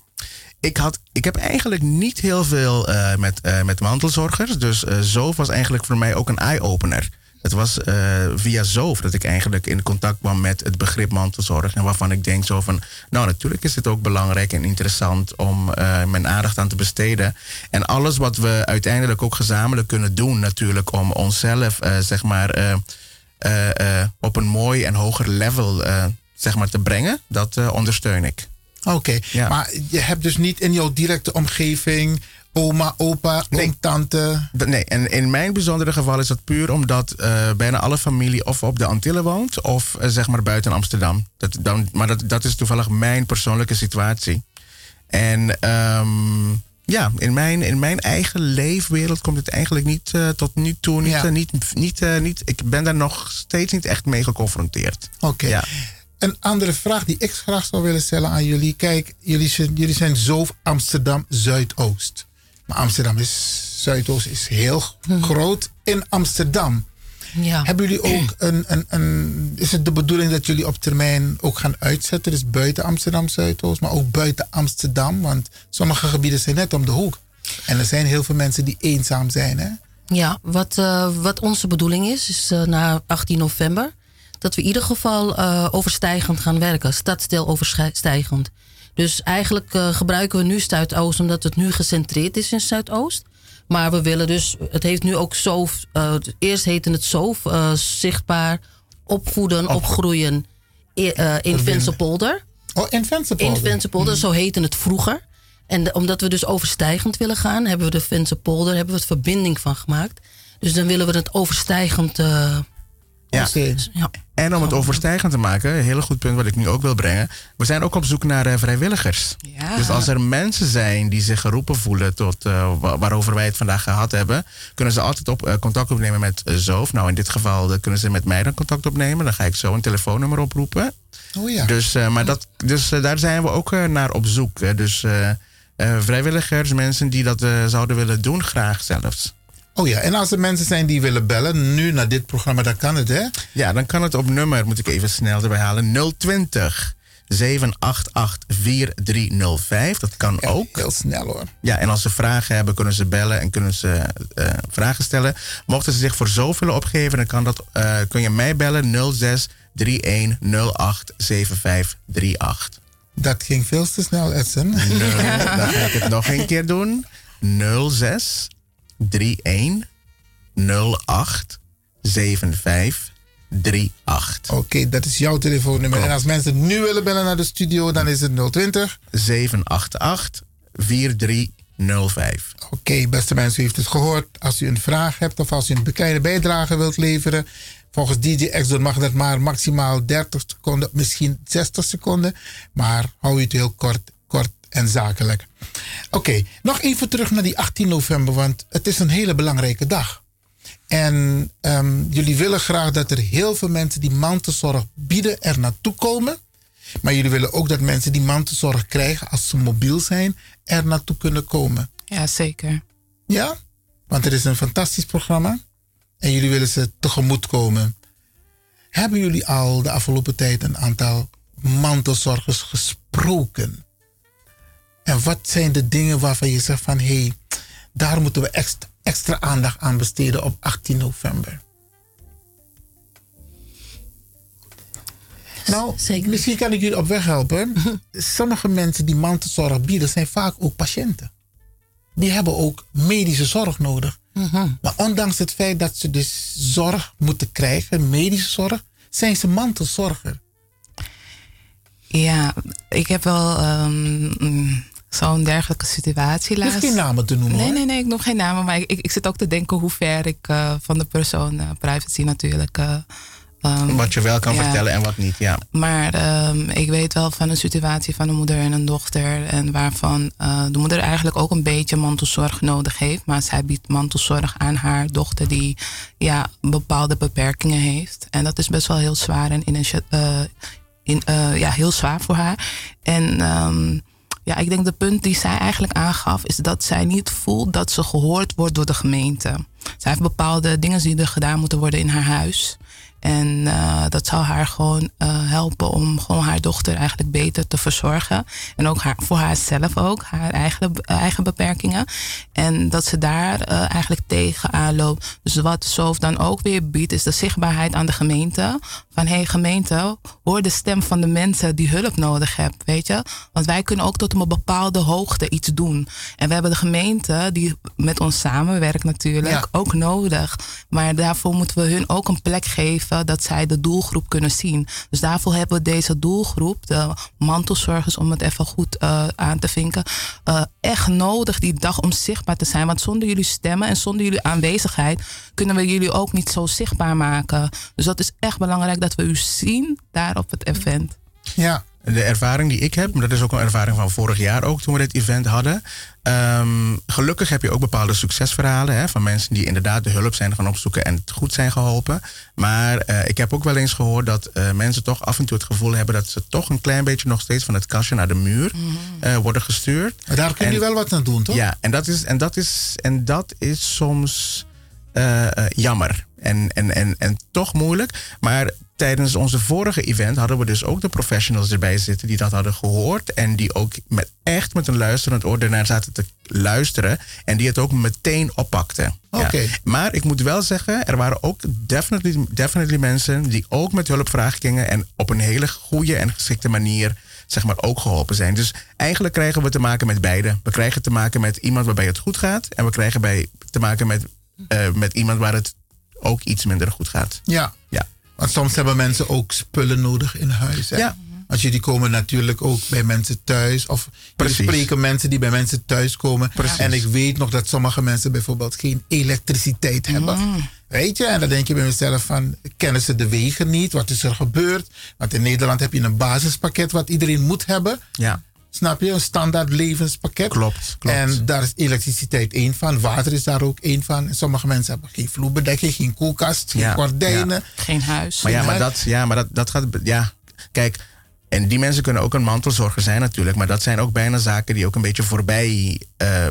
ik, had, ik heb eigenlijk niet heel veel eh, met, eh, met mantelzorgers. Dus eh Zoof was eigenlijk voor mij ook een eye-opener. Het was eh, via Zoof dat ik eigenlijk in contact kwam met het begrip mantelzorg. En waarvan ik denk zo van, nou natuurlijk is het ook belangrijk en interessant om eh, mijn aandacht aan te besteden. En alles wat we uiteindelijk ook gezamenlijk kunnen doen natuurlijk om onszelf eh, zeg maar eh, eh, eh, op een mooi en hoger level eh, zeg maar te brengen, dat eh, ondersteun ik. Oké, maar je hebt dus niet in jouw directe omgeving oma, opa, oom, tante. D- Nee, en in mijn bijzondere geval is dat puur omdat eh, bijna alle familie of op de Antillen woont of eh, zeg maar buiten Amsterdam. Dat, dan, maar dat, dat is toevallig mijn persoonlijke situatie. En ehm, ja, in mijn, in mijn eigen leefwereld komt het eigenlijk niet eh, tot nu toe. Niet, Ja. eh, niet, niet, eh, niet, ik ben daar nog steeds niet echt mee geconfronteerd. Oké. Een andere vraag die ik graag zou willen stellen aan jullie. Kijk, jullie zijn, jullie zijn zo Amsterdam Zuidoost. Maar Amsterdam is, Zuidoost is heel groot in Amsterdam. Ja. Hebben jullie ook een, een, een. Is het de bedoeling dat jullie op termijn ook gaan uitzetten? Dus buiten Amsterdam Zuidoost, maar ook buiten Amsterdam? Want sommige gebieden zijn net om de hoek. En er zijn heel veel mensen die eenzaam zijn, hè? Ja, wat, eh, wat onze bedoeling is, is eh, na 18 november... dat we in ieder geval eh, overstijgend gaan werken. Stadsdeel overstijgend. Dus eigenlijk eh, gebruiken we nu Zuidoost... omdat het nu gecentreerd is in Zuidoost. Maar we willen dus... Het heeft nu ook SOF... eh, eerst heette het SOF, eh, zichtbaar... opvoeden, opgroeien i- eh, in Vensterpolder. Oh, in Vensterpolder. In Vensterpolder, zo heette het vroeger. En de- omdat we dus overstijgend willen gaan, hebben we de Vensterpolder, hebben we het verbinding van gemaakt. Dus dan willen we het overstijgend. eh, Ja. En om het overstijgend te maken, een heel goed punt wat ik nu ook wil brengen. We zijn ook op zoek naar eh, vrijwilligers. Dus als er mensen zijn die zich geroepen voelen tot eh, wa- waarover wij het vandaag gehad hebben, kunnen ze altijd op, eh, contact opnemen met eh, Zoof. Nou, in dit geval eh, kunnen ze met mij dan contact opnemen. Dan ga ik zo een telefoonnummer oproepen. Oh ja. Dus, eh, maar dat, dus eh, daar zijn we ook eh, naar op zoek. Eh, dus eh, eh, vrijwilligers, mensen die dat eh, zouden willen doen, graag zelfs. Oh ja, en als er mensen zijn die willen bellen, nu naar dit programma, dan kan het, hè? Ja, dan kan het op nummer, moet ik even snel erbij halen, 020 788 4305. Dat kan ook. Heel snel hoor. Ja, en als ze vragen hebben, kunnen ze bellen en kunnen ze eh, vragen stellen. Mochten ze zich voor zoveel willen opgeven, dan kan dat, eh, kun je mij bellen 06 31 08 7538. Dat ging veel te snel, Edson. eh, Dan ga ik het nog een keer doen. 06 31 08 75 38. Oké, dat is jouw telefoonnummer. Klopt. En als mensen nu willen bellen naar de studio, dan is het 020 788 4305. Oké, beste mensen, u heeft het gehoord. Als u een vraag hebt of als u een kleine bijdrage wilt leveren, volgens DJ Exxon mag dat maar maximaal 30 seconden, misschien 60 seconden. Maar hou u het heel kort, kort en zakelijk. Oké, nog even terug naar die 18 november, want het is een hele belangrijke dag. En ehm, jullie willen graag dat er heel veel mensen die mantelzorg bieden er naartoe komen. Maar jullie willen ook dat mensen die mantelzorg krijgen als ze mobiel zijn, er naartoe kunnen komen. Ja, zeker. Ja, want er is een fantastisch programma. En jullie willen ze tegemoetkomen. Hebben jullie al de afgelopen tijd een aantal mantelzorgers gesproken? En wat zijn de dingen waarvan je zegt van... hé, hey, daar moeten we extra, extra aandacht aan besteden op 18 november? Nou, misschien kan ik jullie op weg helpen. Sommige mensen die mantelzorg bieden zijn vaak ook patiënten die hebben ook medische zorg nodig. Mhm. Maar ondanks het feit dat ze dus zorg moeten krijgen, medische zorg, zijn ze mantelzorger. Ja, ik heb wel ehm, mm, zo'n dergelijke situatie Je hoeft laatst. geen namen te noemen, Nee, hoor. nee, nee, ik noem geen namen. Maar ik, ik, ik zit ook te denken hoe ver ik eh, van de persoon eh, privacy natuurlijk. eh, ehm, Wat je wel kan ja. vertellen en wat niet, ja. Maar ehm, ik weet wel van een situatie van een moeder en een dochter. En waarvan eh, de moeder eigenlijk ook een beetje mantelzorg nodig heeft. Maar zij biedt mantelzorg aan haar dochter die ja, bepaalde beperkingen heeft. En dat is best wel heel zwaar en initia- eh, in, eh, ja, heel zwaar voor haar. En ehm, ja, ik denk de punt die zij eigenlijk aangaf is dat zij niet voelt dat ze gehoord wordt door de gemeente. Zij heeft bepaalde dingen die er gedaan moeten worden in haar huis. En eh, dat zou haar gewoon eh, helpen om gewoon haar dochter eigenlijk beter te verzorgen. En ook haar, voor haarzelf ook, haar eigen, eh, eigen beperkingen. En dat ze daar eh, eigenlijk tegenaan loopt. Dus wat SOF dan ook weer biedt, is de zichtbaarheid aan de gemeente. Van hé hey, gemeente, hoor de stem van de mensen die hulp nodig hebben, weet je. Want wij kunnen ook tot een bepaalde hoogte iets doen. En we hebben de gemeente die met ons samenwerkt natuurlijk Ja. ook nodig. Maar daarvoor moeten we hun ook een plek geven dat zij de doelgroep kunnen zien. Dus daarvoor hebben we deze doelgroep, de mantelzorgers, om het even goed eh, aan te vinken, eh, echt nodig die dag om zichtbaar te zijn. Want zonder jullie stemmen en zonder jullie aanwezigheid kunnen we jullie ook niet zo zichtbaar maken. Dus dat is echt belangrijk dat we u zien daar op het event. Ja. De ervaring die ik heb, maar dat is ook een ervaring van vorig jaar ook toen we dit event hadden. Ehm, gelukkig heb je ook bepaalde succesverhalen hè, van mensen die inderdaad de hulp zijn gaan opzoeken en het goed zijn geholpen. Maar eh, ik heb ook wel eens gehoord dat eh, mensen toch af en toe het gevoel hebben dat ze toch een klein beetje nog steeds van het kastje naar de muur eh, worden gestuurd. Daar kun je En- wel wat aan doen, toch? ja, en dat is, en dat is, en dat is soms eh, eh, jammer. En, en, en, en toch moeilijk. Maar tijdens onze vorige event hadden we dus ook de professionals erbij zitten die dat hadden gehoord. En die ook met, echt met een luisterend oor ernaar zaten te luisteren. En die het ook meteen oppakten. Ja. Oké. Maar ik moet wel zeggen, er waren ook definitely, definitely mensen die ook met hulpvraag gingen. En op een hele goede en geschikte manier zeg maar, ook geholpen zijn. Dus eigenlijk krijgen we te maken met beide. We krijgen te maken met iemand waarbij het goed gaat. En we krijgen bij, te maken met, eh, met iemand waar het ook iets minder goed gaat. Ja. ja. Want soms hebben mensen ook spullen nodig in huis. Hè? Ja. Want jullie komen natuurlijk ook bij mensen thuis. Of jullie Precies. spreken mensen die bij mensen thuis komen. En ik weet nog dat sommige mensen bijvoorbeeld geen elektriciteit hebben. Weet je, en dan denk je bij mezelf van, kennen ze de wegen niet? Wat is er gebeurd? Want in Nederland heb je een basispakket wat iedereen moet hebben. Ja. Snap je? Een standaard levenspakket. Klopt, klopt. En daar is elektriciteit één van. Water is daar ook één van. En sommige mensen hebben geen vloerbedekking, geen koelkast, geen Ja, gordijnen. ja. Geen huis. Maar ja, maar dat, ja, maar dat, dat gaat. Ja, kijk. En die mensen kunnen ook een mantelzorger zijn natuurlijk. Maar dat zijn ook bijna zaken die ook een beetje voorbij... eh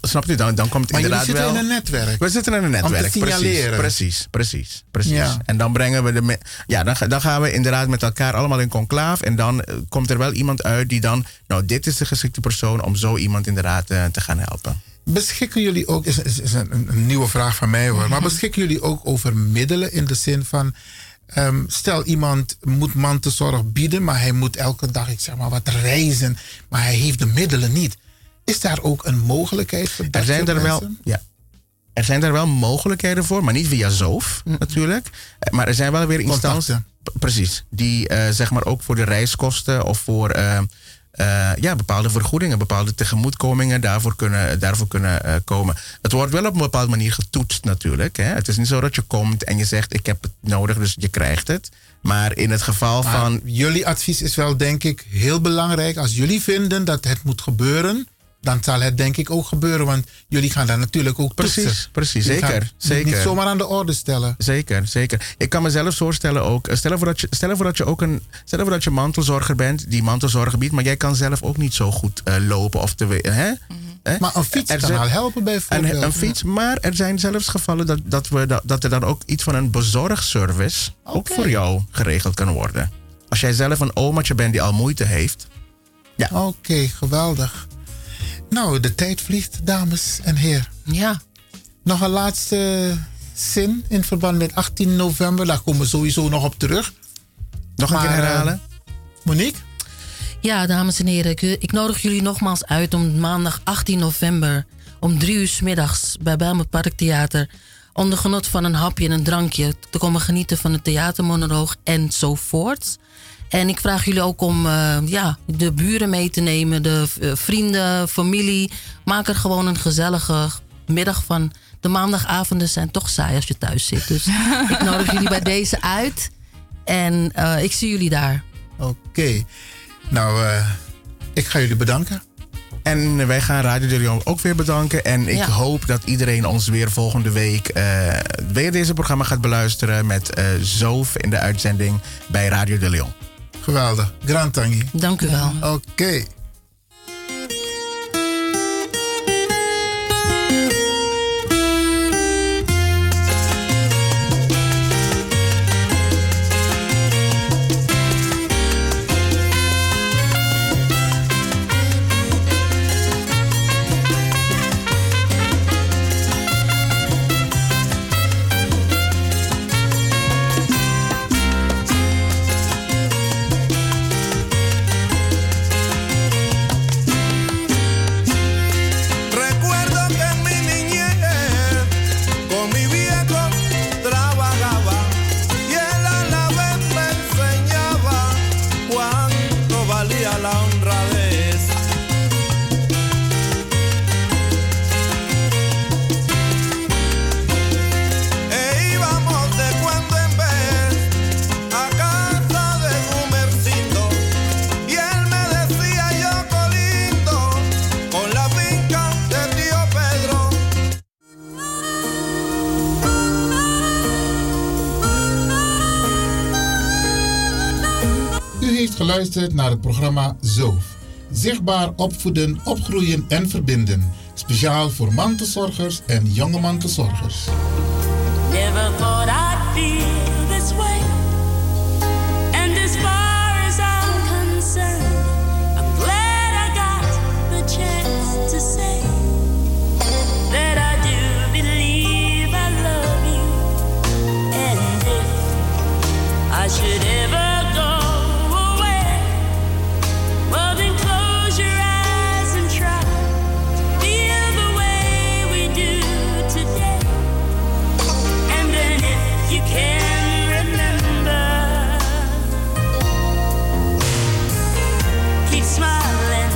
snap je? Dan, dan komt het Maar jullie inderdaad zitten wel... in een netwerk. We zitten in een Om te netwerk, precies. signaleren. Precies, precies, precies. Ja. En dan brengen we de... me- Ja, dan, ga- dan gaan we inderdaad met elkaar allemaal in conclaaf. En dan eh, komt er wel iemand uit die dan... Nou, dit is de geschikte persoon om zo iemand inderdaad eh, te gaan helpen. Beschikken jullie ook, is, is, is een, een nieuwe vraag van mij hoor, maar beschikken jullie ook over middelen in de zin van, ehm, stel iemand moet mantelzorg bieden, maar hij moet elke dag, ik zeg maar, wat reizen, maar hij heeft de middelen niet. Is daar ook een mogelijkheid voor dat Er zijn soort er wel, mensen? ja, er zijn daar wel mogelijkheden voor, maar niet via ZOOF natuurlijk. Eh, Maar er zijn wel weer instanties. P- Precies. Die eh, zeg maar ook voor de reiskosten of voor eh, eh, ja, bepaalde vergoedingen, bepaalde tegemoetkomingen daarvoor kunnen, daarvoor kunnen eh, komen. Het wordt wel op een bepaalde manier getoetst natuurlijk. Hè. Het is niet zo dat je komt en je zegt ik heb het nodig, dus je krijgt het. Maar in het geval Maar van jullie advies is wel denk ik heel belangrijk. Als jullie vinden dat het moet gebeuren, dan zal het denk ik ook gebeuren, want jullie gaan daar natuurlijk ook Precies, toetsen. precies, Jullie gaan zeker, dit zeker. Niet zomaar aan de orde stellen. Zeker, zeker. Ik kan mezelf voorstellen ook. eh, Stel voor dat je, stel voor dat je ook een. Stel voor dat je mantelzorger bent die mantelzorg biedt, maar jij kan zelf ook niet zo goed eh, lopen of te. we- Hè? Maar een fiets kan zijn- al helpen bijvoorbeeld. Een, een fiets, maar er zijn zelfs gevallen dat, dat, we, dat, dat er dan ook iets van een bezorgservice ook voor jou geregeld kan worden. Als jij zelf een omaatje bent die al moeite heeft. Ja. Oké, geweldig. Nou, de tijd vliegt, dames en heren. Ja. Nog een laatste zin in verband met 18 november. Daar komen we sowieso nog op terug. eh, Nog een keer herhalen? Monique? eh, Ja, dames en heren, ik, ik nodig jullie nogmaals uit om maandag 18 november om drie uur 's middags bij Bijlmer Park Theater. Onder genot van een hapje en een drankje te komen genieten van het theatermonoloog enzovoorts. En ik vraag jullie ook om eh, ja, de buren mee te nemen, de eh, vrienden, familie. Maak er gewoon een gezellige middag van. De maandagavonden zijn toch saai als je thuis zit. Dus ik nodig jullie bij deze uit. En eh, ik zie jullie daar. Oké. Nou, eh, ik ga jullie bedanken. En wij gaan Radio de Leon ook weer bedanken. En ik Ja. hoop dat iedereen ons weer volgende week eh, weer deze programma gaat beluisteren. Met eh Zoof in de uitzending bij Radio de Leon. Geweldig. Grand Tangi. Dank u wel. Oké. Recuerdo que en mi niñez con mi viejo trabajaba y él a la vez me enseñaba cuánto valía la honradez. E íbamos de cuando en vez a casa de Gumercito y él me decía yo colindo con la finca de tío Pedro. U heeft geluisterd naar het programma ZOOF. Zichtbaar opvoeden, opgroeien en verbinden. Speciaal voor mantelzorgers en jonge mantelzorgers. Never thought I'd feel this way. And as far as I'm concerned, I'm glad I got the chance to say that I do believe I love you. And if I should ever go away, well, then close your eyes and try. Feel the way we do today. And then if you can remember, keep smiling,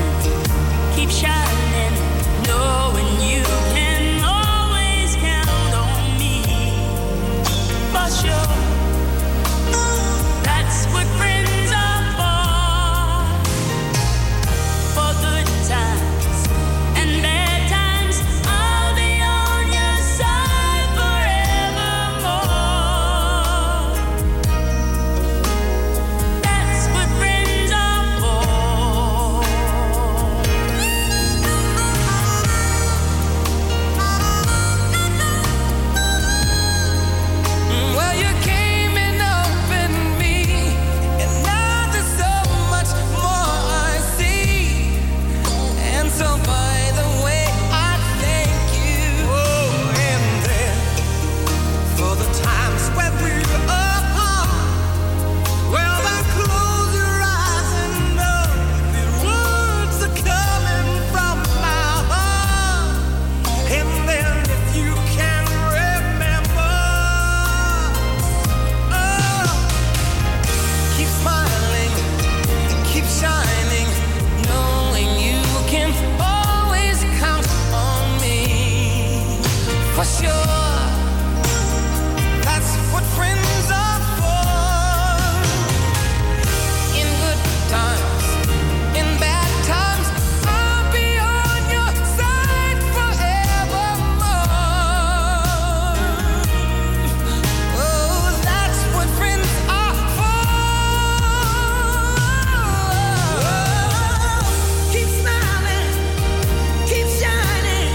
keep shining, knowing you can always count on me. For sure, that's what friends are for. For good times and bad times, I'll be on your side forevermore. That's what friends are for. Well, you came and opened me, and now there's so much more I see. And so, by the way, I thank you. Oh, and then for the times when we were apart. Well, then close your eyes and know the words are coming from my heart. And then, if you can remember, oh, keep smiling, keep shining. Knowing you can always count on me for sure. That's what friends are for. In good times, in bad times, I'll be on your side forevermore. Oh, that's what friends are for. Keep smiling. Keep shining,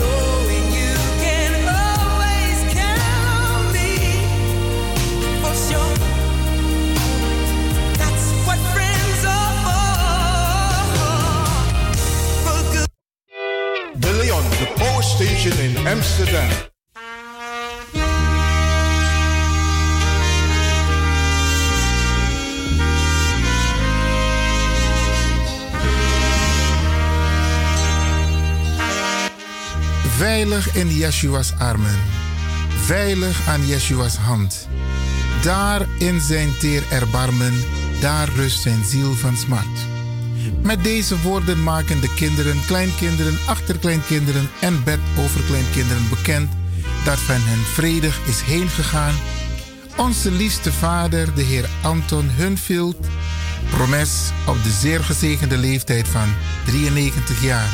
knowing you can always count on me for sure. That's what friends are for. For good. De Leon, the power station in Amsterdam. Veilig in Yeshua's armen. Veilig aan Yeshua's hand. Daar in zijn teer erbarmen, daar rust zijn ziel van smart. Met deze woorden maken de kinderen, kleinkinderen, achterkleinkinderen en bedoverkleinkinderen bekend dat van hen vredig is heengegaan. Onze liefste vader, de heer Anton Hunfield, promes op de zeer gezegende leeftijd van 93 jaar.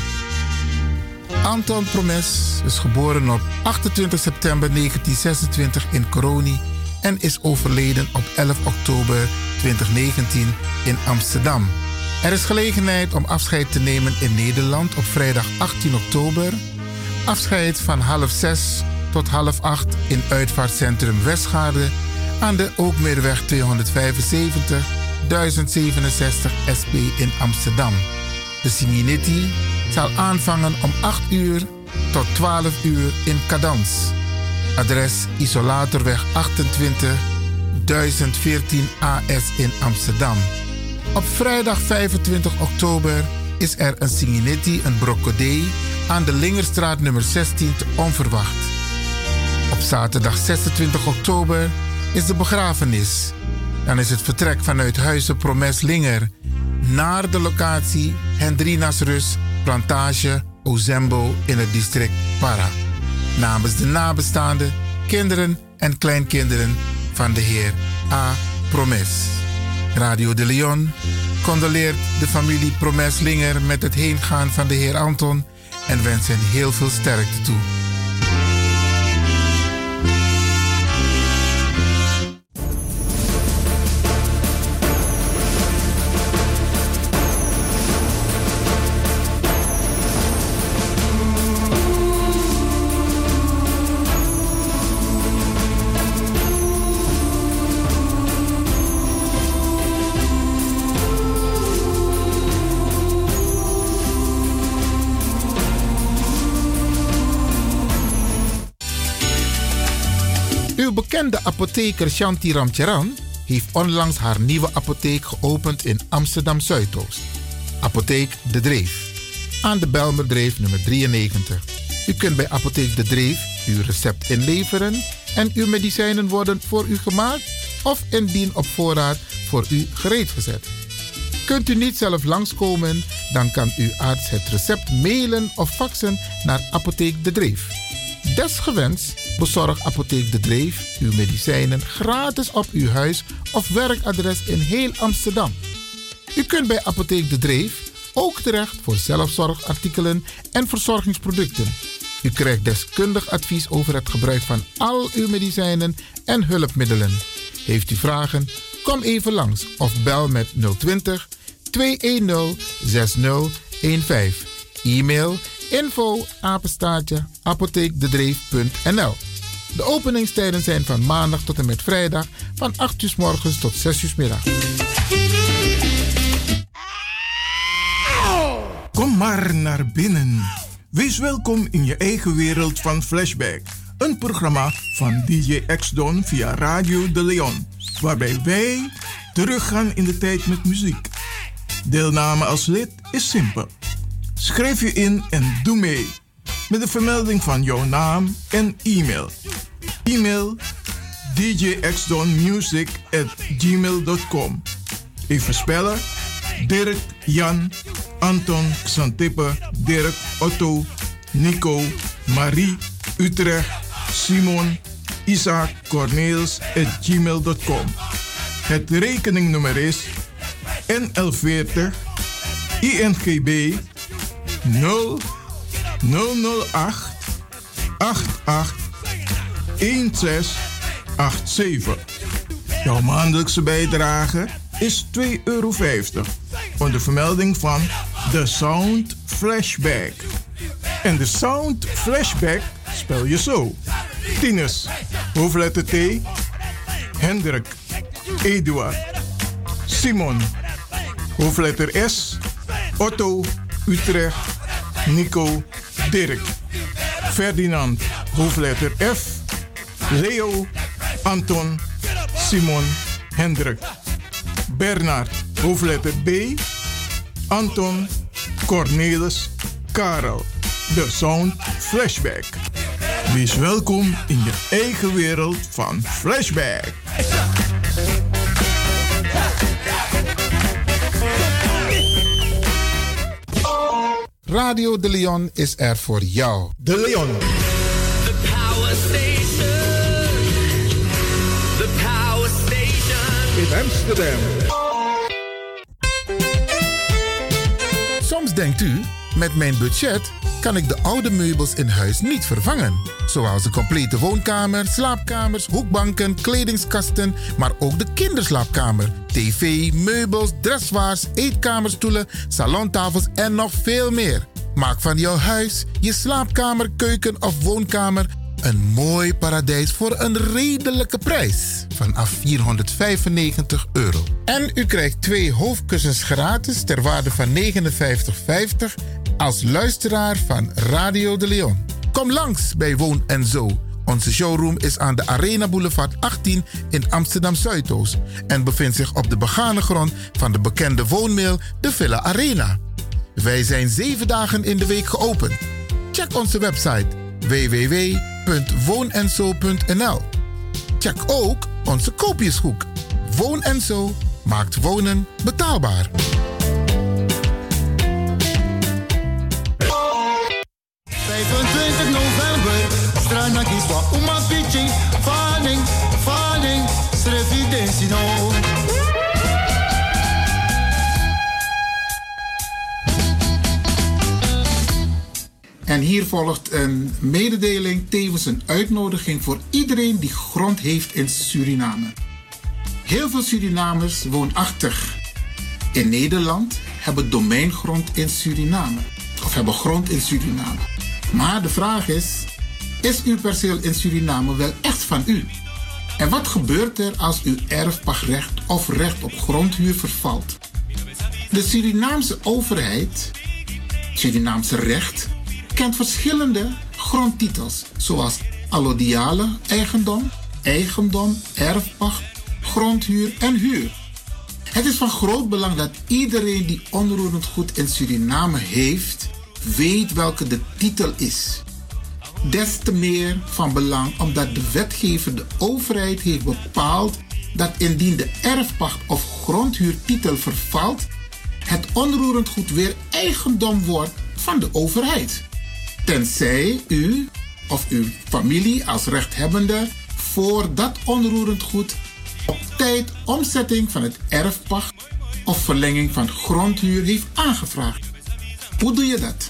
Anton Promes is geboren op 28 september 1926 in Coroni en is overleden op 11 oktober 2019 in Amsterdam. Er is gelegenheid om afscheid te nemen in Nederland op vrijdag 18 oktober. Afscheid van half 6 tot half 8 in uitvaartcentrum Westgaarde aan de Ookmeerweg 275 1067 SP in Amsterdam. De Siminiti zal aanvangen om 8 uur tot 12 uur in Cadans. Adres Isolatorweg 28 1014 AS in Amsterdam. Op vrijdag 25 oktober is er een Siminiti, een brocodee, aan de Lingerstraat nummer 16 te onverwacht. Op zaterdag 26 oktober is de begrafenis. Dan is het vertrek vanuit Huizen Promes Linger naar de locatie Hendrina's Rus, Plantage Ozembo in het district Para. Namens de nabestaanden, kinderen en kleinkinderen van de heer A. Promes. Radio de Leon condoleert de familie Promes Linger met het heengaan van de heer Anton en wenst hen heel veel sterkte toe. Uw bekende apotheker Shanti Ramcharan heeft onlangs haar nieuwe apotheek geopend in Amsterdam Zuidoost. Apotheek De Dreef. Aan de Belmerdreef nummer 93. U kunt bij Apotheek De Dreef uw recept inleveren en uw medicijnen worden voor u gemaakt of indien op voorraad voor u gereed gezet. Kunt u niet zelf langskomen, dan kan uw arts het recept mailen of faxen naar Apotheek De Dreef. Desgewenst bezorgt Apotheek De Dreef uw medicijnen gratis op uw huis of werkadres in heel Amsterdam. U kunt bij Apotheek De Dreef ook terecht voor zelfzorgartikelen en verzorgingsproducten. U krijgt deskundig advies over het gebruik van al uw medicijnen en hulpmiddelen. Heeft u vragen? Kom even langs of bel met 020 210 6015. E-mail info apenstaartje apotheekdedreef.nl. De openingstijden zijn van maandag tot en met vrijdag van 8 uur 's morgens tot 6 uur 's middags. Kom maar naar binnen. Wees welkom in je eigen wereld van Flashback. Een programma van DJ X-Don via Radio De Leon. Waarbij wij teruggaan in de tijd met muziek. Deelname als lid is simpel. Schrijf je in en doe mee. Met de vermelding van jouw naam en e-mail. E-mail djxdonmusic Even spellen. Dirk, Jan, Anton, Xantippe, Dirk, Otto, Nico, Marie, Utrecht, Simon, Isaac, Corneels at gmail.com. Het rekeningnummer is NL40 INGB 0 008 88 1687. Jouw maandelijkse bijdrage is 2,50 euro. Onder vermelding van de Sound Flashback. En de Sound Flashback spel je zo: Tinus, hoofdletter T, Hendrik, Eduard, Simon, hoofdletter S, Otto, Utrecht, Nico, Dirk, Ferdinand, hoofdletter F, Leo, Anton, Simon, Hendrik, Bernard, hoofdletter B, Anton, Cornelis, Karel, de Sound Flashback. Wees welkom in je eigen wereld van Flashback. Radio De Leon is er voor jou. De Leon. Power station. The power station. In Amsterdam. Soms denkt u, met mijn budget kan ik de oude meubels in huis niet vervangen. Zoals de complete woonkamer, slaapkamers, hoekbanken, kledingskasten, maar ook de kinderslaapkamer, tv, meubels, dressoirs, eetkamerstoelen, salontafels en nog veel meer. Maak van jouw huis, je slaapkamer, keuken of woonkamer een mooi paradijs voor een redelijke prijs vanaf 495 euro. En u krijgt twee hoofdkussens gratis ter waarde van 59,50 als luisteraar van Radio de Leon. Kom langs bij Woon en Zo. Onze showroom is aan de Arena Boulevard 18 in Amsterdam Zuidoost en bevindt zich op de begane grond van de bekende woonmail de Villa Arena. Wij zijn zeven dagen in de week geopend. Check onze website www.woonenzo.nl. Check ook onze koopjeshoek. Woon en Zo maakt wonen betaalbaar. november Strana kiswa uma pitching Fanning, fanning Srefidensi no En hier volgt een mededeling, tevens een uitnodiging voor iedereen die grond heeft in Suriname. Heel veel Surinamers woonachtig. In Nederland hebben domeingrond in Suriname. Of hebben grond in Suriname. Maar de vraag is, is uw perceel in Suriname wel echt van u? En wat gebeurt er als uw erfpachtrecht of recht op grondhuur vervalt? De Surinaamse overheid Surinaamse recht kent verschillende grondtitels, zoals allodiale eigendom, eigendom, erfpacht, grondhuur en huur. Het is van groot belang dat iedereen die onroerend goed in Suriname heeft, weet welke de titel is. Des te meer van belang omdat de wetgever de overheid heeft bepaald dat indien de erfpacht of grondhuurtitel vervalt, het onroerend goed weer eigendom wordt van de overheid. Tenzij u of uw familie als rechthebbende voor dat onroerend goed op tijd omzetting van het erfpacht of verlenging van grondhuur heeft aangevraagd. Hoe doe je dat?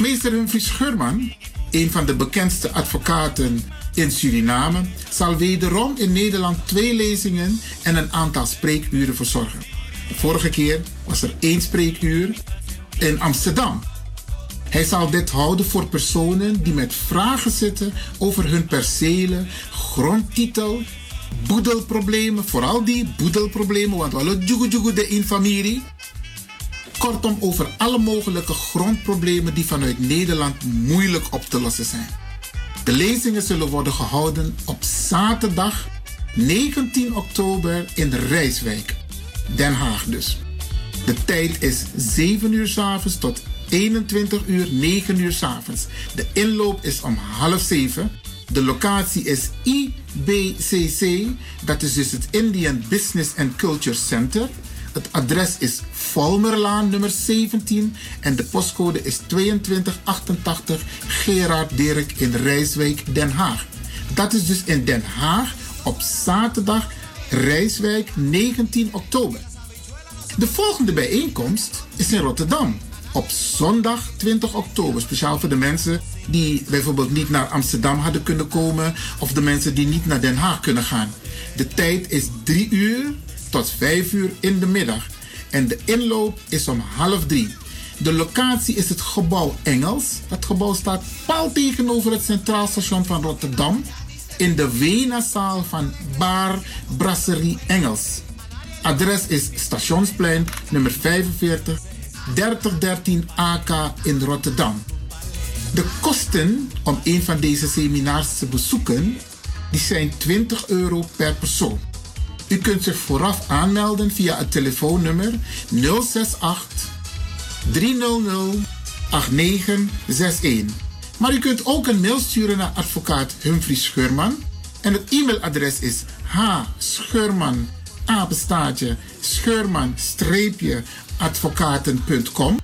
Meester Humphrey Schurman, een van de bekendste advocaten in Suriname, zal wederom in Nederland twee lezingen en een aantal spreekuren verzorgen. De vorige keer was er één spreekuur in Amsterdam. Hij zal dit houden voor personen die met vragen zitten over hun percelen, grondtitel, boedelproblemen, vooral die boedelproblemen, want alle djugu de in familie. Kortom, over alle mogelijke grondproblemen die vanuit Nederland moeilijk op te lossen zijn. De lezingen zullen worden gehouden op zaterdag 19 oktober in Rijswijk, Den Haag dus. De tijd is 7 uur s avonds tot 21 uur 9 uur s avonds. De inloop is om half 7. De locatie is IBCC, dat is dus het Indian Business and Culture Center. Het adres is Volmerlaan nummer 17 en de postcode is 2288 Gerard Dirk in Rijswijk, Den Haag. Dat is dus in Den Haag op zaterdag Rijswijk 19 oktober. De volgende bijeenkomst is in Rotterdam op zondag 20 oktober. Speciaal voor de mensen die bijvoorbeeld niet naar Amsterdam hadden kunnen komen of de mensen die niet naar Den Haag kunnen gaan. De tijd is 3 uur tot 5 uur in de middag en de inloop is om half 3. De locatie is het gebouw Engels. Dat gebouw staat paal tegenover het Centraal Station van Rotterdam in de Wenazaal van Bar Brasserie Engels. Adres is Stationsplein nummer 45 3013 AK in Rotterdam. De kosten om een van deze seminars te bezoeken die zijn 20 euro per persoon. U kunt zich vooraf aanmelden via het telefoonnummer 068 300 8961. Maar u kunt ook een mail sturen naar advocaat Humphrey Scheurman. En het e-mailadres is hscheurman, apenstaartje, scheurman-advocaten.com.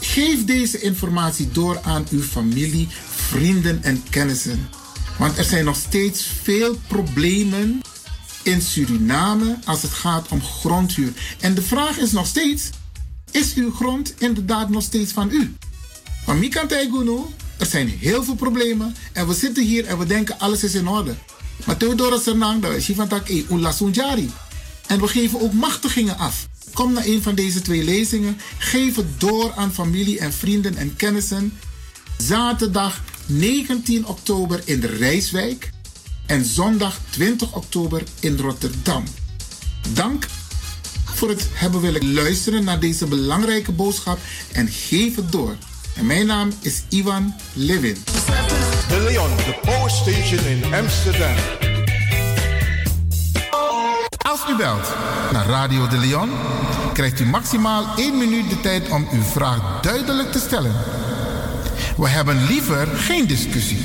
Geef deze informatie door aan uw familie, vrienden en kennissen. Want er zijn nog steeds veel problemen in Suriname als het gaat om grondhuur. En de vraag is nog steeds: is uw grond inderdaad nog steeds van u? Van mi kant Guno, er zijn heel veel problemen en we zitten hier en we denken alles is in orde. Maar Theodora Sernang, de Shivantak E. Ulasunjari. En we geven ook machtigingen af. Kom naar een van deze twee lezingen. Geef het door aan familie en vrienden en kennissen. Zaterdag 19 oktober in de Rijswijk en zondag 20 oktober in Rotterdam. Dank voor het hebben willen luisteren naar deze belangrijke boodschap en geef het door. En mijn naam is Ivan Levin. De Leon, de Power Station in Amsterdam. Als u belt naar Radio de Leon, krijgt u maximaal 1 minuut de tijd om uw vraag duidelijk te stellen. We hebben liever geen discussie.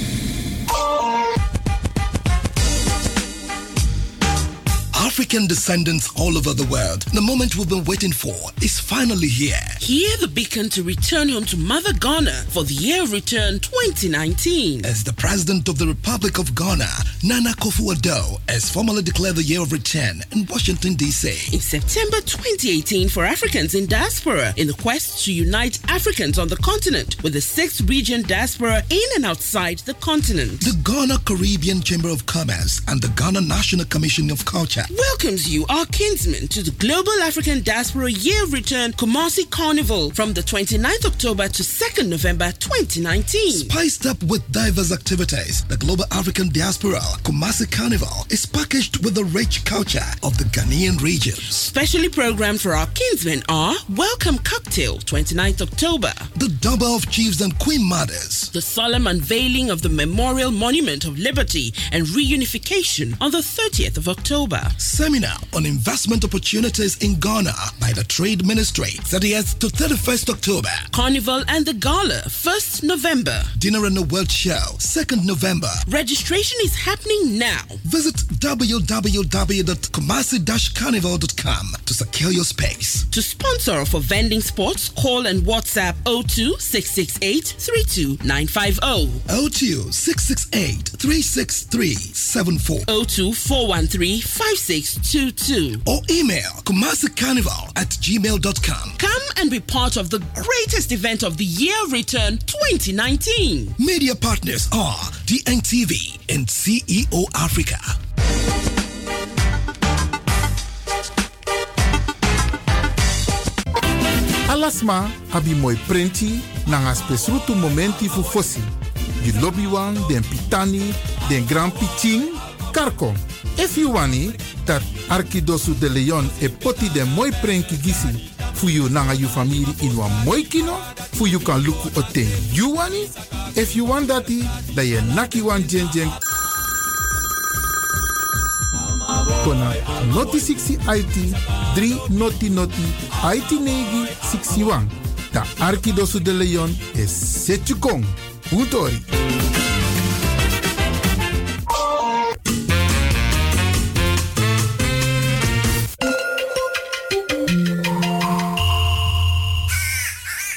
African descendants all over the world, the moment we've been waiting for is finally here. Hear the beacon to return home to Mother Ghana for the year of return 2019. As the President of the Republic of Ghana, Nana Kofu Addo, has formally declared the year of return in Washington, D.C. In September 2018 for Africans in diaspora in the quest to unite Africans on the continent with the sixth region diaspora in and outside the continent. The Ghana Caribbean Chamber of Commerce and the Ghana National Commission of Culture welcomes you, our kinsmen, to the Global African Diaspora Year of Return Kumasi Carnival from the 29th October to 2nd November 2019. Spiced up with diverse activities, the Global African Diaspora Kumasi Carnival is packaged with the rich culture of the Ghanaian region. Specially programmed for our kinsmen are Welcome Cocktail, 29th October, The Double of Chiefs and Queen Mothers, the solemn unveiling of the Memorial Monument of Liberty and Reunification on the 30th of October. Seminar on Investment Opportunities in Ghana by the Trade Ministry, 30th to 31st October. Carnival and the Gala, 1st November. Dinner and a World Show, 2nd November. Registration is happening now. Visit www.kumasi-carnival.com to secure your space. To sponsor or for vending spots, call and WhatsApp 02 668 32950. 02 668 36374 02 413 5622 or email kumasicarnival at gmail.com. Come and be part of the greatest event of the year return 2019. Media partners are DNTV and CEO Africa. Alasma abi moi printi nanga spesrutu momenti fu fosi. Di lobby wan, den pitani, den grand piting, karko. If you wani, dat arkidosu de leon e poti den moi prenki gisi. Fu you nanga you famiri in wan moi kino, fu you kan luku oten you wani. If you want dati, da ye naki wan jen jen. Kona noti 60 IT 3 noti noti IT negi 61. Da arkidosu de leon e setu kong. Utori.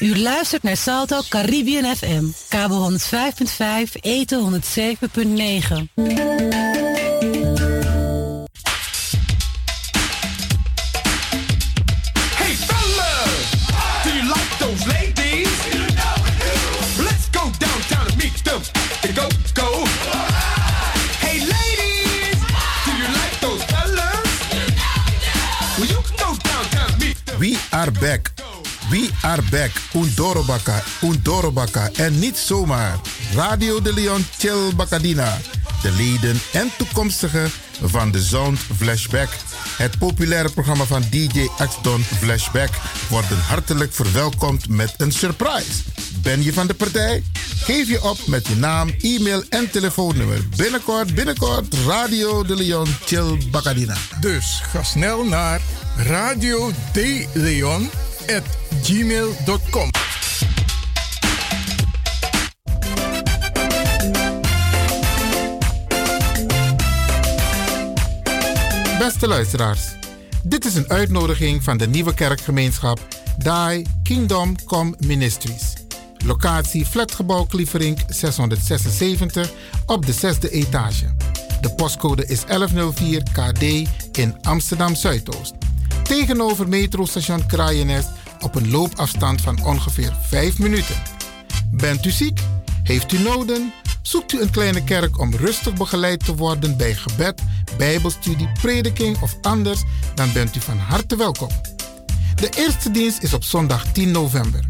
U luistert naar Salto Caribbean FM. Kabel 105.5, eten 107.9. Hey fellas, do you like those ladies? Let's go downtown and meet them. The go go. Hey ladies, do you like those fellas? Well you can go downtown and meet them. We are back. We are back. Undorobaka, Undorobaka. En niet zomaar. Radio de Leon Chill Bacadina. De leden en toekomstigen van de Sound Flashback. Het populaire programma van DJ Axdon Flashback worden hartelijk verwelkomd met een surprise. Ben je van de partij? Geef je op met je naam, e-mail en telefoonnummer. Binnenkort, binnenkort, Radio de Leon Chill Bacadina. Dus ga snel naar radiodeleon.gmail.com beste luisteraars. Dit is een uitnodiging van de nieuwe kerkgemeenschap Dai Kingdom Come Ministries. Locatie Flatgebouw Klieverink 676 op de zesde etage. De postcode is 1104 KD in Amsterdam Zuidoost. Tegenover metrostation Kraaienest op een loopafstand van ongeveer 5 minuten. Bent u ziek? Heeft u noden? Zoekt u een kleine kerk om rustig begeleid te worden bij gebed, bijbelstudie, prediking of anders? Dan bent u van harte welkom. De eerste dienst is op zondag 10 november.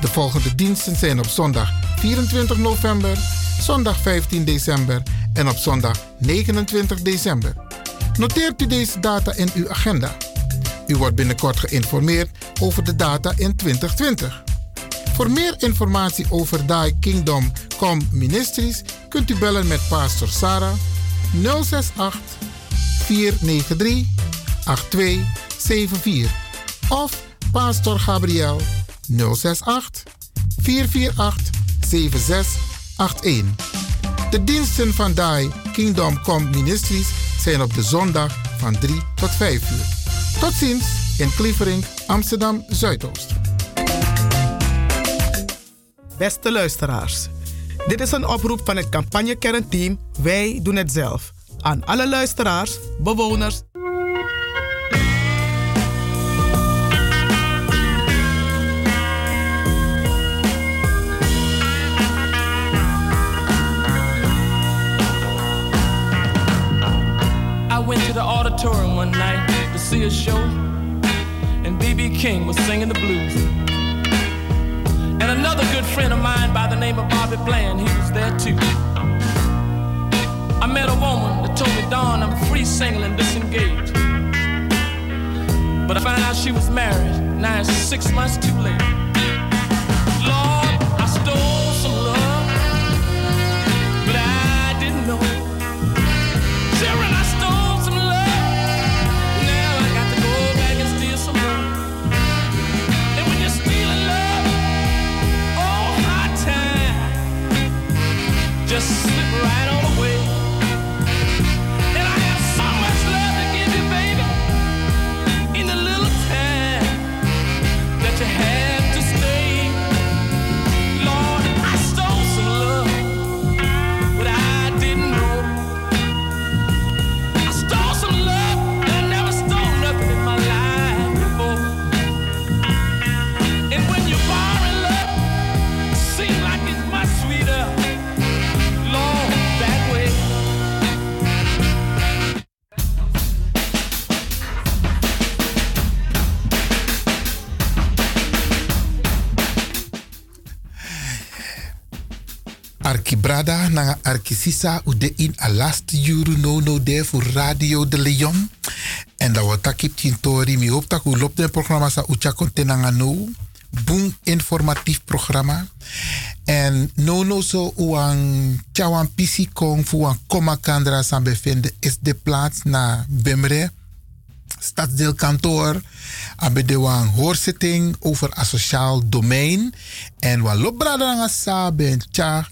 De volgende diensten zijn op zondag 24 november, zondag 15 december en op zondag 29 december. Noteert u deze data in uw agenda. U wordt binnenkort geïnformeerd over de data in 2020. Voor meer informatie over Die Kingdom Come Ministries kunt u bellen met Pastor Sarah 068 493 8274 of Pastor Gabriel 068 448 7681. De diensten van Die Kingdom Come Ministries zijn op de zondag van 3 tot 5 uur. Tot ziens in Klievering, Amsterdam Zuidoost. Beste luisteraars, dit is een oproep van het campagnekernteam Wij doen het zelf. Aan alle luisteraars, bewoners. I went to the auditorium one night to see a show, and B.B. King was singing the blues. And another good friend of mine by the name of Bobby Bland, he was there too. I met a woman that told me, Dawn, I'm free, single, and disengaged. But I found out she was married. Now it's six months too late. Lord, I stole some love, but I didn't know it. Children, I stole some love. Now I got to go back and steal some more. And when you're stealing love, oh, high time, just slip right on away. And I have so much love to give you, baby, in the little time that you had to stay. Lord, I stole some love, but I didn't know. I stole some love and I never stole nothing in my life before. And when you are in love, seems like it's much sweeter. Lord, that way. Arkibrada nanga arkisisa ude in alast juru no no de voor Radio de Leon. En dat wat takip tintori mi hoop tak u loopt een programma sa ucha konte nanga no. Boom informatief programma. En no no so uang chawan pisi kong fu wan koma kandra san bevinden is de plaats na Bemre. Stadsdeelkantoor. Abe de wan hoorzitting over asociaal domein. En wan loopbrada nanga sa ben tja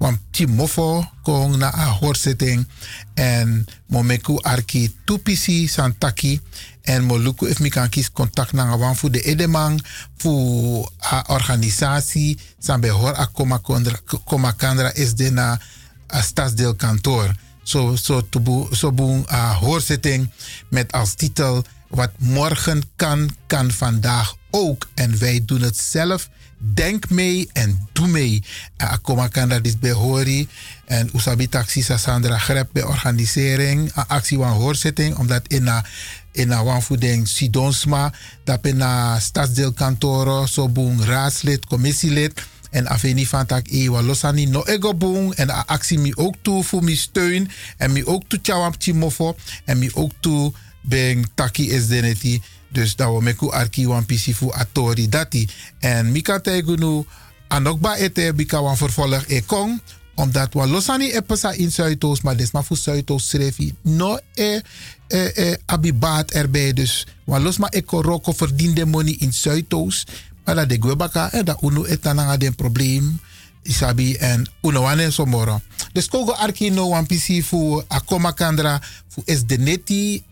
want Timofo kong na a hoorzitting en momeku arki tupisi santaki en moluku if mi kan kis contact na wan fu de edemang fu a organisatie san be hor a koma kondra koma kandra is de na a stadsdeelkantoor so so tubu so boen a hoorzitting met als titel wat morgen kan kan vandaag ook en wij doen het zelf denk mee en doe mee. Uh, Akoma Kanda dit behori en Usabi Taxi sa Sandra Grep bij organisering a actie wan hoorzitting omdat in na in na wan voeding Sidonsma dat in na stadsdeelkantoren so boen raadslid commissielid en afeni van tak e wa losani no ego boen en a actie mi ook toe voor mi steun en mi ook toe chawam timofo en mi ook toe ben taki is deneti dus dat we meku arki wan pisi fu atori dati. En mika tegunu anokba ete bika wan vervolg e kong. Omdat we losani e pesa in Zuidoost, maar desma fu Zuidoost schrevi no e, e, e abibaat erbij. Dus we losma e koroko verdiende money in Zuidoost. ala de gwebaka en da unu etananga den probleem isabi en uno wane somoro. Dus kogo arki no wan pisi fu akoma kandra fu es deneti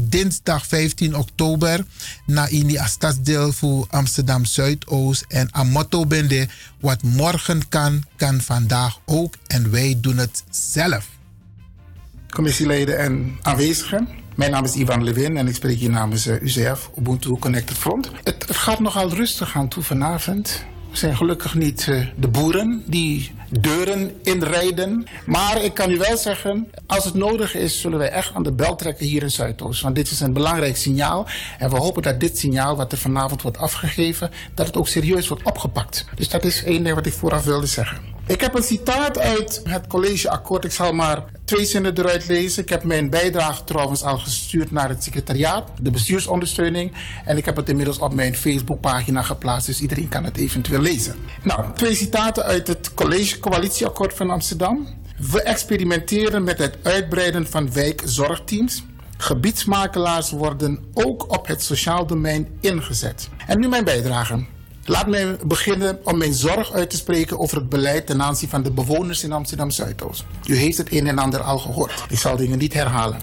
dinsdag 15 oktober na ini a stadsdeel voor Amsterdam Zuidoost en a motto bende wat morgen kan, kan vandaag ook en wij doen het zelf. Commissieleden en aanwezigen. Mijn naam is Ivan Levin en ik spreek hier namens eh, UCF, Ubuntu Connected Front. Het, het gaat nogal rustig aan toe vanavond. We zijn gelukkig niet eh, de boeren die deuren inrijden. Maar ik kan u wel zeggen, als het nodig is, zullen wij echt aan de bel trekken hier in Zuidoost. Want dit is een belangrijk signaal. En we hopen dat dit signaal, wat er vanavond wordt afgegeven, dat het ook serieus wordt opgepakt. Dus dat is één ding wat ik vooraf wilde zeggen. Ik heb een citaat uit het collegeakkoord. Ik zal maar twee zinnen eruit lezen. Ik heb mijn bijdrage trouwens al gestuurd naar het secretariaat, de bestuursondersteuning. En ik heb het inmiddels op mijn Facebookpagina geplaatst, dus iedereen kan het eventueel lezen. Nou, twee citaten uit het college-coalitieakkoord van Amsterdam. We experimenteren met het uitbreiden van wijkzorgteams. Gebiedsmakelaars worden ook op het sociaal domein ingezet. En nu mijn bijdrage. Laat mij beginnen om mijn zorg uit te spreken over het beleid ten aanzien van de bewoners in Amsterdam Zuidoost. U heeft het een en ander al gehoord. Ik zal dingen niet herhalen.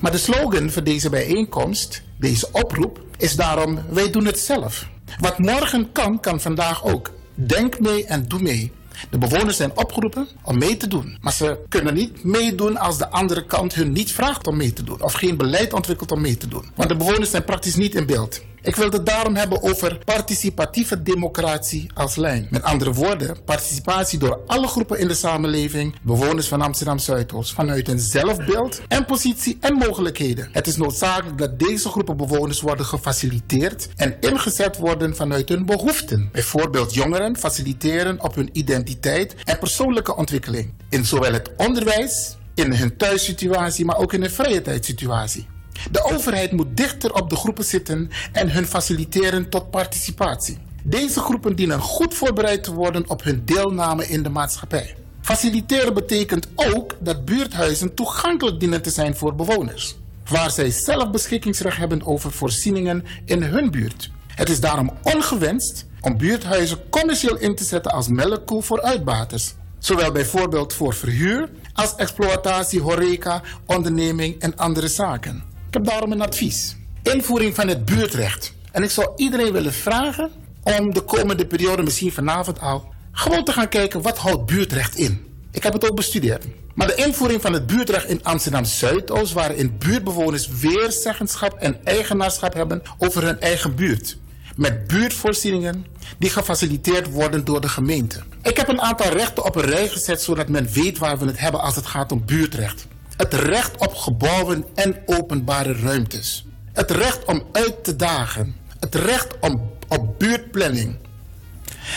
Maar de slogan voor deze bijeenkomst, deze oproep, is daarom: wij doen het zelf. Wat morgen kan, kan vandaag ook. Denk mee en doe mee. De bewoners zijn opgeroepen om mee te doen. Maar ze kunnen niet meedoen als de andere kant hun niet vraagt om mee te doen. Of geen beleid ontwikkelt om mee te doen. Want de bewoners zijn praktisch niet in beeld. Ik wil het daarom hebben over participatieve democratie als lijn. Met andere woorden, participatie door alle groepen in de samenleving, bewoners van Amsterdam Zuidoost, vanuit een zelfbeeld en positie en mogelijkheden. Het is noodzakelijk dat deze groepen bewoners worden gefaciliteerd en ingezet worden vanuit hun behoeften. Bijvoorbeeld jongeren faciliteren op hun identiteit en persoonlijke ontwikkeling. In zowel het onderwijs, in hun thuissituatie, maar ook in hun vrije tijdssituatie. De overheid moet dichter op de groepen zitten en hun faciliteren tot participatie. Deze groepen dienen goed voorbereid te worden op hun deelname in de maatschappij. Faciliteren betekent ook dat buurthuizen toegankelijk dienen te zijn voor bewoners, waar zij zelf beschikkingsrecht hebben over voorzieningen in hun buurt. Het is daarom ongewenst om buurthuizen commercieel in te zetten als melkkoe voor uitbaters, zowel bijvoorbeeld voor verhuur als exploitatie, horeca, onderneming en andere zaken. Ik heb daarom een advies. Invoering van het buurtrecht. En ik zou iedereen willen vragen om de komende periode, misschien vanavond al, gewoon te gaan kijken wat houdt buurtrecht in. Ik heb het ook bestudeerd. Maar de invoering van het buurtrecht in Amsterdam Zuidoost, waarin buurtbewoners weer zeggenschap en eigenaarschap hebben over hun eigen buurt. Met buurtvoorzieningen die gefaciliteerd worden door de gemeente. Ik heb een aantal rechten op een rij gezet zodat men weet waar we het hebben als het gaat om buurtrecht. Het recht op gebouwen en openbare ruimtes. Het recht om uit te dagen. Het recht om, op buurtplanning.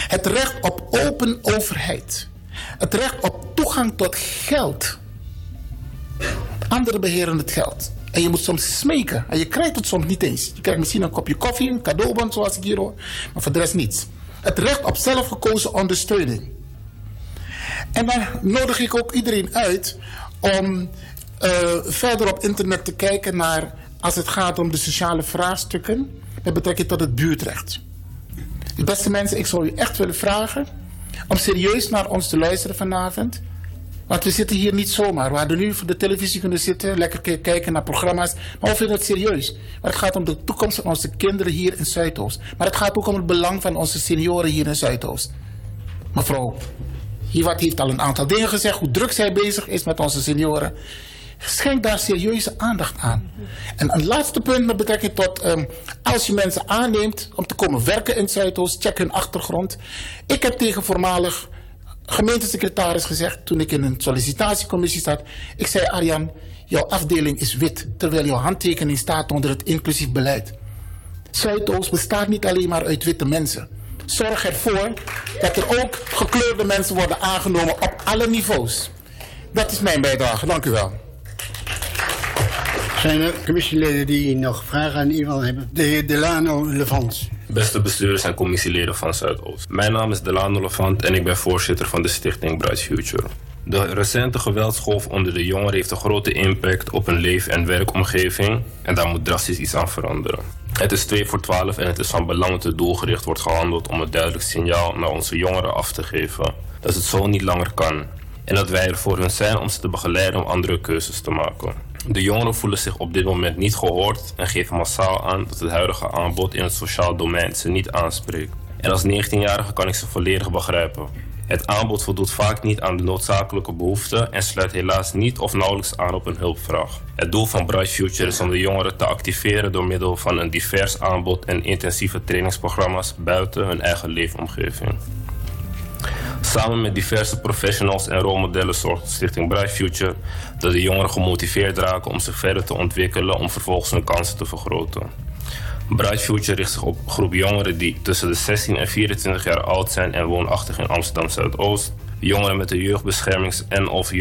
Het recht op open overheid. Het recht op toegang tot geld. Anderen beheren het geld. En je moet soms smeken. En je krijgt het soms niet eens. Je krijgt misschien een kopje koffie, een cadeaubon zoals ik hier hoor. Maar voor de rest niets. Het recht op zelfgekozen ondersteuning. En dan nodig ik ook iedereen uit om eh, verder op internet te kijken naar... als het gaat om de sociale vraagstukken met betrekking tot het buurtrecht. Beste mensen, ik zou u echt willen vragen om serieus naar ons te luisteren vanavond. Want we zitten hier niet zomaar. We hadden nu voor de televisie kunnen zitten, lekker k- kijken naar programma's. Maar we vinden het serieus. Maar het gaat om de toekomst van onze kinderen hier in Zuidoost. Maar het gaat ook om het belang van onze senioren hier in Zuidoost. Mevrouw, Hiwat heeft al een aantal dingen gezegd, hoe druk zij bezig is met onze senioren. Schenk daar serieuze aandacht aan. En een laatste punt met betrekking tot ehm, als je mensen aanneemt om te komen werken in Zuidoost, check hun achtergrond. Ik heb tegen voormalig gemeentesecretaris gezegd toen ik in een sollicitatiecommissie zat. Ik zei, Arjan, jouw afdeling is wit, terwijl jouw handtekening staat onder het inclusief beleid. Zuidoost bestaat niet alleen maar uit witte mensen. Zorg ervoor dat er ook gekleurde mensen worden aangenomen op alle niveaus. Dat is mijn bijdrage, dank u wel. Zijn er commissieleden die nog vragen aan iemand hebben? De heer Delano Levans. Beste bestuurders en commissieleden van Zuidoost. Mijn naam is Delano Levant en ik ben voorzitter van de stichting Bright Future. De recente geweldsgolf onder de jongeren heeft een grote impact op hun leef- en werkomgeving en daar moet drastisch iets aan veranderen. Het is 2 voor 12 en het is van belang dat er doelgericht wordt gehandeld om een duidelijk signaal naar onze jongeren af te geven dat het zo niet langer kan. En dat wij er voor hun zijn om ze te begeleiden om andere keuzes te maken. De jongeren voelen zich op dit moment niet gehoord en geven massaal aan dat het huidige aanbod in het sociaal domein ze niet aanspreekt. En als 19-jarige kan ik ze volledig begrijpen. Het aanbod voldoet vaak niet aan de noodzakelijke behoeften en sluit helaas niet of nauwelijks aan op een hulpvraag. Het doel van Bright Future is om de jongeren te activeren door middel van een divers aanbod en intensieve trainingsprogramma's buiten hun eigen leefomgeving. Samen met diverse professionals en rolmodellen zorgt Stichting Bright Future dat de jongeren gemotiveerd raken om zich verder te ontwikkelen om vervolgens hun kansen te vergroten. Bright Future richt zich op een groep jongeren die tussen de 16 en 24 jaar oud zijn en woonachtig in Amsterdam Zuidoost, jongeren met een jeugdbeschermings- en of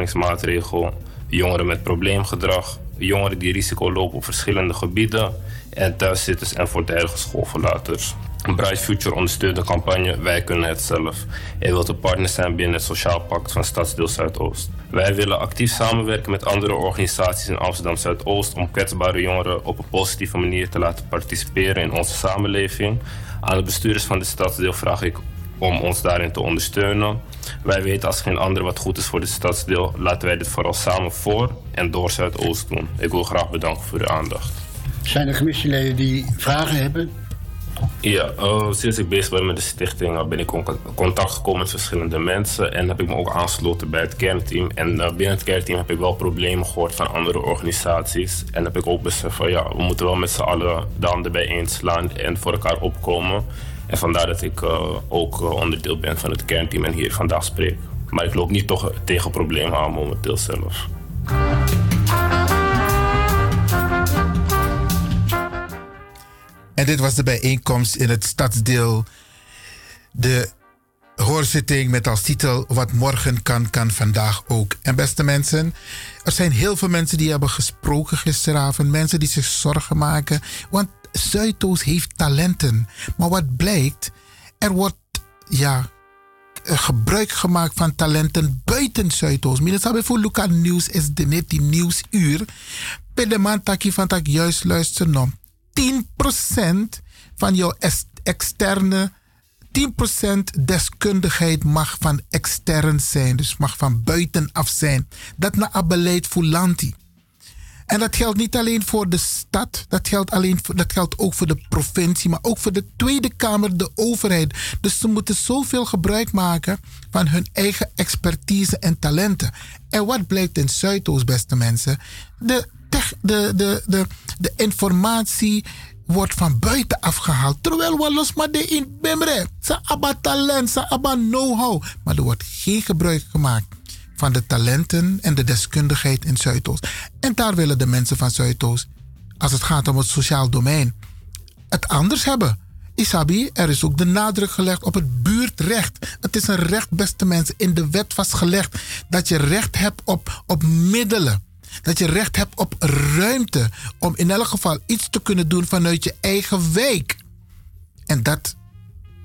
jeugdreclasseringsmaatregel, jongeren met probleemgedrag, jongeren die risico lopen op verschillende gebieden en thuiszitters en voortijdige schoolverlaters. Bright Future ondersteunt de campagne Wij kunnen het zelf en wil de partner zijn binnen het Sociaal Pact van Stadsdeel Zuidoost. Wij willen actief samenwerken met andere organisaties in Amsterdam Zuidoost om kwetsbare jongeren op een positieve manier te laten participeren in onze samenleving. Aan de bestuurders van dit stadsdeel vraag ik om ons daarin te ondersteunen. Wij weten als geen ander wat goed is voor dit stadsdeel. Laten wij dit vooral samen voor en door Zuidoost doen. Ik wil graag bedanken voor uw aandacht. Zijn er commissieleden die vragen hebben? Ja, eh, sinds ik bezig ben met de stichting eh, ben ik in con- contact gekomen met verschillende mensen en heb ik me ook aangesloten bij het kernteam. En eh, binnen het kernteam heb ik wel problemen gehoord van andere organisaties. En heb ik ook beseft van ja, we moeten wel met z'n allen de handen bijeen slaan en voor elkaar opkomen. En vandaar dat ik eh, ook eh, onderdeel ben van het kernteam en hier vandaag spreek. Maar ik loop niet toch tegen problemen aan momenteel zelf. En dit was de bijeenkomst in het stadsdeel. De hoorzitting met als titel Wat morgen kan, kan vandaag ook. En beste mensen, er zijn heel veel mensen die hebben gesproken gisteravond. Mensen die zich zorgen maken. Want Zuidoost heeft talenten. Maar wat blijkt, er wordt ja, eh, gebruik gemaakt van talenten buiten Zuidoost. Minus voor Luca Nieuws is de net die nieuwsuur. Pedeman taki van tak juist luisteren om 10% van jouw est- externe 10% deskundigheid mag van extern zijn, dus mag van buitenaf zijn. Dat na het beleid voor Lanti. En dat geldt niet alleen voor de stad, dat geldt, alleen voor, dat geldt ook voor de provincie, maar ook voor de Tweede Kamer, de overheid. Dus ze moeten zoveel gebruik maken van hun eigen expertise en talenten. En wat blijkt in Zuidoost, beste mensen? De, tech, de, de, de, de informatie wordt van buiten afgehaald. Terwijl we los maar de in Bemre. Ze hebben talent, ze hebben know-how. Maar er wordt geen gebruik gemaakt van de talenten en de deskundigheid in Zuidoost. En daar willen de mensen van Zuidoost, als het gaat om het sociaal domein, het anders hebben. Isabi, er is ook de nadruk gelegd op het buurtrecht. Het is een recht, beste mensen, in de wet vastgelegd dat je recht hebt op, op middelen. Dat je recht hebt op ruimte om in elk geval iets te kunnen doen vanuit je eigen wijk. En dat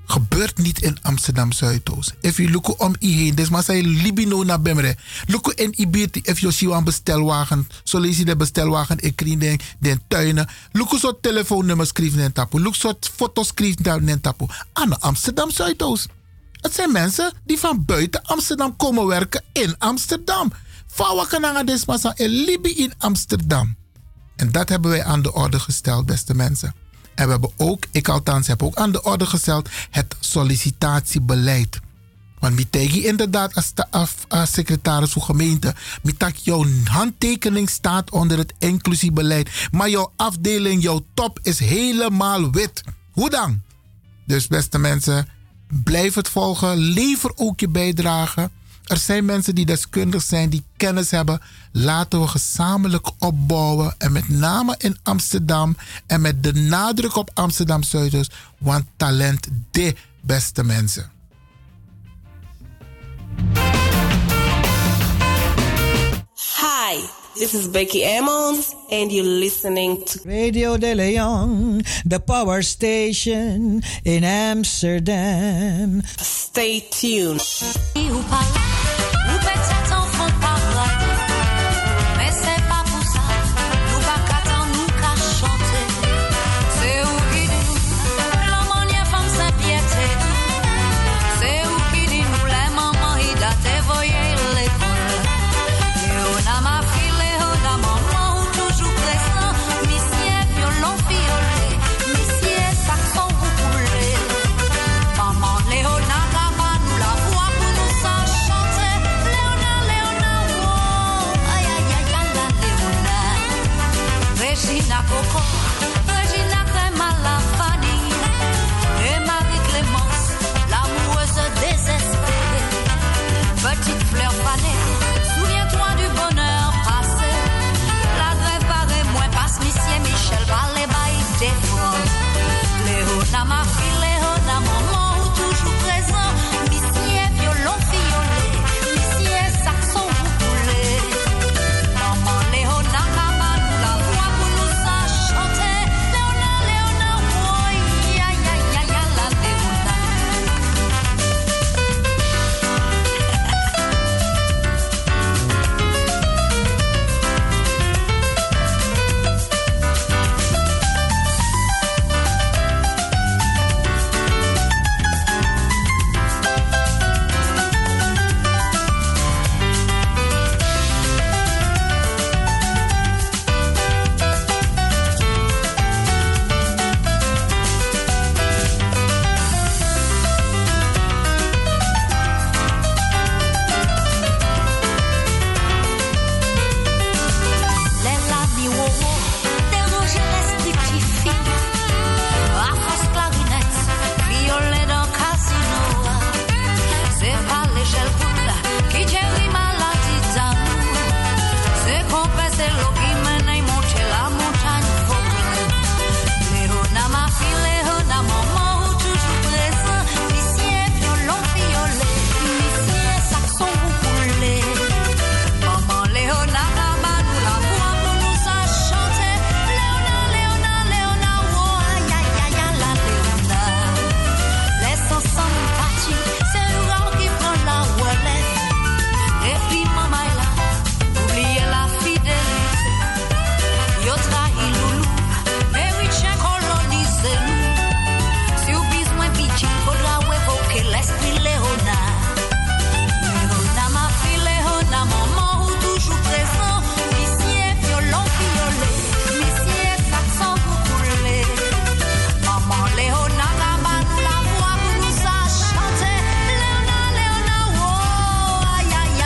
gebeurt niet in Amsterdam Zuidoost. If you look om i heen, dus maar zij libino naar Bemre. Look in i beurt, if you see een bestelwagen, zo lees je de bestelwagen in kring den tuinen. Look zo telefoonnummer schrijven en tapu. Look zo foto's schrijven en tapu. Aan Amsterdam Zuidoost. Het zijn mensen die van buiten Amsterdam komen werken in Amsterdam. Fawa kananga desmasa en Libi in Amsterdam. En dat hebben wij aan de orde gesteld, beste mensen. En we hebben ook, ik althans heb ook aan de orde gesteld, het sollicitatiebeleid. Want Mitegi inderdaad als, sta- als- als secretaris voor gemeente. Mitak, jouw handtekening staat onder het inclusiebeleid. Maar jouw afdeling, jouw top is helemaal wit. Hoe dan? Dus beste mensen, blijf het volgen. Lever ook je bijdrage. Er zijn mensen die deskundig zijn, die kennis hebben. Laten we gezamenlijk opbouwen. En met name in Amsterdam. En met de nadruk op Amsterdam Zuidoost. Want talent, de beste mensen. Hi, this is Becky Emmons, and you're listening to Radio de Leon, the power station in Amsterdam. Stay Tuned. Nou pet sa tan fon pa blak Men se pa pou sa Nou pa katan nou ka chante Eh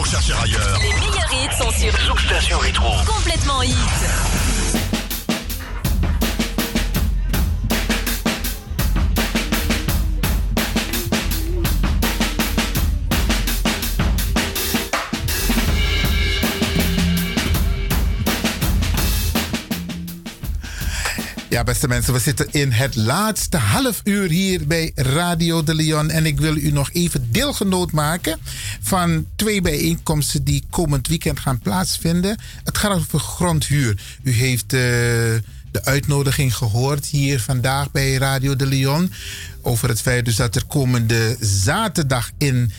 oh, chercher ailleurs. Les meilleurs hits sont sur Station Rétro. Complètement Hit. Ja, beste mensen, we zitten in het laatste half uur hier bij Radio de Leon. En ik wil u nog even deelgenoot maken van twee bijeenkomsten die komend weekend gaan plaatsvinden. Het gaat over grondhuur. U heeft eh, de uitnodiging gehoord hier vandaag bij Radio de Leon. Over het feit dus dat er komende zaterdag in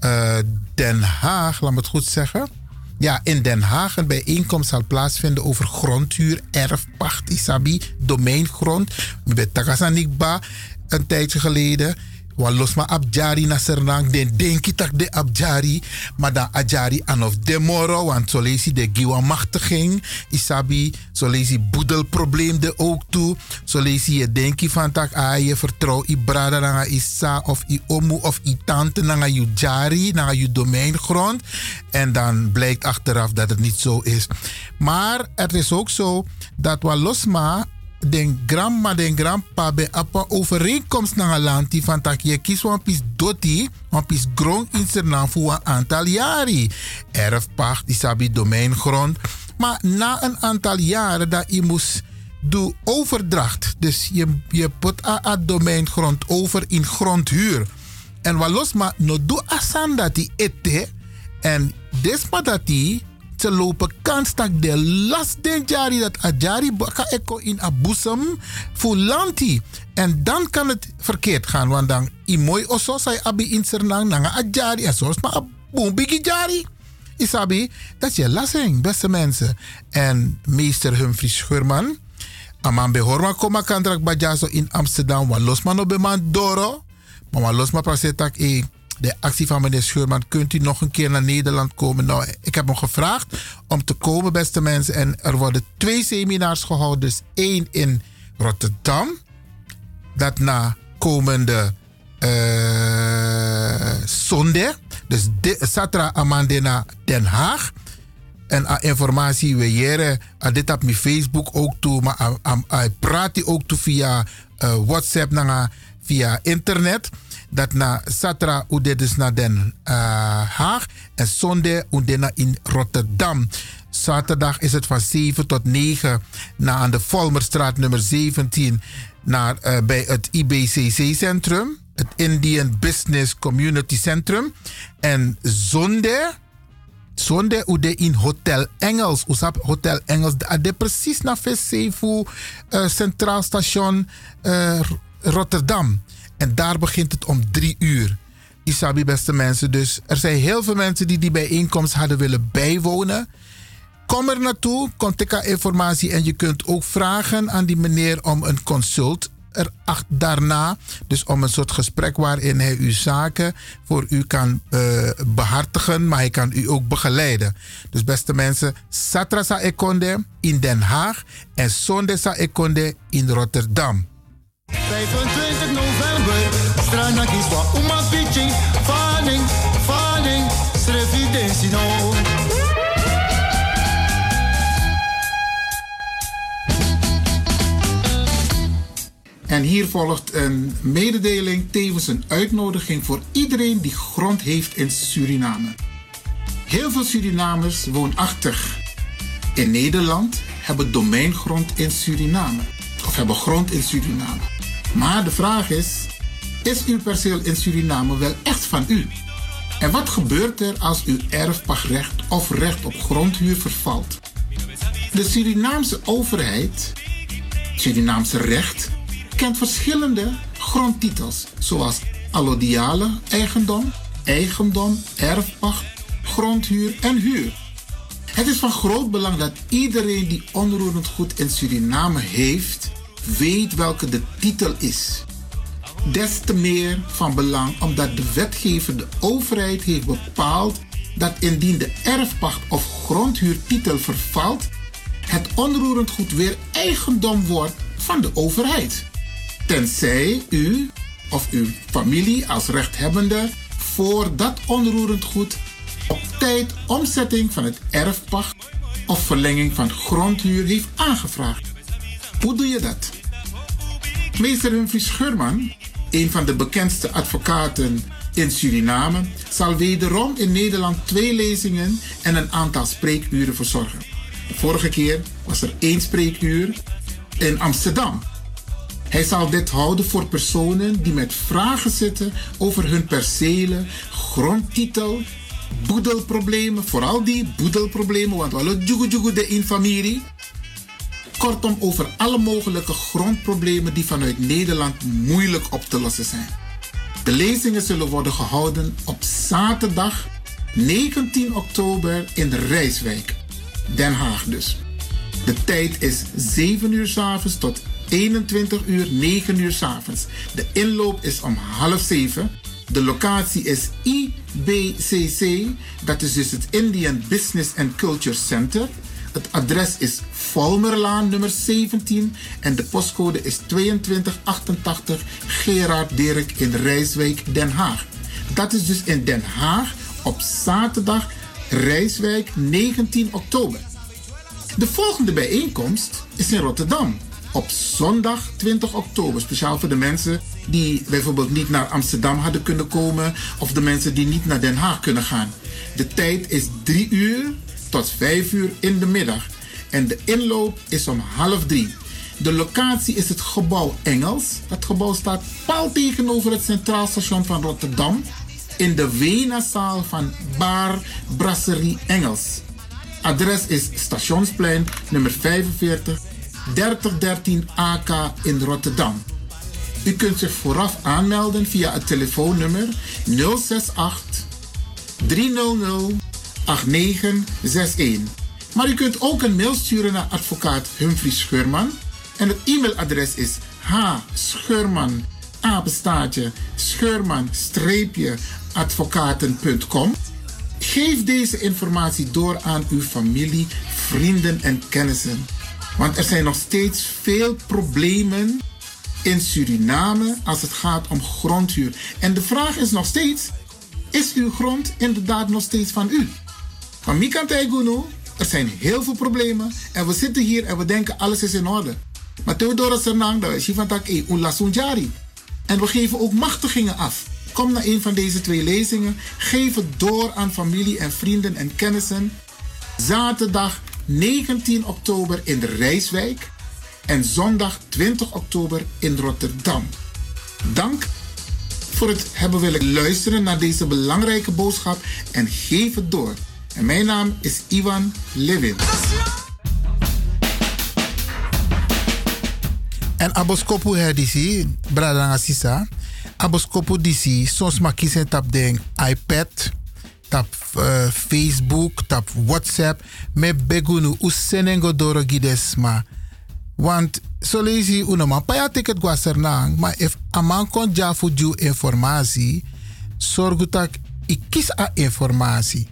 eh, Den Haag, laat me het goed zeggen ja, in Den Haag een bijeenkomst zal plaatsvinden over grondhuur, erfpacht, isabi, domeingrond. Met Takasanikba een tijdje geleden. Wan los maar abjari na sernang, den denki tak de abjari. Maar dan ajari an of demoro, want zo lees je de giwa-machtiging. Isabi, zo lees je boedelprobleem de ook toe. Zo lees je je denki van tak a je vertrouw i brada na isa of i omu of i tante na je jari, na je domeingrond. En dan blijkt achteraf dat het niet zo is. Maar het is ook zo dat wat losma den grandma den grandpa be appa overeenkomst naar een land die van tak je kies wan pis doti, wan pis grond in zijn naam voor een aantal jari. Erfpacht, isabi domeingrond. Maar na een aantal jaren dat je moest doe overdracht. Dus je, je put a, a domeingrond over in grondhuur. En wat los maar, no do asan dat die ette. En despa dat die, ze lopen kans dat de last den jari dat a jari baka eko in a boezem voor lanti. En dan kan het verkeerd gaan, want dan i mooi oso sai abi in sernang nanga a jari en soms maar a boom bigi jari. Isabi, dat is je lassing, beste mensen. En meester Humphrey Schurman. Aman behorma koma kandrak bajazo in Amsterdam. Wan losman op beman doro. Maar wan losma prasetak e. De actie van meneer Schurman, kunt u nog een keer naar Nederland komen? Nou, ik heb hem gevraagd om te komen, beste mensen. En er worden twee seminars gehouden. Dus één in Rotterdam. Dat na komende eh, zondag. Dus de, Satra Amandena Den Haag. En aan informatie we jere, aan dit op mijn Facebook ook toe, maar aan, aan, aan praat die ook toe via eh, WhatsApp, nanga, via internet. Dat na Satra ude dus naar Den eh, Haag en zondag ude na in Rotterdam. Zaterdag is het van 7 tot 9 na aan de Volmerstraat nummer 17 naar, eh, bij het IBCC-centrum, het Indian Business Community Centrum. En zondag zonde ude in Hotel Engels. Usap Hotel Engels. de- De precies na Vesevu eh Centraal Station eh, R- Rotterdam. En daar begint het om drie uur. Isabi, beste mensen. Dus er zijn heel veel mensen die die bijeenkomst hadden willen bijwonen. Kom er naartoe, contact informatie en je kunt ook vragen aan die meneer om een consult er ach- daarna. Dus om een soort gesprek waarin hij uw zaken voor u kan eh, behartigen, maar hij kan u ook begeleiden. Dus beste mensen, Satra Sa Ekonde in Den Haag en Zonde Sa Ekonde in Rotterdam. 25 november, strana kiswa uma pitching, fanning, fanning, srefidensi no. En hier volgt een mededeling, tevens een uitnodiging voor iedereen die grond heeft in Suriname. Heel veel Surinamers woonachtig in Nederland hebben domeingrond in Suriname. Of hebben grond in Suriname. Maar de vraag is, is uw perceel in Suriname wel echt van u? En wat gebeurt er als uw erfpachtrecht of recht op grondhuur vervalt? De Surinaamse overheid Surinaamse recht kent verschillende grondtitels, zoals allodiale eigendom, eigendom, erfpacht, grondhuur en huur. Het is van groot belang dat iedereen die onroerend goed in Suriname heeft, weet welke de titel is. Des te meer van belang omdat de wetgever de overheid heeft bepaald dat indien de erfpacht of grondhuurtitel vervalt, het onroerend goed weer eigendom wordt van de overheid. Tenzij u of uw familie als rechthebbende voor dat onroerend goed op tijd omzetting van het erfpacht of verlenging van grondhuur heeft aangevraagd. Hoe doe je dat? Meester Humphrey Schurman, een van de bekendste advocaten in Suriname, zal wederom in Nederland twee lezingen en een aantal spreekuren verzorgen. De vorige keer was er één spreekuur in Amsterdam. Hij zal dit houden voor personen die met vragen zitten over hun percelen, grondtitel, boedelproblemen, vooral die boedelproblemen, want we hebben jugu jugu de in familie. Kortom, over alle mogelijke grondproblemen die vanuit Nederland moeilijk op te lossen zijn. De lezingen zullen worden gehouden op zaterdag 19 oktober in Rijswijk, Den Haag dus. De tijd is 7 uur 's avonds tot 21 uur 9 uur 's avonds. De inloop is om half 7. De locatie is IBCC, dat is dus het Indian Business and Culture Center. Het adres is Valmerlaan nummer 17 en de postcode is 2288 Gerard Dirk in Rijswijk, Den Haag. Dat is dus in Den Haag op zaterdag Rijswijk 19 oktober. De volgende bijeenkomst is in Rotterdam op zondag 20 oktober. Speciaal voor de mensen die bijvoorbeeld niet naar Amsterdam hadden kunnen komen of de mensen die niet naar Den Haag kunnen gaan. De tijd is 3 uur tot 5 uur in de middag en de inloop is om half 3. De locatie is het gebouw Engels. Dat gebouw staat pal tegenover het Centraal Station van Rotterdam in de Wenazaal van Bar Brasserie Engels. Adres is Stationsplein nummer 45 3013 AK in Rotterdam. U kunt zich vooraf aanmelden via het telefoonnummer 068 300 8961. Maar u kunt ook een mail sturen naar advocaat Humphrey Scheurman. En het e-mailadres is hscheurman apenstaartje scheurman-advocaten.com. Geef deze informatie door aan uw familie, vrienden en kennissen. Want er zijn nog steeds veel problemen in Suriname als het gaat om grondhuur. En de vraag is nog steeds: is uw grond inderdaad nog steeds van u? Van Mikan Taiguno, er zijn heel veel problemen en we zitten hier en we denken alles is in orde. Maar Theodorus Hernang, dat is hier van tak E. Ulasunjari. En we geven ook machtigingen af. Kom naar een van deze twee lezingen. Geef het door aan familie en vrienden en kennissen. Zaterdag 19 oktober in de Rijswijk en zondag 20 oktober in Rotterdam. Dank voor het hebben willen luisteren naar deze belangrijke boodschap en geef het door. En mijn naam is Ivan Levin. En aboskopu her disi, brada sisa. Aboskopu disi, soms makisen tap den iPad, tap eh, Facebook, tap WhatsApp. Me begunu usenengo doro gidesma. Want so lezi uno man paya ticket gwa sernang, maar if aman kon jafu ju informatie, sorgu tak i kis a informatie.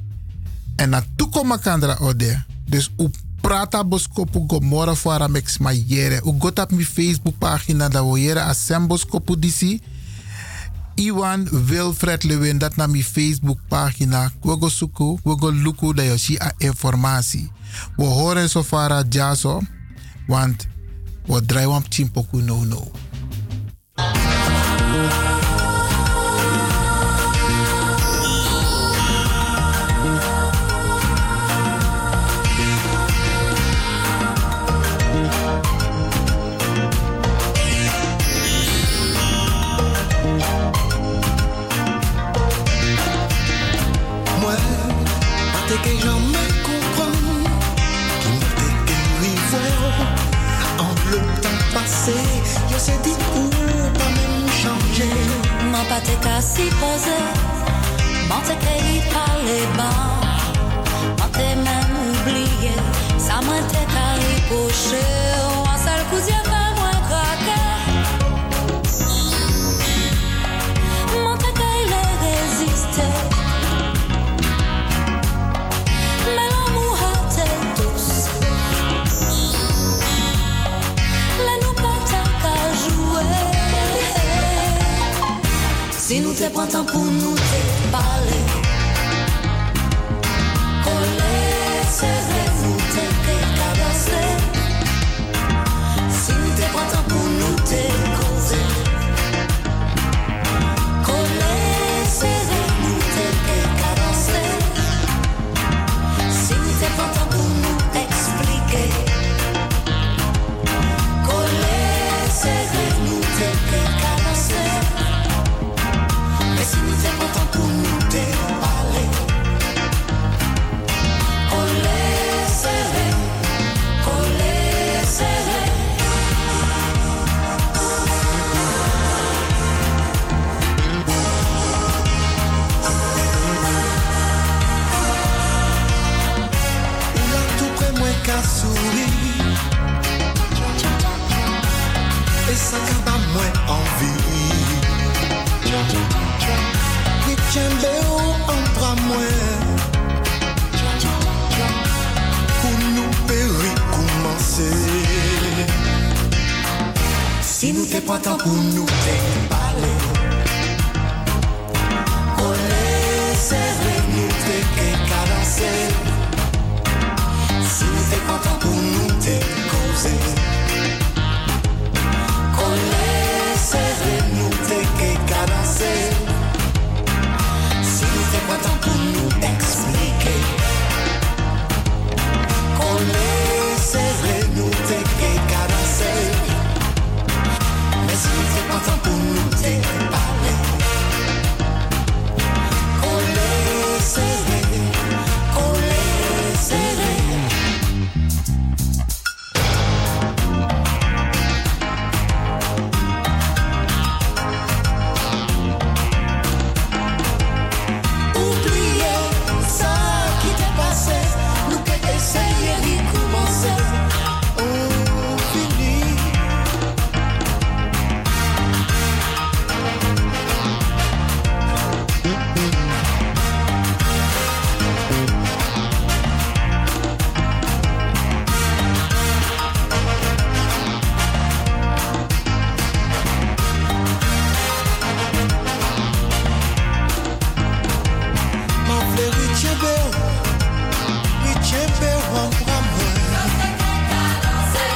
En E na tukoma kandra ode. Dus u prata boskopu gomora fara mex mayere. U got op mi Facebook pagina da woyere asem boskopu disi. Iwan Wilfred Lewin, dat na mi Facebook pagina. Kwogo suku, kwogo luku da yoshi a informatie. We horen so fara jaso, want we draaien op chimpoku no no. Moi, pas t'es que jamais comprends Qui m'a fait qu'un rivière En le temps passé Je sais dit pour pas même changer M'en pas t'es qu'à s'y poser M'en t'es créé par les bas M'en t'es même oublié Ça m'en t'es qu'à ripocher Un seul coup d'y pas moins craquer M'en t'es qu'à il résister Mais l'amour a tes douce La nous pas t'as qu'à jouer Si nous te prenons pour nous te parler Ole patapunu te pale. Ole se revenu te ke karase. Si te patapunu te koze. Ole se revenu te ke karase. Si te patapunu explique. Ole se revenu te ke karase. Mais si t'es pas temps pour nous, t'es parlé. Collé, serré, collé, serré. Oubliez ça qui t'est passé. Nous qu'est essayer d'y commencer. On finit. Mwen vle richebe ou, richebe ou an kwa mwen Sote ke kalanse,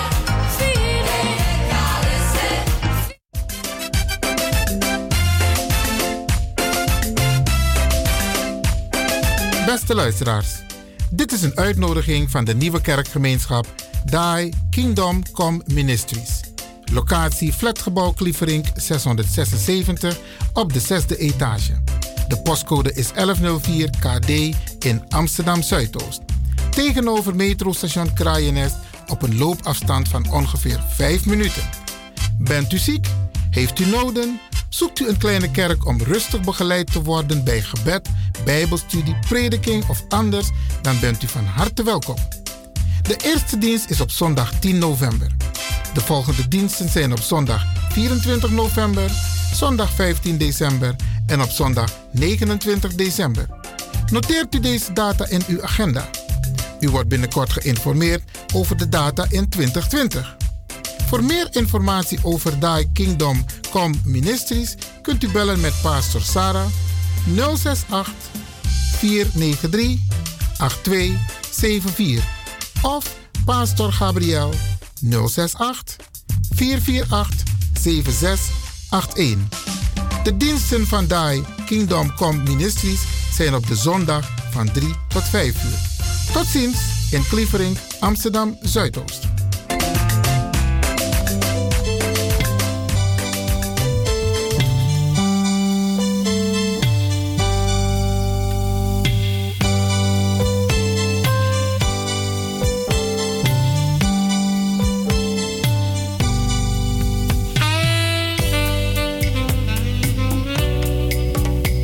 fide de kalese Beste luisteraars, dit is een uitnodiging van de nieuwe kerkgemeenschap Die Kingdom Come Ministries. Locatie Flatgebouw Klieverink 676 op de zesde etage. De postcode is 1104 KD in Amsterdam Zuidoost. Tegenover metrostation Kraaienest op een loopafstand van ongeveer 5 minuten. Bent u ziek? Heeft u noden? Zoekt u een kleine kerk om rustig begeleid te worden bij gebed, bijbelstudie, prediking of anders? Dan bent u van harte welkom. De eerste dienst is op zondag 10 november. De volgende diensten zijn op zondag 24 november, zondag 15 december en op zondag 29 december. Noteert u deze data in uw agenda. U wordt binnenkort geïnformeerd over de data in 2020. Voor meer informatie over Die Kingdom Come Ministries kunt u bellen met Pastor Sarah 068 493 8274 of Pastor Gabriel 068 448 7681. De diensten van Die Kingdom Come Ministries zijn op de zondag van 3 tot 5 uur. Tot ziens in Klievering, Amsterdam Zuidoost. Thank you.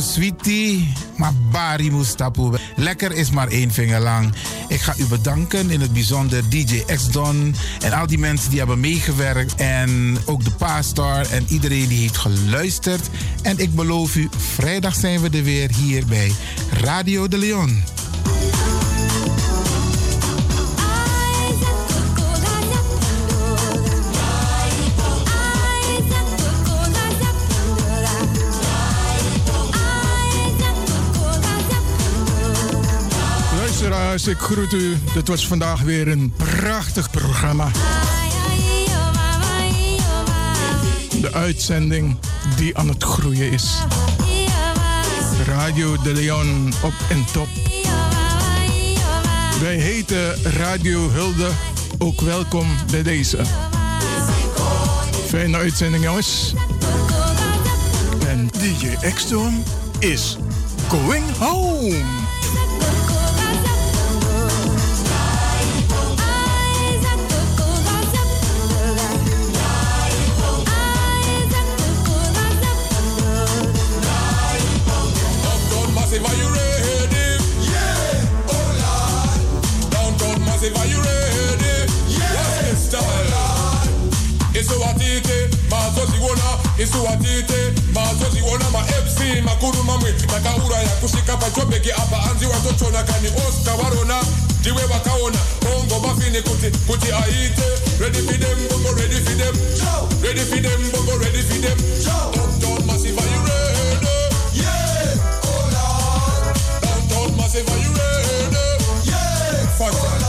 Sweetie, maar Bari Mustapu. Lekker is maar één vinger lang. Ik ga u bedanken, in het bijzonder DJ X-Don en al die mensen die hebben meegewerkt. En ook de Paastar en iedereen die heeft geluisterd. En ik beloof u, vrijdag zijn we er weer hier bij Radio de Leon. Luisteraars, ik groet u. Dit was vandaag weer een prachtig programma. De uitzending die aan het groeien is. Radio de Leon op en top. Wij heten Radio Hulde ook welkom bij deze. Fijne uitzending, jongens. En DJ Exton is going home. Downtown Massive, are you ready? Yeah, oh Lord. Downtown Massive, are you ready? Yeah, what's the style? Isuwatite, mazoziwona isuwatite mazoziwona ma fc makuru mamwe takauraya kusvika pachobheki apa anzi watochona kani oscar varona ndiwe vakaona bongo mafini kuti kuti aite ready for them bongo ready for them ready for them bongo ready for them Downtown massive are you ready yeah oh lord downtown massive are you ready yeah fuck oh, lord.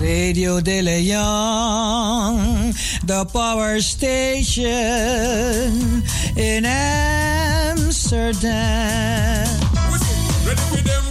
Radio De Leon, the power station in Amsterdam. Ready for them